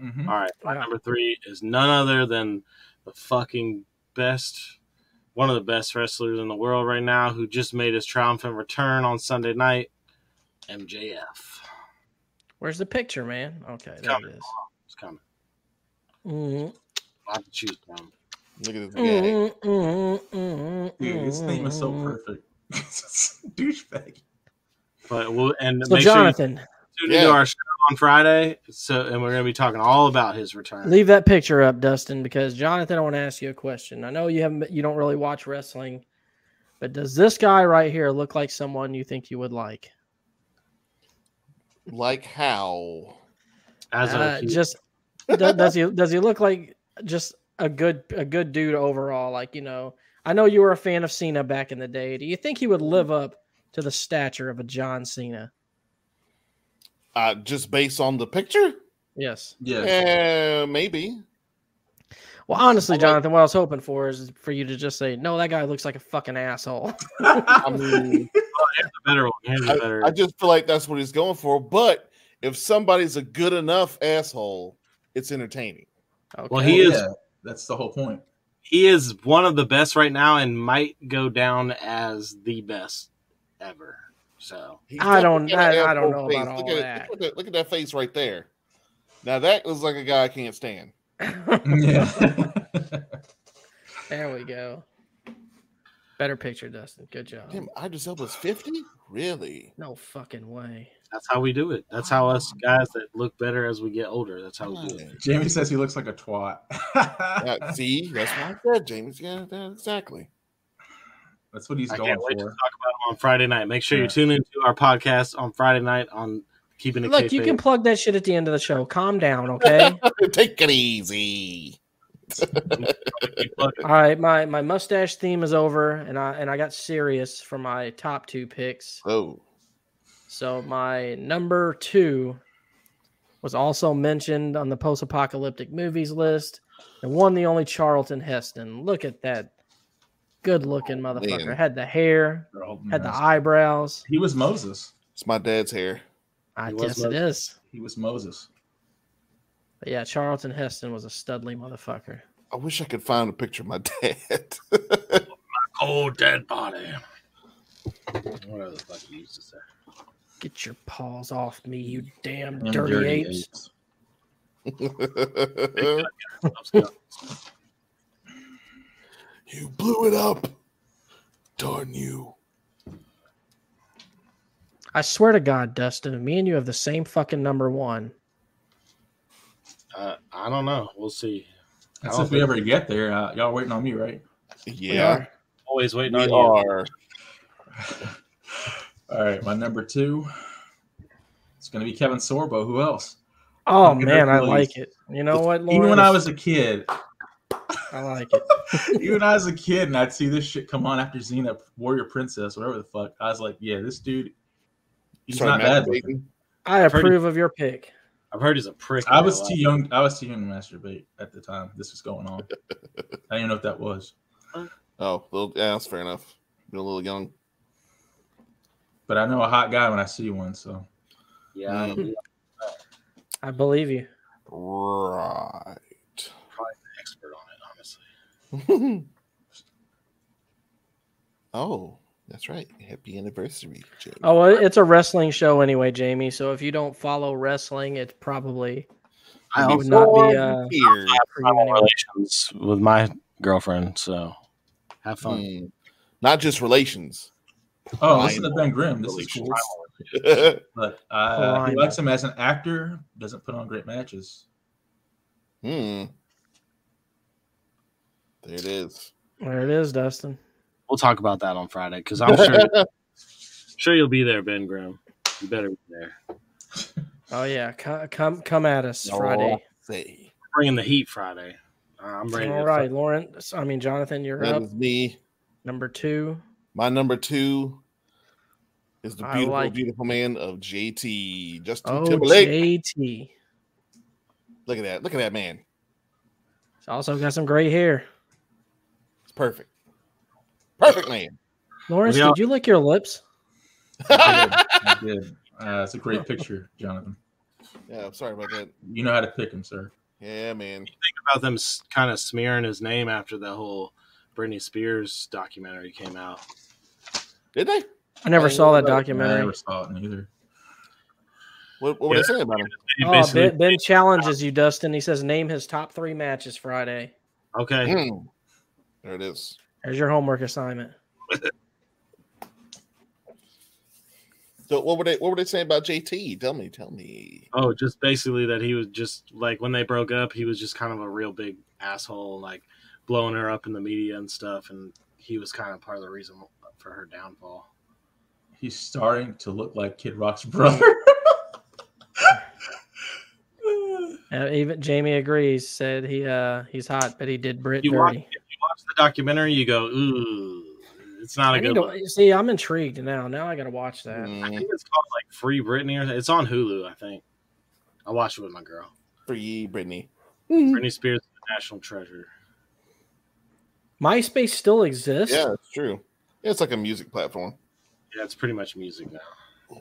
[SPEAKER 3] Mhm.
[SPEAKER 4] All right, my
[SPEAKER 1] Yeah.
[SPEAKER 4] number three is none other than the fucking best, one of the best wrestlers in the world right now, who just made his triumphant return on Sunday night. MJF.
[SPEAKER 1] Where's the picture, man? Okay, there it is.
[SPEAKER 4] It's coming.
[SPEAKER 1] Mm,
[SPEAKER 4] I have to choose from.
[SPEAKER 2] Look at this guy.
[SPEAKER 1] mm, mm, mm,
[SPEAKER 3] Dude, his name is so
[SPEAKER 1] mm.
[SPEAKER 3] perfect. Douchebag.
[SPEAKER 4] But we'll and
[SPEAKER 1] So,
[SPEAKER 4] make
[SPEAKER 1] Jonathan,
[SPEAKER 4] sure you tune into
[SPEAKER 2] Yeah.
[SPEAKER 4] our show on Friday. So and we're gonna be talking all about his return.
[SPEAKER 1] leave that picture up, Dustin, because Jonathan, I want to ask you a question. I know you haven't, you don't really watch wrestling, but does this guy right here look like someone you think you would like?
[SPEAKER 2] Like how?
[SPEAKER 4] As
[SPEAKER 1] Uh,
[SPEAKER 4] a,
[SPEAKER 1] just does, does he does he look like just a good a good dude overall? Like you know, I know you were a fan of Cena back in the day. Do you think he would live up to the stature of a John Cena?
[SPEAKER 2] Uh, just based on the picture?
[SPEAKER 1] Yes.
[SPEAKER 3] Yeah.
[SPEAKER 2] Yeah, maybe.
[SPEAKER 1] Well, honestly,
[SPEAKER 2] I like-
[SPEAKER 1] Jonathan, what I was hoping for is for you to just say, "No, that guy looks like a fucking asshole."
[SPEAKER 2] I mean,
[SPEAKER 4] a better one. Here's a better.
[SPEAKER 2] I just feel like that's what he's going for. But if somebody's a good enough asshole, it's entertaining.
[SPEAKER 1] Okay.
[SPEAKER 4] Well, he is-
[SPEAKER 3] Yeah, That's the whole point.
[SPEAKER 4] he is one of the best right now and might go down as the best ever. So
[SPEAKER 2] He's
[SPEAKER 1] I don't-
[SPEAKER 2] definitely got an
[SPEAKER 1] I- I don't know
[SPEAKER 2] asshole
[SPEAKER 1] about
[SPEAKER 2] face.
[SPEAKER 1] all
[SPEAKER 2] look
[SPEAKER 1] that.
[SPEAKER 2] At, look, at that, look at that face right there. Now that looks like a guy I can't stand.
[SPEAKER 3] Yeah.
[SPEAKER 1] there we go. Better picture, Dustin. Good job.
[SPEAKER 2] Damn, Idris Elba's fifty. Really?
[SPEAKER 1] No fucking way.
[SPEAKER 4] that's how we do it. That's how us guys that look better as we get older. That's how we do it.
[SPEAKER 2] Yeah,
[SPEAKER 3] Jamie says he looks like a twat.
[SPEAKER 2] Uh, see, that's what I said, James. Yeah, that- exactly.
[SPEAKER 3] That's what he's
[SPEAKER 4] I
[SPEAKER 3] going
[SPEAKER 4] can't wait to
[SPEAKER 3] for.
[SPEAKER 4] talk about them on Friday night. Make sure you
[SPEAKER 3] Yeah.
[SPEAKER 4] tune into our podcast on Friday night on Keeping It
[SPEAKER 1] Look, you
[SPEAKER 4] Kayfabe.
[SPEAKER 1] can plug that shit at the end of the show. Calm down, okay?
[SPEAKER 2] Take it easy.
[SPEAKER 1] All right, my my mustache theme is over, and I and I got serious for my top two picks.
[SPEAKER 2] Oh,
[SPEAKER 1] So my number two was also mentioned on the post-apocalyptic movies list. The one, the only Charlton Heston. Look at that good-looking
[SPEAKER 4] Oh,
[SPEAKER 1] motherfucker.
[SPEAKER 2] man.
[SPEAKER 1] Had the hair,
[SPEAKER 3] Charlton
[SPEAKER 1] had the
[SPEAKER 3] Heston.
[SPEAKER 1] eyebrows.
[SPEAKER 3] He was Moses.
[SPEAKER 2] it's my dad's hair.
[SPEAKER 1] I
[SPEAKER 4] He was
[SPEAKER 1] guess it
[SPEAKER 4] lovely.
[SPEAKER 1] is.
[SPEAKER 3] He was Moses.
[SPEAKER 1] But yeah, Charlton Heston was a studly motherfucker.
[SPEAKER 2] I wish I could find a picture of my dad.
[SPEAKER 4] cold dead body. Whatever the fuck he used to say.
[SPEAKER 1] Get your paws off me, you damn
[SPEAKER 3] Them
[SPEAKER 1] dirty, apes.
[SPEAKER 2] you blew it up. Darn you.
[SPEAKER 1] I swear to God, Dustin, me and you have the same fucking number one.
[SPEAKER 4] Uh, I don't know. We'll see.
[SPEAKER 3] That's if we ever get there. Uh, y'all waiting on me, right?
[SPEAKER 1] We
[SPEAKER 2] Yeah,
[SPEAKER 1] are.
[SPEAKER 4] Always waiting
[SPEAKER 2] we
[SPEAKER 4] on you.
[SPEAKER 2] are.
[SPEAKER 3] All right, my number two. It's gonna be Kevin Sorbo. Who else?
[SPEAKER 1] Oh
[SPEAKER 3] Fucking
[SPEAKER 1] man, I
[SPEAKER 3] Hercules.
[SPEAKER 1] like it. You know what, Lawrence?
[SPEAKER 3] Even when I was a kid,
[SPEAKER 1] I like it.
[SPEAKER 3] even when I was a kid, and I'd see this shit come on after Xena, Warrior Princess, whatever the fuck. I was like, yeah, this dude, he's
[SPEAKER 2] Sorry,
[SPEAKER 3] not
[SPEAKER 2] Matt
[SPEAKER 3] bad. looking.
[SPEAKER 2] Dayton.
[SPEAKER 1] I
[SPEAKER 4] Pretty-
[SPEAKER 1] approve of your pick.
[SPEAKER 4] I've heard he's a prick.
[SPEAKER 3] I was too
[SPEAKER 4] T.
[SPEAKER 3] young. I was too young to masturbate at the time this was going on. I didn't even know what that was,
[SPEAKER 2] Oh, little, yeah, that's fair enough. You're a little young.
[SPEAKER 3] but I know a hot guy when I see one. So
[SPEAKER 4] Yeah, I-
[SPEAKER 2] Mm.
[SPEAKER 1] I believe you.
[SPEAKER 2] Right.
[SPEAKER 4] expert on it, honestly.
[SPEAKER 2] oh, that's right. Happy anniversary, Jamie.
[SPEAKER 1] Oh, well, it's a wrestling show anyway, Jamie. So if you don't follow wrestling, it's probably
[SPEAKER 4] I
[SPEAKER 1] It
[SPEAKER 4] also
[SPEAKER 1] would not be uh,
[SPEAKER 2] Here.
[SPEAKER 1] for you anyway.
[SPEAKER 4] relations with my girlfriend, so have fun.
[SPEAKER 2] Hmm. Not just relations.
[SPEAKER 3] oh, listen to
[SPEAKER 2] Primal
[SPEAKER 3] Ben Grimm. This is cool.
[SPEAKER 2] relations. Hmm.
[SPEAKER 3] But uh, he
[SPEAKER 1] Primal.
[SPEAKER 3] likes him as an actor. Doesn't put on great matches.
[SPEAKER 2] Hmm. There it is.
[SPEAKER 1] There it is, Dustin.
[SPEAKER 4] We'll talk about that on Friday because I'm sure, sure you'll be there, Ben Grimm. You better be there.
[SPEAKER 1] Oh yeah, co- come come at us Friday.
[SPEAKER 2] Say.
[SPEAKER 4] Bringing the heat Friday. Uh, I'm ready. to
[SPEAKER 1] All right, Lawrence. I mean Jonathan, you're
[SPEAKER 2] That
[SPEAKER 1] up.
[SPEAKER 2] is me.
[SPEAKER 1] Number two.
[SPEAKER 2] My number two is the
[SPEAKER 1] I
[SPEAKER 2] beautiful,
[SPEAKER 1] like it.
[SPEAKER 2] beautiful man of JT. Justin
[SPEAKER 1] Oh,
[SPEAKER 2] Timberlake.
[SPEAKER 1] JT.
[SPEAKER 2] Look at that. Look at that man.
[SPEAKER 1] He's also got some gray hair.
[SPEAKER 2] It's perfect. Perfect man.
[SPEAKER 1] Lawrence,
[SPEAKER 4] Yeah.
[SPEAKER 1] did you lick your lips?
[SPEAKER 2] yeah,
[SPEAKER 3] I did. I did. Uh, it's a great picture, Jonathan.
[SPEAKER 2] I'm sorry about that.
[SPEAKER 3] You know how to pick him, sir.
[SPEAKER 2] Yeah, man.
[SPEAKER 4] about them kind of smearing his name after that whole Britney Spears documentary came out.
[SPEAKER 2] Did they?
[SPEAKER 1] I never
[SPEAKER 2] I
[SPEAKER 1] saw that
[SPEAKER 2] never- I
[SPEAKER 3] I
[SPEAKER 1] documentary.
[SPEAKER 3] never saw it neither.
[SPEAKER 2] What, what were
[SPEAKER 4] Yeah.
[SPEAKER 2] they saying about him?
[SPEAKER 4] He
[SPEAKER 1] Oh,
[SPEAKER 4] basically-
[SPEAKER 1] ben, ben challenges you, Dustin. He says name his top three matches Friday.
[SPEAKER 4] okay,
[SPEAKER 2] Hmm. There it is.
[SPEAKER 1] There's your homework assignment.
[SPEAKER 2] So what were they what were they saying about JT? Tell me, tell me.
[SPEAKER 4] Oh, just basically that he was just like when they broke up, he was just kind of a real big asshole, like blowing her up in the media and stuff, and he was kind of part of the reason for her downfall.
[SPEAKER 3] He's starting to look like Kid Rock's brother.
[SPEAKER 1] Uh, even Jamie agrees. Said he uh he's hot, but he did Brit
[SPEAKER 4] You want-
[SPEAKER 1] dirty.
[SPEAKER 4] You watch the documentary, you go, ooh, it's not a
[SPEAKER 1] I need
[SPEAKER 4] good one.
[SPEAKER 1] to, see, I'm intrigued now. Now I got to watch that.
[SPEAKER 4] I
[SPEAKER 2] Mm,
[SPEAKER 4] think it's called like Free Britney or it's on Hulu, I think. I watched it with my girl.
[SPEAKER 2] free Brittany. Mm-hmm.
[SPEAKER 1] Mm.
[SPEAKER 4] Britney Spears, is a national treasure.
[SPEAKER 1] MySpace still exists.
[SPEAKER 2] Yeah, it's true. Yeah, it's like a music platform.
[SPEAKER 4] Yeah, it's pretty much music now.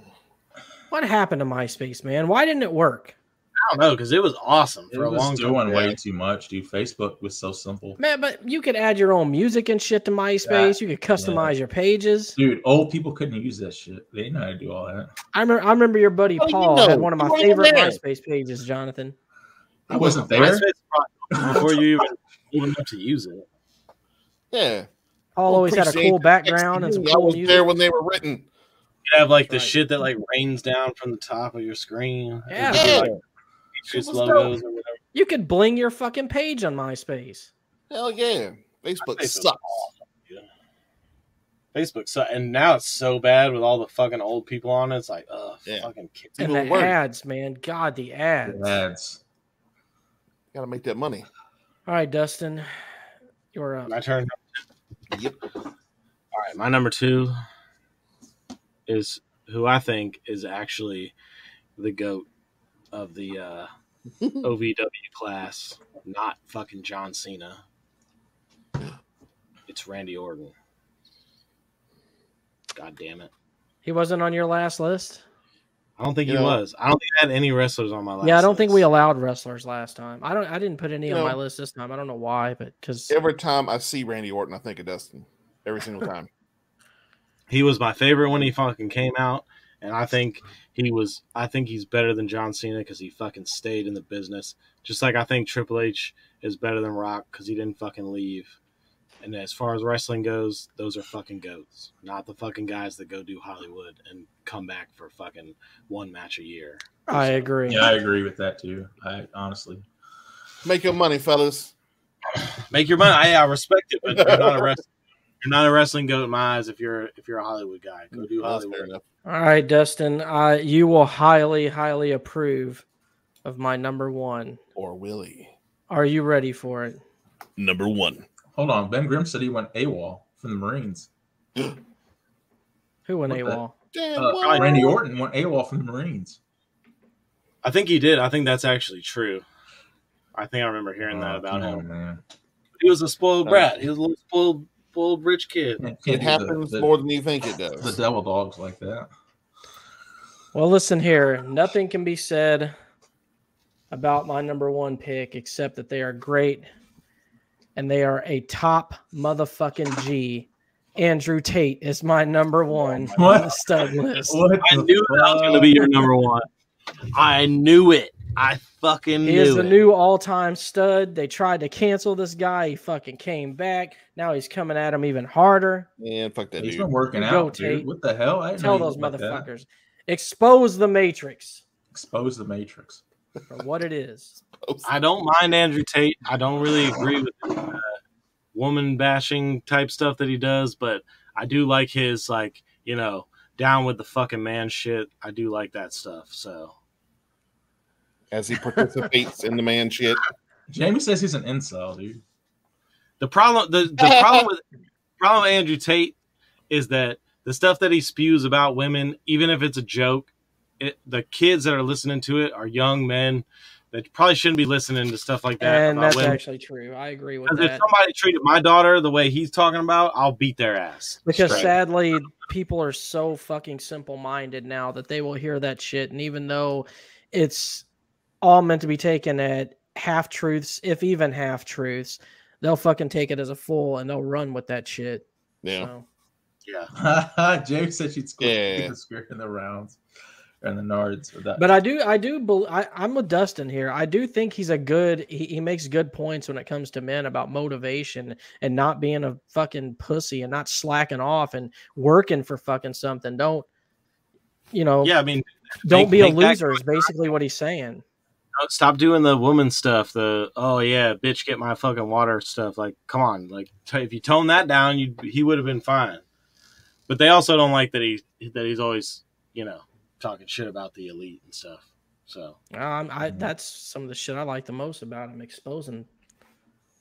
[SPEAKER 1] What happened to MySpace, man? Why didn't it work?
[SPEAKER 4] I don't know because it was awesome
[SPEAKER 3] It
[SPEAKER 4] for a long
[SPEAKER 3] was
[SPEAKER 4] time.
[SPEAKER 3] doing way
[SPEAKER 2] yeah.
[SPEAKER 3] too much, dude. Facebook was so simple.
[SPEAKER 1] Man, but you could add your own music and shit to MySpace. You could customize your pages.
[SPEAKER 3] Dude, old people couldn't use that shit. They didn't know how to do all that.
[SPEAKER 1] I remember, I remember your buddy
[SPEAKER 2] Oh, you
[SPEAKER 1] Paul
[SPEAKER 2] know.
[SPEAKER 1] had one of
[SPEAKER 2] You
[SPEAKER 1] my
[SPEAKER 2] weren't
[SPEAKER 1] favorite
[SPEAKER 2] there.
[SPEAKER 1] MySpace pages, Jonathan.
[SPEAKER 3] I wasn't there.
[SPEAKER 4] MySpace probably- before you even even up to use it.
[SPEAKER 2] Yeah.
[SPEAKER 1] Paul
[SPEAKER 2] Well,
[SPEAKER 1] always had a
[SPEAKER 2] appreciate
[SPEAKER 1] cool
[SPEAKER 2] the
[SPEAKER 1] background and some
[SPEAKER 2] I
[SPEAKER 1] cool
[SPEAKER 2] was there
[SPEAKER 1] music.
[SPEAKER 2] when they were written.
[SPEAKER 4] You'd have like the
[SPEAKER 1] Right.
[SPEAKER 4] shit that like rains down from the top of your screen.
[SPEAKER 1] Yeah.
[SPEAKER 4] It'd be, like,
[SPEAKER 2] Yeah.
[SPEAKER 4] Patriots
[SPEAKER 2] Super
[SPEAKER 4] logos or whatever.
[SPEAKER 1] You could bling your fucking page on MySpace.
[SPEAKER 2] Hell yeah. Facebook
[SPEAKER 4] Facebook.
[SPEAKER 2] sucks.
[SPEAKER 4] Facebook. So and now it's so bad with all the fucking old people on it. It's like, uh,
[SPEAKER 2] Yeah.
[SPEAKER 4] fucking kids.
[SPEAKER 1] And
[SPEAKER 2] Even
[SPEAKER 1] the
[SPEAKER 2] worse.
[SPEAKER 1] ads, man. God, the ads.
[SPEAKER 3] The ads.
[SPEAKER 2] Got to make that money.
[SPEAKER 1] All right, Dustin, you're up.
[SPEAKER 4] My turn.
[SPEAKER 2] Yep.
[SPEAKER 4] All right, my number two is who I think is actually the goat of the uh, OVW class, not fucking John Cena. It's Randy Orton. God damn it!
[SPEAKER 1] He wasn't on your last list.
[SPEAKER 4] I don't think
[SPEAKER 2] You
[SPEAKER 4] he
[SPEAKER 2] know-
[SPEAKER 4] was. I don't think I had any wrestlers on my list.
[SPEAKER 1] yeah, I don't think we allowed wrestlers last time. I don't. I didn't put any
[SPEAKER 2] You
[SPEAKER 1] on
[SPEAKER 2] know-
[SPEAKER 1] my list this time. I don't know why, but because
[SPEAKER 2] Every time I see Randy Orton, I think of Dustin. Every single time.
[SPEAKER 4] He was my favorite when he fucking came out, and I think he was. I think he's better than John Cena because he fucking stayed in the business. Just like I think Triple H is better than Rock because he didn't fucking leave. And as far as wrestling goes, those are fucking goats, not the fucking guys that go do Hollywood and come back for fucking one match a year.
[SPEAKER 1] I agree.
[SPEAKER 3] Yeah, I agree with that too. I honestly.
[SPEAKER 2] Make your money, fellas.
[SPEAKER 4] Make your money. I, I respect it, but you're not a wrestling. You're not a wrestling goat in my eyes if you're if you're a Hollywood guy. Go do
[SPEAKER 2] That's Uh, fair
[SPEAKER 4] Hollywood.
[SPEAKER 2] enough.
[SPEAKER 1] All right, Dustin, I you will highly, highly approve of my number one.
[SPEAKER 2] Or Willie.
[SPEAKER 3] Uh,
[SPEAKER 1] Are you ready for it?
[SPEAKER 2] Number one.
[SPEAKER 3] Hold on. Ben Grimm said he went AWOL from the Marines.
[SPEAKER 1] Who went
[SPEAKER 3] What the-
[SPEAKER 1] AWOL?
[SPEAKER 2] Damn,
[SPEAKER 3] Uh,
[SPEAKER 2] what?
[SPEAKER 3] Randy Orton went AWOL from the Marines.
[SPEAKER 4] I think he did. I think that's actually true. I think I remember hearing that
[SPEAKER 3] Oh,
[SPEAKER 4] about
[SPEAKER 3] come
[SPEAKER 4] him.
[SPEAKER 3] on, man.
[SPEAKER 4] He was a spoiled
[SPEAKER 3] Uh,
[SPEAKER 4] brat. He was a little spoiled, spoiled rich kid.
[SPEAKER 3] Can't do
[SPEAKER 2] It
[SPEAKER 3] the-
[SPEAKER 2] happens
[SPEAKER 3] the-
[SPEAKER 2] more than you think it
[SPEAKER 3] the
[SPEAKER 2] does.
[SPEAKER 3] devil dogs like that.
[SPEAKER 1] Well, listen here. Nothing can be said about my number one pick except that they are great and they are a top motherfucking G. Andrew Tate is my number one on the
[SPEAKER 3] What?
[SPEAKER 1] stud list.
[SPEAKER 4] I knew that was going to be your number one. I knew it. I fucking
[SPEAKER 1] He
[SPEAKER 4] knew
[SPEAKER 1] is the
[SPEAKER 4] it.
[SPEAKER 1] new all-time stud. They tried to cancel this guy. He fucking came back. Now he's coming at him even harder.
[SPEAKER 2] Man, fuck that
[SPEAKER 3] He's
[SPEAKER 2] dude.
[SPEAKER 3] been working
[SPEAKER 1] Go,
[SPEAKER 3] out,
[SPEAKER 1] Tate.
[SPEAKER 3] dude. What the hell? I didn't know
[SPEAKER 1] Tell
[SPEAKER 3] he
[SPEAKER 1] those
[SPEAKER 3] looked like that.
[SPEAKER 1] motherfuckers. Expose the Matrix
[SPEAKER 3] Expose the Matrix.
[SPEAKER 1] for what it is.
[SPEAKER 4] I don't mind Andrew Tate. I don't really agree with the uh, woman bashing type stuff that he does, but I do like his like you know down with the fucking man shit. I do like that stuff. So
[SPEAKER 2] As he participates in the man shit.
[SPEAKER 3] Jamie says he's an incel, dude.
[SPEAKER 4] The problem the, the problem with problem with Andrew Tate is that the stuff that he spews about women, even if it's a joke, it, the kids that are listening to it are young men that probably shouldn't be listening to stuff like that
[SPEAKER 1] And
[SPEAKER 4] about
[SPEAKER 1] that's
[SPEAKER 4] women.
[SPEAKER 1] actually true. I agree with
[SPEAKER 4] Because if
[SPEAKER 1] that.
[SPEAKER 4] somebody treated my daughter the way he's talking about, I'll beat their ass.
[SPEAKER 1] Because
[SPEAKER 4] Straight.
[SPEAKER 1] sadly, people are so fucking simple minded now that they will hear that shit. And even though it's all meant to be taken at half truths, if even half truths, they'll fucking take it as a fool and they'll run with that shit.
[SPEAKER 2] Yeah.
[SPEAKER 1] So,
[SPEAKER 4] yeah.
[SPEAKER 3] Jamie said she'd squirt
[SPEAKER 2] Yeah.
[SPEAKER 3] get the squirt in the rounds and the nards. With that.
[SPEAKER 1] but I do, I do, bel- I, I'm with Dustin here. I do think he's a good, he, he makes good points when it comes to men about motivation and not being a fucking pussy and not slacking off and working for fucking something. Don't, you know,
[SPEAKER 4] Yeah, I mean
[SPEAKER 1] Don't
[SPEAKER 4] Make-
[SPEAKER 1] be a
[SPEAKER 4] make that
[SPEAKER 1] loser is basically what he's saying.
[SPEAKER 4] don't stop doing the woman stuff, the oh yeah, bitch get my fucking water stuff. Like, come on. Like t- if you tone that down, you he would have been fine. But they also don't like that he that he's always, you know, talking shit about the elite and stuff. So
[SPEAKER 1] Um, I
[SPEAKER 3] Mhm.
[SPEAKER 1] that's some of the shit I like the most about him exposing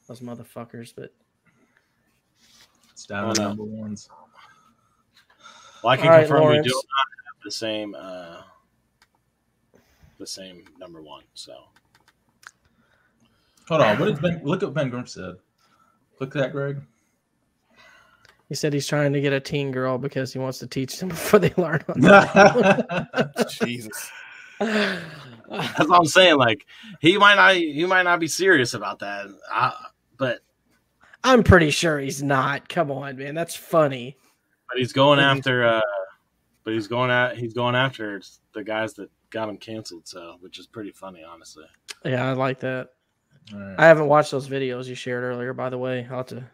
[SPEAKER 1] those motherfuckers. But
[SPEAKER 3] it's down
[SPEAKER 4] Oh,
[SPEAKER 3] to
[SPEAKER 4] no.
[SPEAKER 3] number ones.
[SPEAKER 4] well, I can
[SPEAKER 1] All right,
[SPEAKER 4] confirm
[SPEAKER 1] Lawrence.
[SPEAKER 4] we do not have the same uh the same number one. So
[SPEAKER 3] Hold on. What did Ben? Look at what Ben Grimm said. Look at that, Greg.
[SPEAKER 1] he said he's trying to get a teen girl because he wants to teach them before they learn.
[SPEAKER 2] Jesus.
[SPEAKER 4] that's what I'm saying. Like he might not he might not be serious about that. I, but
[SPEAKER 1] I'm pretty sure he's not. Come on, man, that's funny.
[SPEAKER 4] But he's going
[SPEAKER 1] Mhm.
[SPEAKER 4] after. Uh, but he's going at. He's going after the guys that got him canceled. So, which is pretty funny, honestly.
[SPEAKER 1] Yeah, I like that.
[SPEAKER 3] All right.
[SPEAKER 1] I haven't watched those videos you shared earlier, by the way. I'll have to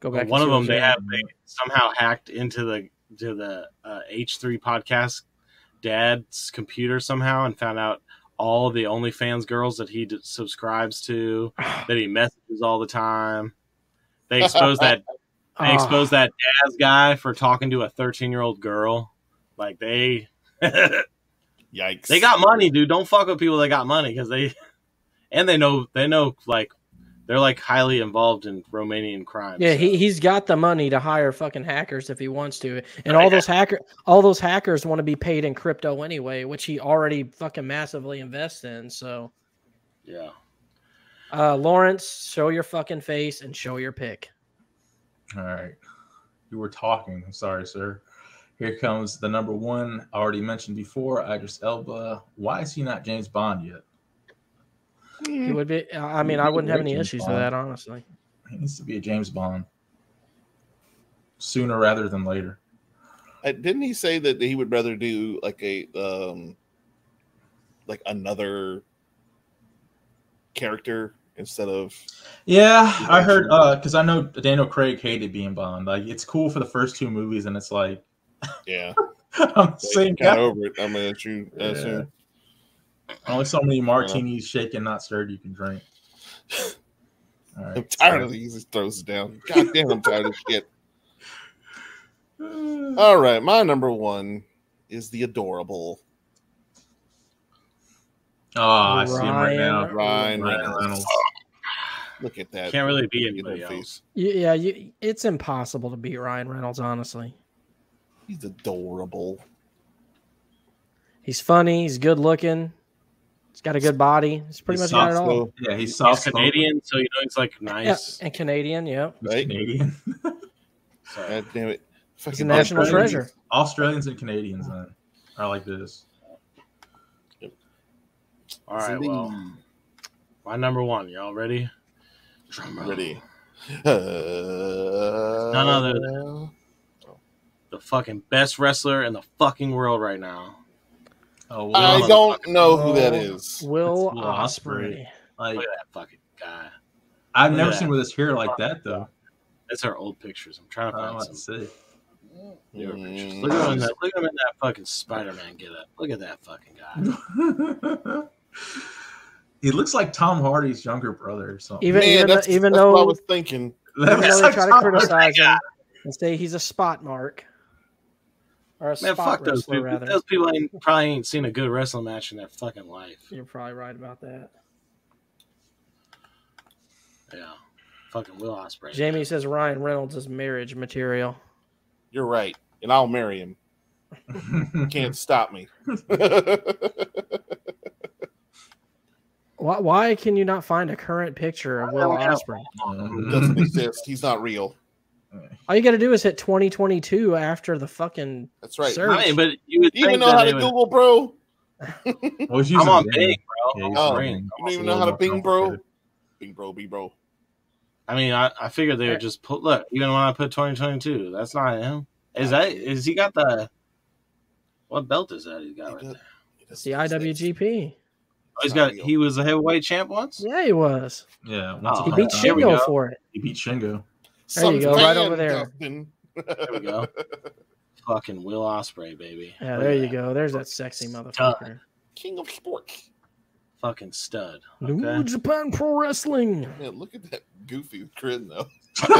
[SPEAKER 1] go back.
[SPEAKER 4] But
[SPEAKER 1] and
[SPEAKER 4] one of
[SPEAKER 1] see what
[SPEAKER 4] them, they
[SPEAKER 1] they're-
[SPEAKER 4] have they somehow hacked into the to the uh, H three podcast dad's computer somehow and found out all the OnlyFans girls that he d- subscribes to that he messages all the time. They exposed that They
[SPEAKER 1] Ah.
[SPEAKER 4] exposed that Daz guy for talking to a 13 year old girl. Like they they
[SPEAKER 2] Yikes!
[SPEAKER 4] got money, dude. Don't fuck with people that got money because they and they know they know like they're like highly involved in Romanian crime.
[SPEAKER 1] Yeah,
[SPEAKER 4] so.
[SPEAKER 1] he he's got the money to hire fucking hackers if he wants to, and all those hacker all those hackers want to be paid in crypto anyway, which he already fucking massively invests in. So,
[SPEAKER 4] yeah.
[SPEAKER 1] uh, Lawrence, show your fucking face and show your pick.
[SPEAKER 3] All right. You were talking. I'm sorry, sir. Here comes the number one I already mentioned before, Idris Elba. Why is he not James Bond yet?
[SPEAKER 1] He
[SPEAKER 2] Hmm.
[SPEAKER 1] would be. uh, I mean, I wouldn't have any issues with that, honestly.
[SPEAKER 3] He needs to be a James Bond sooner rather than later.
[SPEAKER 2] Uh, Didn't he say that he would rather do like a um like another character instead of
[SPEAKER 3] Yeah, I heard because I know Daniel Craig hated being Bond. Like it's cool for the first two movies, and it's like
[SPEAKER 2] yeah
[SPEAKER 3] I'm the same
[SPEAKER 2] like, kind
[SPEAKER 3] guy.
[SPEAKER 2] of over it. I'm gonna shoot. I assume.
[SPEAKER 3] Only so many martinis shaken, not stirred, you can drink. All
[SPEAKER 2] I'm
[SPEAKER 3] right.
[SPEAKER 2] tired of these. He just throws it down. God damn, I'm tired of shit.
[SPEAKER 3] Uh,
[SPEAKER 2] All right, my number one is the adorable
[SPEAKER 3] Oh, I see him right
[SPEAKER 1] Ryan
[SPEAKER 3] now.
[SPEAKER 2] Ryan
[SPEAKER 3] Ryan
[SPEAKER 2] Reynolds. Ah,
[SPEAKER 3] Reynolds.
[SPEAKER 2] Look at that.
[SPEAKER 4] Can't really be
[SPEAKER 2] Look at
[SPEAKER 4] anybody
[SPEAKER 2] that
[SPEAKER 4] else.
[SPEAKER 2] face.
[SPEAKER 1] Y- Yeah, you, it's impossible to beat Ryan Reynolds, honestly.
[SPEAKER 2] He's adorable.
[SPEAKER 1] He's funny. He's good looking. He's got a good body. He's pretty
[SPEAKER 3] He's
[SPEAKER 1] much got it all.
[SPEAKER 2] So,
[SPEAKER 3] Yeah, he's
[SPEAKER 4] He's
[SPEAKER 3] soft
[SPEAKER 4] Canadian, so you know he's like nice.
[SPEAKER 1] Yeah, and Canadian. Yeah,
[SPEAKER 2] right?
[SPEAKER 3] Canadian.
[SPEAKER 4] So,
[SPEAKER 2] God damn it.
[SPEAKER 1] he's a
[SPEAKER 2] Fucking
[SPEAKER 1] national
[SPEAKER 3] Australians-
[SPEAKER 2] Australian.
[SPEAKER 1] treasure.
[SPEAKER 3] Australians and Canadians then are like this.
[SPEAKER 4] all right, well, my number one. Y'all ready? Drum roll.
[SPEAKER 2] Ready. Uh,
[SPEAKER 4] none other The fucking best wrestler in the fucking world right now.
[SPEAKER 3] Oh, Will,
[SPEAKER 2] Uh, I don't know who that is.
[SPEAKER 1] Will
[SPEAKER 3] Will
[SPEAKER 1] Osprey.
[SPEAKER 3] Ospreay.
[SPEAKER 2] Oh,
[SPEAKER 3] like
[SPEAKER 4] Look at that fucking guy.
[SPEAKER 3] I've
[SPEAKER 4] Look
[SPEAKER 3] never
[SPEAKER 4] at
[SPEAKER 3] seen with his hair like that though.
[SPEAKER 4] That's our old pictures. I'm trying to
[SPEAKER 3] I
[SPEAKER 1] Oh,
[SPEAKER 4] find
[SPEAKER 3] don't
[SPEAKER 4] some.
[SPEAKER 3] see.
[SPEAKER 4] newer pictures.
[SPEAKER 2] Mm.
[SPEAKER 4] Look at him in that, look at him in that fucking Spider-Man get up. Look at that fucking guy.
[SPEAKER 3] he looks like Tom Hardy's younger brother or something.
[SPEAKER 1] Even- even-
[SPEAKER 2] that's,
[SPEAKER 1] even
[SPEAKER 2] that's what I
[SPEAKER 1] though-
[SPEAKER 2] was thinking.
[SPEAKER 3] That
[SPEAKER 1] Even though
[SPEAKER 3] looks
[SPEAKER 1] they
[SPEAKER 3] like
[SPEAKER 1] try to
[SPEAKER 3] Tom Hardy.
[SPEAKER 1] criticize him and say he's a spot mark or a
[SPEAKER 4] Man,
[SPEAKER 1] spot
[SPEAKER 4] fuck those
[SPEAKER 1] wrestler,
[SPEAKER 4] people.
[SPEAKER 1] rather.
[SPEAKER 4] Those people ain't probably ain't seen a good wrestling match in their fucking life.
[SPEAKER 1] You're probably right about that.
[SPEAKER 4] Yeah. Fucking Will Osprey.
[SPEAKER 1] Jamie says Ryan Reynolds is marriage material.
[SPEAKER 2] You're right. And I'll marry him. Can't stop me.
[SPEAKER 1] Why, why can you not find a current picture of Will
[SPEAKER 4] don't know.
[SPEAKER 1] Osprey?
[SPEAKER 2] doesn't exist. He's not real.
[SPEAKER 1] All you got to do is hit 2022 after the fucking.
[SPEAKER 2] That's right.
[SPEAKER 1] Sir.
[SPEAKER 4] I mean, but you would
[SPEAKER 2] You even
[SPEAKER 4] think
[SPEAKER 2] know
[SPEAKER 4] that
[SPEAKER 2] how
[SPEAKER 4] they
[SPEAKER 2] to
[SPEAKER 4] would-
[SPEAKER 2] Google, bro?
[SPEAKER 3] I was using
[SPEAKER 4] I'm on
[SPEAKER 3] Bing. Yeah,
[SPEAKER 4] Bing,
[SPEAKER 3] he's
[SPEAKER 4] bro. I'm
[SPEAKER 2] on
[SPEAKER 4] on
[SPEAKER 3] Bing.
[SPEAKER 4] Bing.
[SPEAKER 2] Oh, You don't even know how to ping, bro. Bing, bro, B, bro.
[SPEAKER 4] I mean, I, I figured they would just put look, even when I put 2022, that's not him. Is that is he got the what belt is that he's got right
[SPEAKER 2] He
[SPEAKER 4] there?
[SPEAKER 2] does- he
[SPEAKER 1] It's
[SPEAKER 2] doesn't
[SPEAKER 1] the
[SPEAKER 2] exist.
[SPEAKER 1] IWGP.
[SPEAKER 4] Oh, he's got he was a heavyweight champ once?
[SPEAKER 1] Yeah, he was.
[SPEAKER 3] Yeah, once
[SPEAKER 4] Oh,
[SPEAKER 1] He
[SPEAKER 3] upon a
[SPEAKER 1] beat
[SPEAKER 3] time,
[SPEAKER 4] there we
[SPEAKER 1] Shingo
[SPEAKER 4] go.
[SPEAKER 1] for it.
[SPEAKER 3] He beat Shingo.
[SPEAKER 1] There you
[SPEAKER 2] Some
[SPEAKER 1] go, right
[SPEAKER 2] fan,
[SPEAKER 1] over there.
[SPEAKER 2] Dustin.
[SPEAKER 4] There we go. Fucking Will Osprey, baby. Oh,
[SPEAKER 1] Yeah,
[SPEAKER 4] Look
[SPEAKER 1] there
[SPEAKER 4] at
[SPEAKER 1] you
[SPEAKER 4] that.
[SPEAKER 1] go. There's that sexy motherfucker.
[SPEAKER 2] King of sports.
[SPEAKER 4] Fucking stud.
[SPEAKER 1] New
[SPEAKER 4] Okay.
[SPEAKER 1] Japan Pro Wrestling.
[SPEAKER 2] Man, look at that goofy grin though. Man,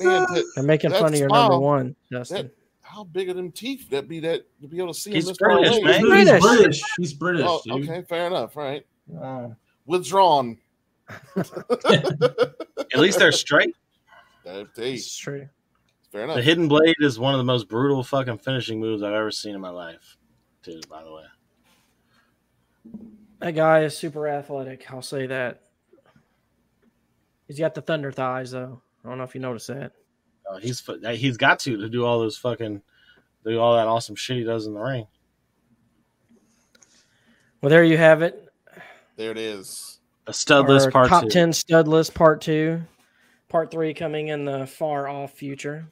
[SPEAKER 2] that,
[SPEAKER 1] They're making
[SPEAKER 2] That's
[SPEAKER 1] fun of your number
[SPEAKER 2] small.
[SPEAKER 1] one, Justin.
[SPEAKER 2] how big are them teeth? That be that to be able to see him
[SPEAKER 4] He's
[SPEAKER 2] this far
[SPEAKER 4] British,
[SPEAKER 2] away?
[SPEAKER 4] man.
[SPEAKER 3] He's
[SPEAKER 1] British.
[SPEAKER 3] British. He's British,
[SPEAKER 2] Oh,
[SPEAKER 3] dude.
[SPEAKER 2] okay, fair enough. All right,
[SPEAKER 3] Wow.
[SPEAKER 2] withdrawn.
[SPEAKER 4] At least they're straight.
[SPEAKER 2] That- hey,
[SPEAKER 1] it's true.
[SPEAKER 2] fair
[SPEAKER 4] The
[SPEAKER 2] enough.
[SPEAKER 4] hidden blade is one of the most brutal fucking finishing moves I've ever seen in my life. Dude, by the way.
[SPEAKER 1] That guy is super athletic. I'll say that. He's got the thunder thighs, though. I don't know if you noticed that.
[SPEAKER 4] Oh, he's fu- that- he's got to to do all those fucking do all that awesome shit he does in the ring.
[SPEAKER 1] Well, there you have it.
[SPEAKER 2] There it is.
[SPEAKER 4] A studless
[SPEAKER 1] Our
[SPEAKER 4] part
[SPEAKER 1] top
[SPEAKER 4] two.
[SPEAKER 1] 10 stud list part two. Part three coming in the far off future.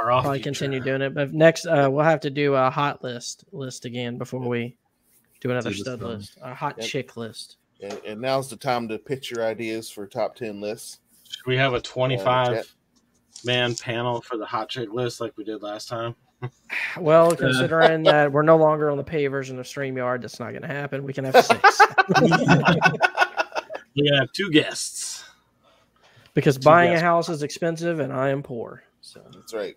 [SPEAKER 4] Far off
[SPEAKER 1] Probably
[SPEAKER 4] future.
[SPEAKER 1] continue doing it. But next, uh, we'll have to do a hot list list again before we do another
[SPEAKER 3] Do this
[SPEAKER 1] stud
[SPEAKER 3] one.
[SPEAKER 1] list, a hot
[SPEAKER 2] Yep.
[SPEAKER 1] chick list.
[SPEAKER 2] And, and now's the time to pitch your ideas for top ten lists.
[SPEAKER 4] Should we have a
[SPEAKER 2] Uh,
[SPEAKER 4] twenty-five
[SPEAKER 2] chat.
[SPEAKER 4] man panel for the hot chick list like we did last time? Uh,
[SPEAKER 1] Well, considering that we're no longer on the pay version of StreamYard, that's not going to happen. We can have six.
[SPEAKER 4] We have two guests.
[SPEAKER 1] because
[SPEAKER 3] So,
[SPEAKER 1] buying
[SPEAKER 3] yes.
[SPEAKER 1] a house is expensive and I am poor. So
[SPEAKER 2] That's right.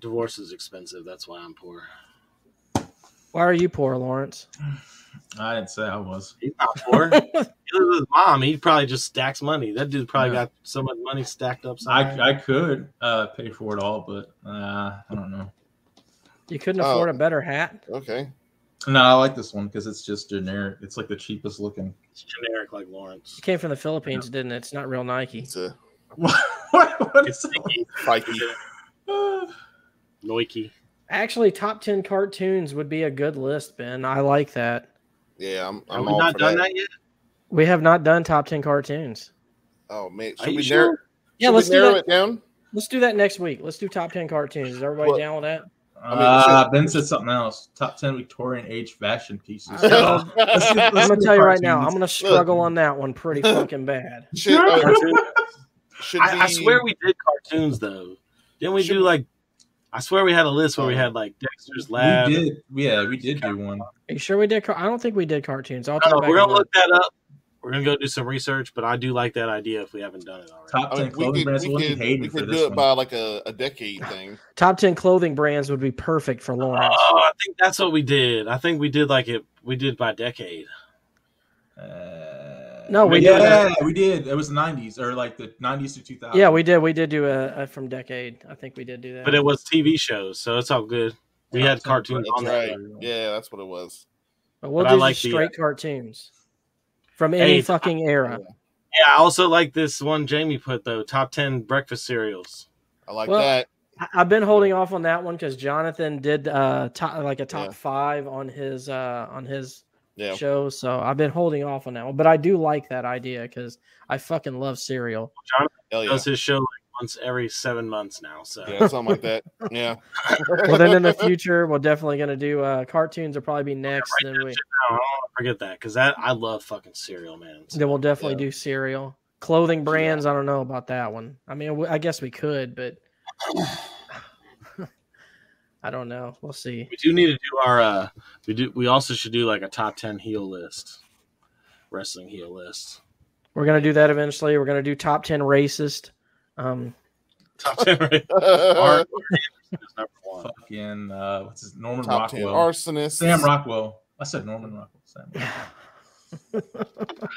[SPEAKER 4] Divorce is expensive. That's why I'm poor.
[SPEAKER 1] why are you poor, Lawrence?
[SPEAKER 3] I didn't say I was.
[SPEAKER 4] He's not poor. he lives with his mom. He probably just stacks money. That dude probably
[SPEAKER 3] Yeah.
[SPEAKER 4] got so much money stacked up. somewhere.
[SPEAKER 3] I, I could uh, pay for it all, but uh, I don't know.
[SPEAKER 1] You couldn't
[SPEAKER 2] Oh.
[SPEAKER 1] afford a better hat.
[SPEAKER 2] Okay.
[SPEAKER 3] No, I like this one because it's just generic. It's like the cheapest looking.
[SPEAKER 4] it's generic like Lawrence.
[SPEAKER 1] It came from the Philippines, didn't it? It's not real Nike.
[SPEAKER 2] It's a
[SPEAKER 3] what, what is
[SPEAKER 4] It's sticky,
[SPEAKER 2] spiky.
[SPEAKER 3] that?
[SPEAKER 4] noiky.
[SPEAKER 1] Actually, top ten cartoons would be a good list, Ben. I like that.
[SPEAKER 2] Yeah, I'm.
[SPEAKER 4] Have
[SPEAKER 2] I'm
[SPEAKER 4] we
[SPEAKER 2] all
[SPEAKER 4] not
[SPEAKER 2] for
[SPEAKER 4] done
[SPEAKER 2] that.
[SPEAKER 4] that, yet?
[SPEAKER 1] We have not done top ten cartoons.
[SPEAKER 2] Oh man,
[SPEAKER 4] Are
[SPEAKER 2] should
[SPEAKER 4] you
[SPEAKER 2] we
[SPEAKER 4] sure?
[SPEAKER 2] narrow?
[SPEAKER 1] Yeah,
[SPEAKER 2] should we
[SPEAKER 1] let's do
[SPEAKER 2] narrow
[SPEAKER 1] that.
[SPEAKER 2] it down.
[SPEAKER 1] Let's do that next week. Let's do top ten cartoons. Is everybody
[SPEAKER 2] Well,
[SPEAKER 1] down with that?
[SPEAKER 3] Uh, ben said something else. Top ten Victorian age fashion pieces.
[SPEAKER 1] I know.
[SPEAKER 3] Let's get-
[SPEAKER 1] I'm
[SPEAKER 3] let's
[SPEAKER 1] gonna
[SPEAKER 3] do
[SPEAKER 1] tell you right
[SPEAKER 3] cartoons.
[SPEAKER 1] now, I'm gonna struggle on that one pretty fucking bad.
[SPEAKER 2] should, uh,
[SPEAKER 4] Cartoon?
[SPEAKER 2] should
[SPEAKER 4] I, I
[SPEAKER 2] we-
[SPEAKER 4] swear we did cartoons though. Didn't we
[SPEAKER 2] Should
[SPEAKER 4] do
[SPEAKER 2] we-
[SPEAKER 4] like? I swear we had a list where we had like Dexter's Lab.
[SPEAKER 3] We did, yeah, we did do one.
[SPEAKER 1] Are you sure we did? Car- I don't think we did cartoons. I'll
[SPEAKER 4] I
[SPEAKER 1] talk
[SPEAKER 4] don't know,
[SPEAKER 1] back.
[SPEAKER 4] we're
[SPEAKER 1] and
[SPEAKER 4] gonna
[SPEAKER 1] look.
[SPEAKER 4] look that up. We're gonna go do some research, but I do like that idea if we haven't done it already.
[SPEAKER 3] Top
[SPEAKER 2] I
[SPEAKER 3] ten
[SPEAKER 2] mean, we
[SPEAKER 3] clothing
[SPEAKER 2] could,
[SPEAKER 3] brands.
[SPEAKER 2] we
[SPEAKER 3] We'll be
[SPEAKER 2] could,
[SPEAKER 3] hating
[SPEAKER 2] we
[SPEAKER 3] for
[SPEAKER 2] could
[SPEAKER 3] this
[SPEAKER 2] do it
[SPEAKER 3] one.
[SPEAKER 2] by like a, a decade thing.
[SPEAKER 1] Top ten clothing brands would be perfect for Lawrence.
[SPEAKER 4] Oh, I think that's what we did. I think we did like it. We did by decade.
[SPEAKER 3] Uh,
[SPEAKER 1] No, we
[SPEAKER 3] yeah,
[SPEAKER 1] did that.
[SPEAKER 3] we did. It was '90s or like the '90s to
[SPEAKER 4] Uh,
[SPEAKER 3] 2000.
[SPEAKER 1] yeah, we did. We did do a, a from decade. I think we did do that.
[SPEAKER 4] But it was TV shows, so it's all good. We
[SPEAKER 3] Yeah,
[SPEAKER 4] had cartoons
[SPEAKER 2] That's
[SPEAKER 4] on
[SPEAKER 2] right.
[SPEAKER 4] there.
[SPEAKER 2] Yeah, that's what it was.
[SPEAKER 1] But we'll
[SPEAKER 4] But I
[SPEAKER 1] do
[SPEAKER 4] like
[SPEAKER 1] just
[SPEAKER 4] the,
[SPEAKER 1] straight cartoons from any
[SPEAKER 4] Hey,
[SPEAKER 1] fucking era.
[SPEAKER 4] Yeah, I also like this one Jamie put though. Top ten breakfast cereals.
[SPEAKER 2] I like
[SPEAKER 1] Well,
[SPEAKER 2] that.
[SPEAKER 1] I, I've been holding off on that one because Jonathan did uh top, like a top
[SPEAKER 2] Yeah.
[SPEAKER 1] five on his uh on his
[SPEAKER 2] Yeah.
[SPEAKER 1] show, so I've been holding off on that one. But I do like that idea because I fucking love cereal.
[SPEAKER 2] Hell yeah.
[SPEAKER 4] Does his show like once every seven months now. So
[SPEAKER 2] Yeah, something like that. Yeah.
[SPEAKER 1] Well, then in the future, we're definitely gonna do uh cartoons. Will probably be next. Then we
[SPEAKER 4] I don't wanna forget that because that I love fucking cereal, man.
[SPEAKER 1] then we'll definitely do cereal. Clothing brands, I don't know about that one. I mean, we- I guess we could, but I don't know. We'll see.
[SPEAKER 4] We do need to do our. uh We do. We also should do like a top ten heel list, wrestling heel list.
[SPEAKER 1] We're gonna do that eventually. We're gonna do top ten racist. Um,
[SPEAKER 4] Top ten. right?
[SPEAKER 2] Top
[SPEAKER 4] Arn- is number one.
[SPEAKER 3] fucking uh, what's his Norman
[SPEAKER 2] ten
[SPEAKER 3] Rockwell,
[SPEAKER 2] arsonists.
[SPEAKER 3] Sam Rockwell. I said Norman Rockwell. Sam. Rockwell.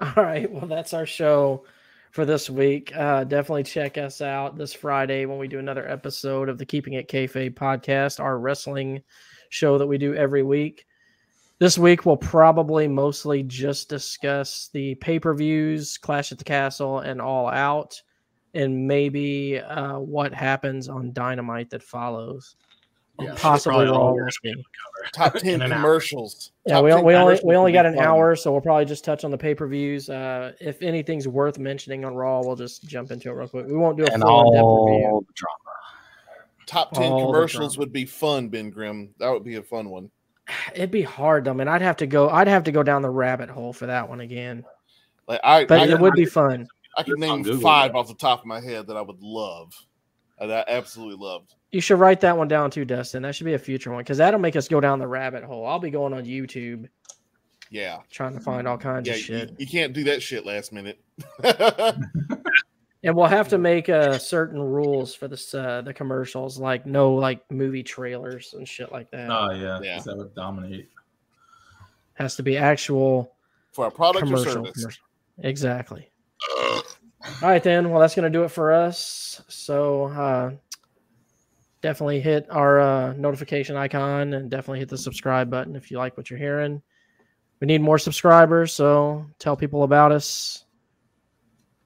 [SPEAKER 1] all right. Well, that's our show for this week. Uh, definitely check us out this Friday when we do another episode of the Keeping It Kayfabe podcast, our wrestling show that we do every week. This week we'll probably mostly just discuss the pay per views, Clash at the Castle, and All Out, and maybe uh, what happens on Dynamite that follows.
[SPEAKER 4] Yeah,
[SPEAKER 1] possibly
[SPEAKER 4] probably all
[SPEAKER 1] Raw.
[SPEAKER 4] we're
[SPEAKER 1] will be.
[SPEAKER 2] Top
[SPEAKER 4] In
[SPEAKER 2] ten
[SPEAKER 4] and out.
[SPEAKER 2] commercials.
[SPEAKER 1] Yeah,
[SPEAKER 2] Top
[SPEAKER 1] we,
[SPEAKER 2] 10
[SPEAKER 1] we only
[SPEAKER 2] commercials
[SPEAKER 1] we only
[SPEAKER 2] would be
[SPEAKER 1] got an
[SPEAKER 2] fun.
[SPEAKER 1] hour, so we'll probably just touch on the pay per views. Uh, if anything's worth mentioning on Raw, we'll just jump into it real quick. We won't do a
[SPEAKER 4] And
[SPEAKER 1] full depth review.
[SPEAKER 4] all the drama.
[SPEAKER 2] Top ten
[SPEAKER 1] All the
[SPEAKER 2] commercials
[SPEAKER 1] drama.
[SPEAKER 2] would be fun, Ben Grimm. That would be a fun one.
[SPEAKER 1] It'd be hard, though, man. I'd have to go. I'd have to go down the rabbit hole for that one again.
[SPEAKER 2] Like I,
[SPEAKER 1] But
[SPEAKER 2] I,
[SPEAKER 1] it would be fun.
[SPEAKER 2] I could
[SPEAKER 4] It's on
[SPEAKER 2] name
[SPEAKER 4] Google,
[SPEAKER 2] five
[SPEAKER 4] though.
[SPEAKER 2] off the top of my head that I would love, uh, that I absolutely loved.
[SPEAKER 1] You should write that one down too, Dustin. That should be a future one because that'll make us go down the rabbit hole. I'll be going on YouTube
[SPEAKER 2] Yeah,
[SPEAKER 1] trying to find all kinds
[SPEAKER 2] yeah.
[SPEAKER 1] of
[SPEAKER 2] You,
[SPEAKER 1] shit,
[SPEAKER 2] you can't do that shit last minute.
[SPEAKER 1] and we'll have to make uh, certain rules for this uh, the commercials, like no like movie trailers and shit like that.
[SPEAKER 3] Oh yeah, 'cause
[SPEAKER 2] Yeah.
[SPEAKER 3] that would dominate.
[SPEAKER 1] Has to be actual.
[SPEAKER 2] For a product or
[SPEAKER 1] commercial,
[SPEAKER 2] service.
[SPEAKER 1] commercial. Exactly. All right, then. Well, that's going to do it for us. So uh, definitely hit our uh, notification icon and definitely hit the subscribe button if you like what you're hearing. We need more subscribers, so tell people about us.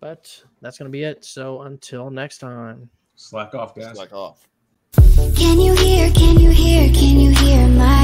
[SPEAKER 1] But that's going to be it. So until next time.
[SPEAKER 3] Slack off, guys.
[SPEAKER 2] oh, It's like off.
[SPEAKER 5] Can you hear, can you hear, can you hear my Oh,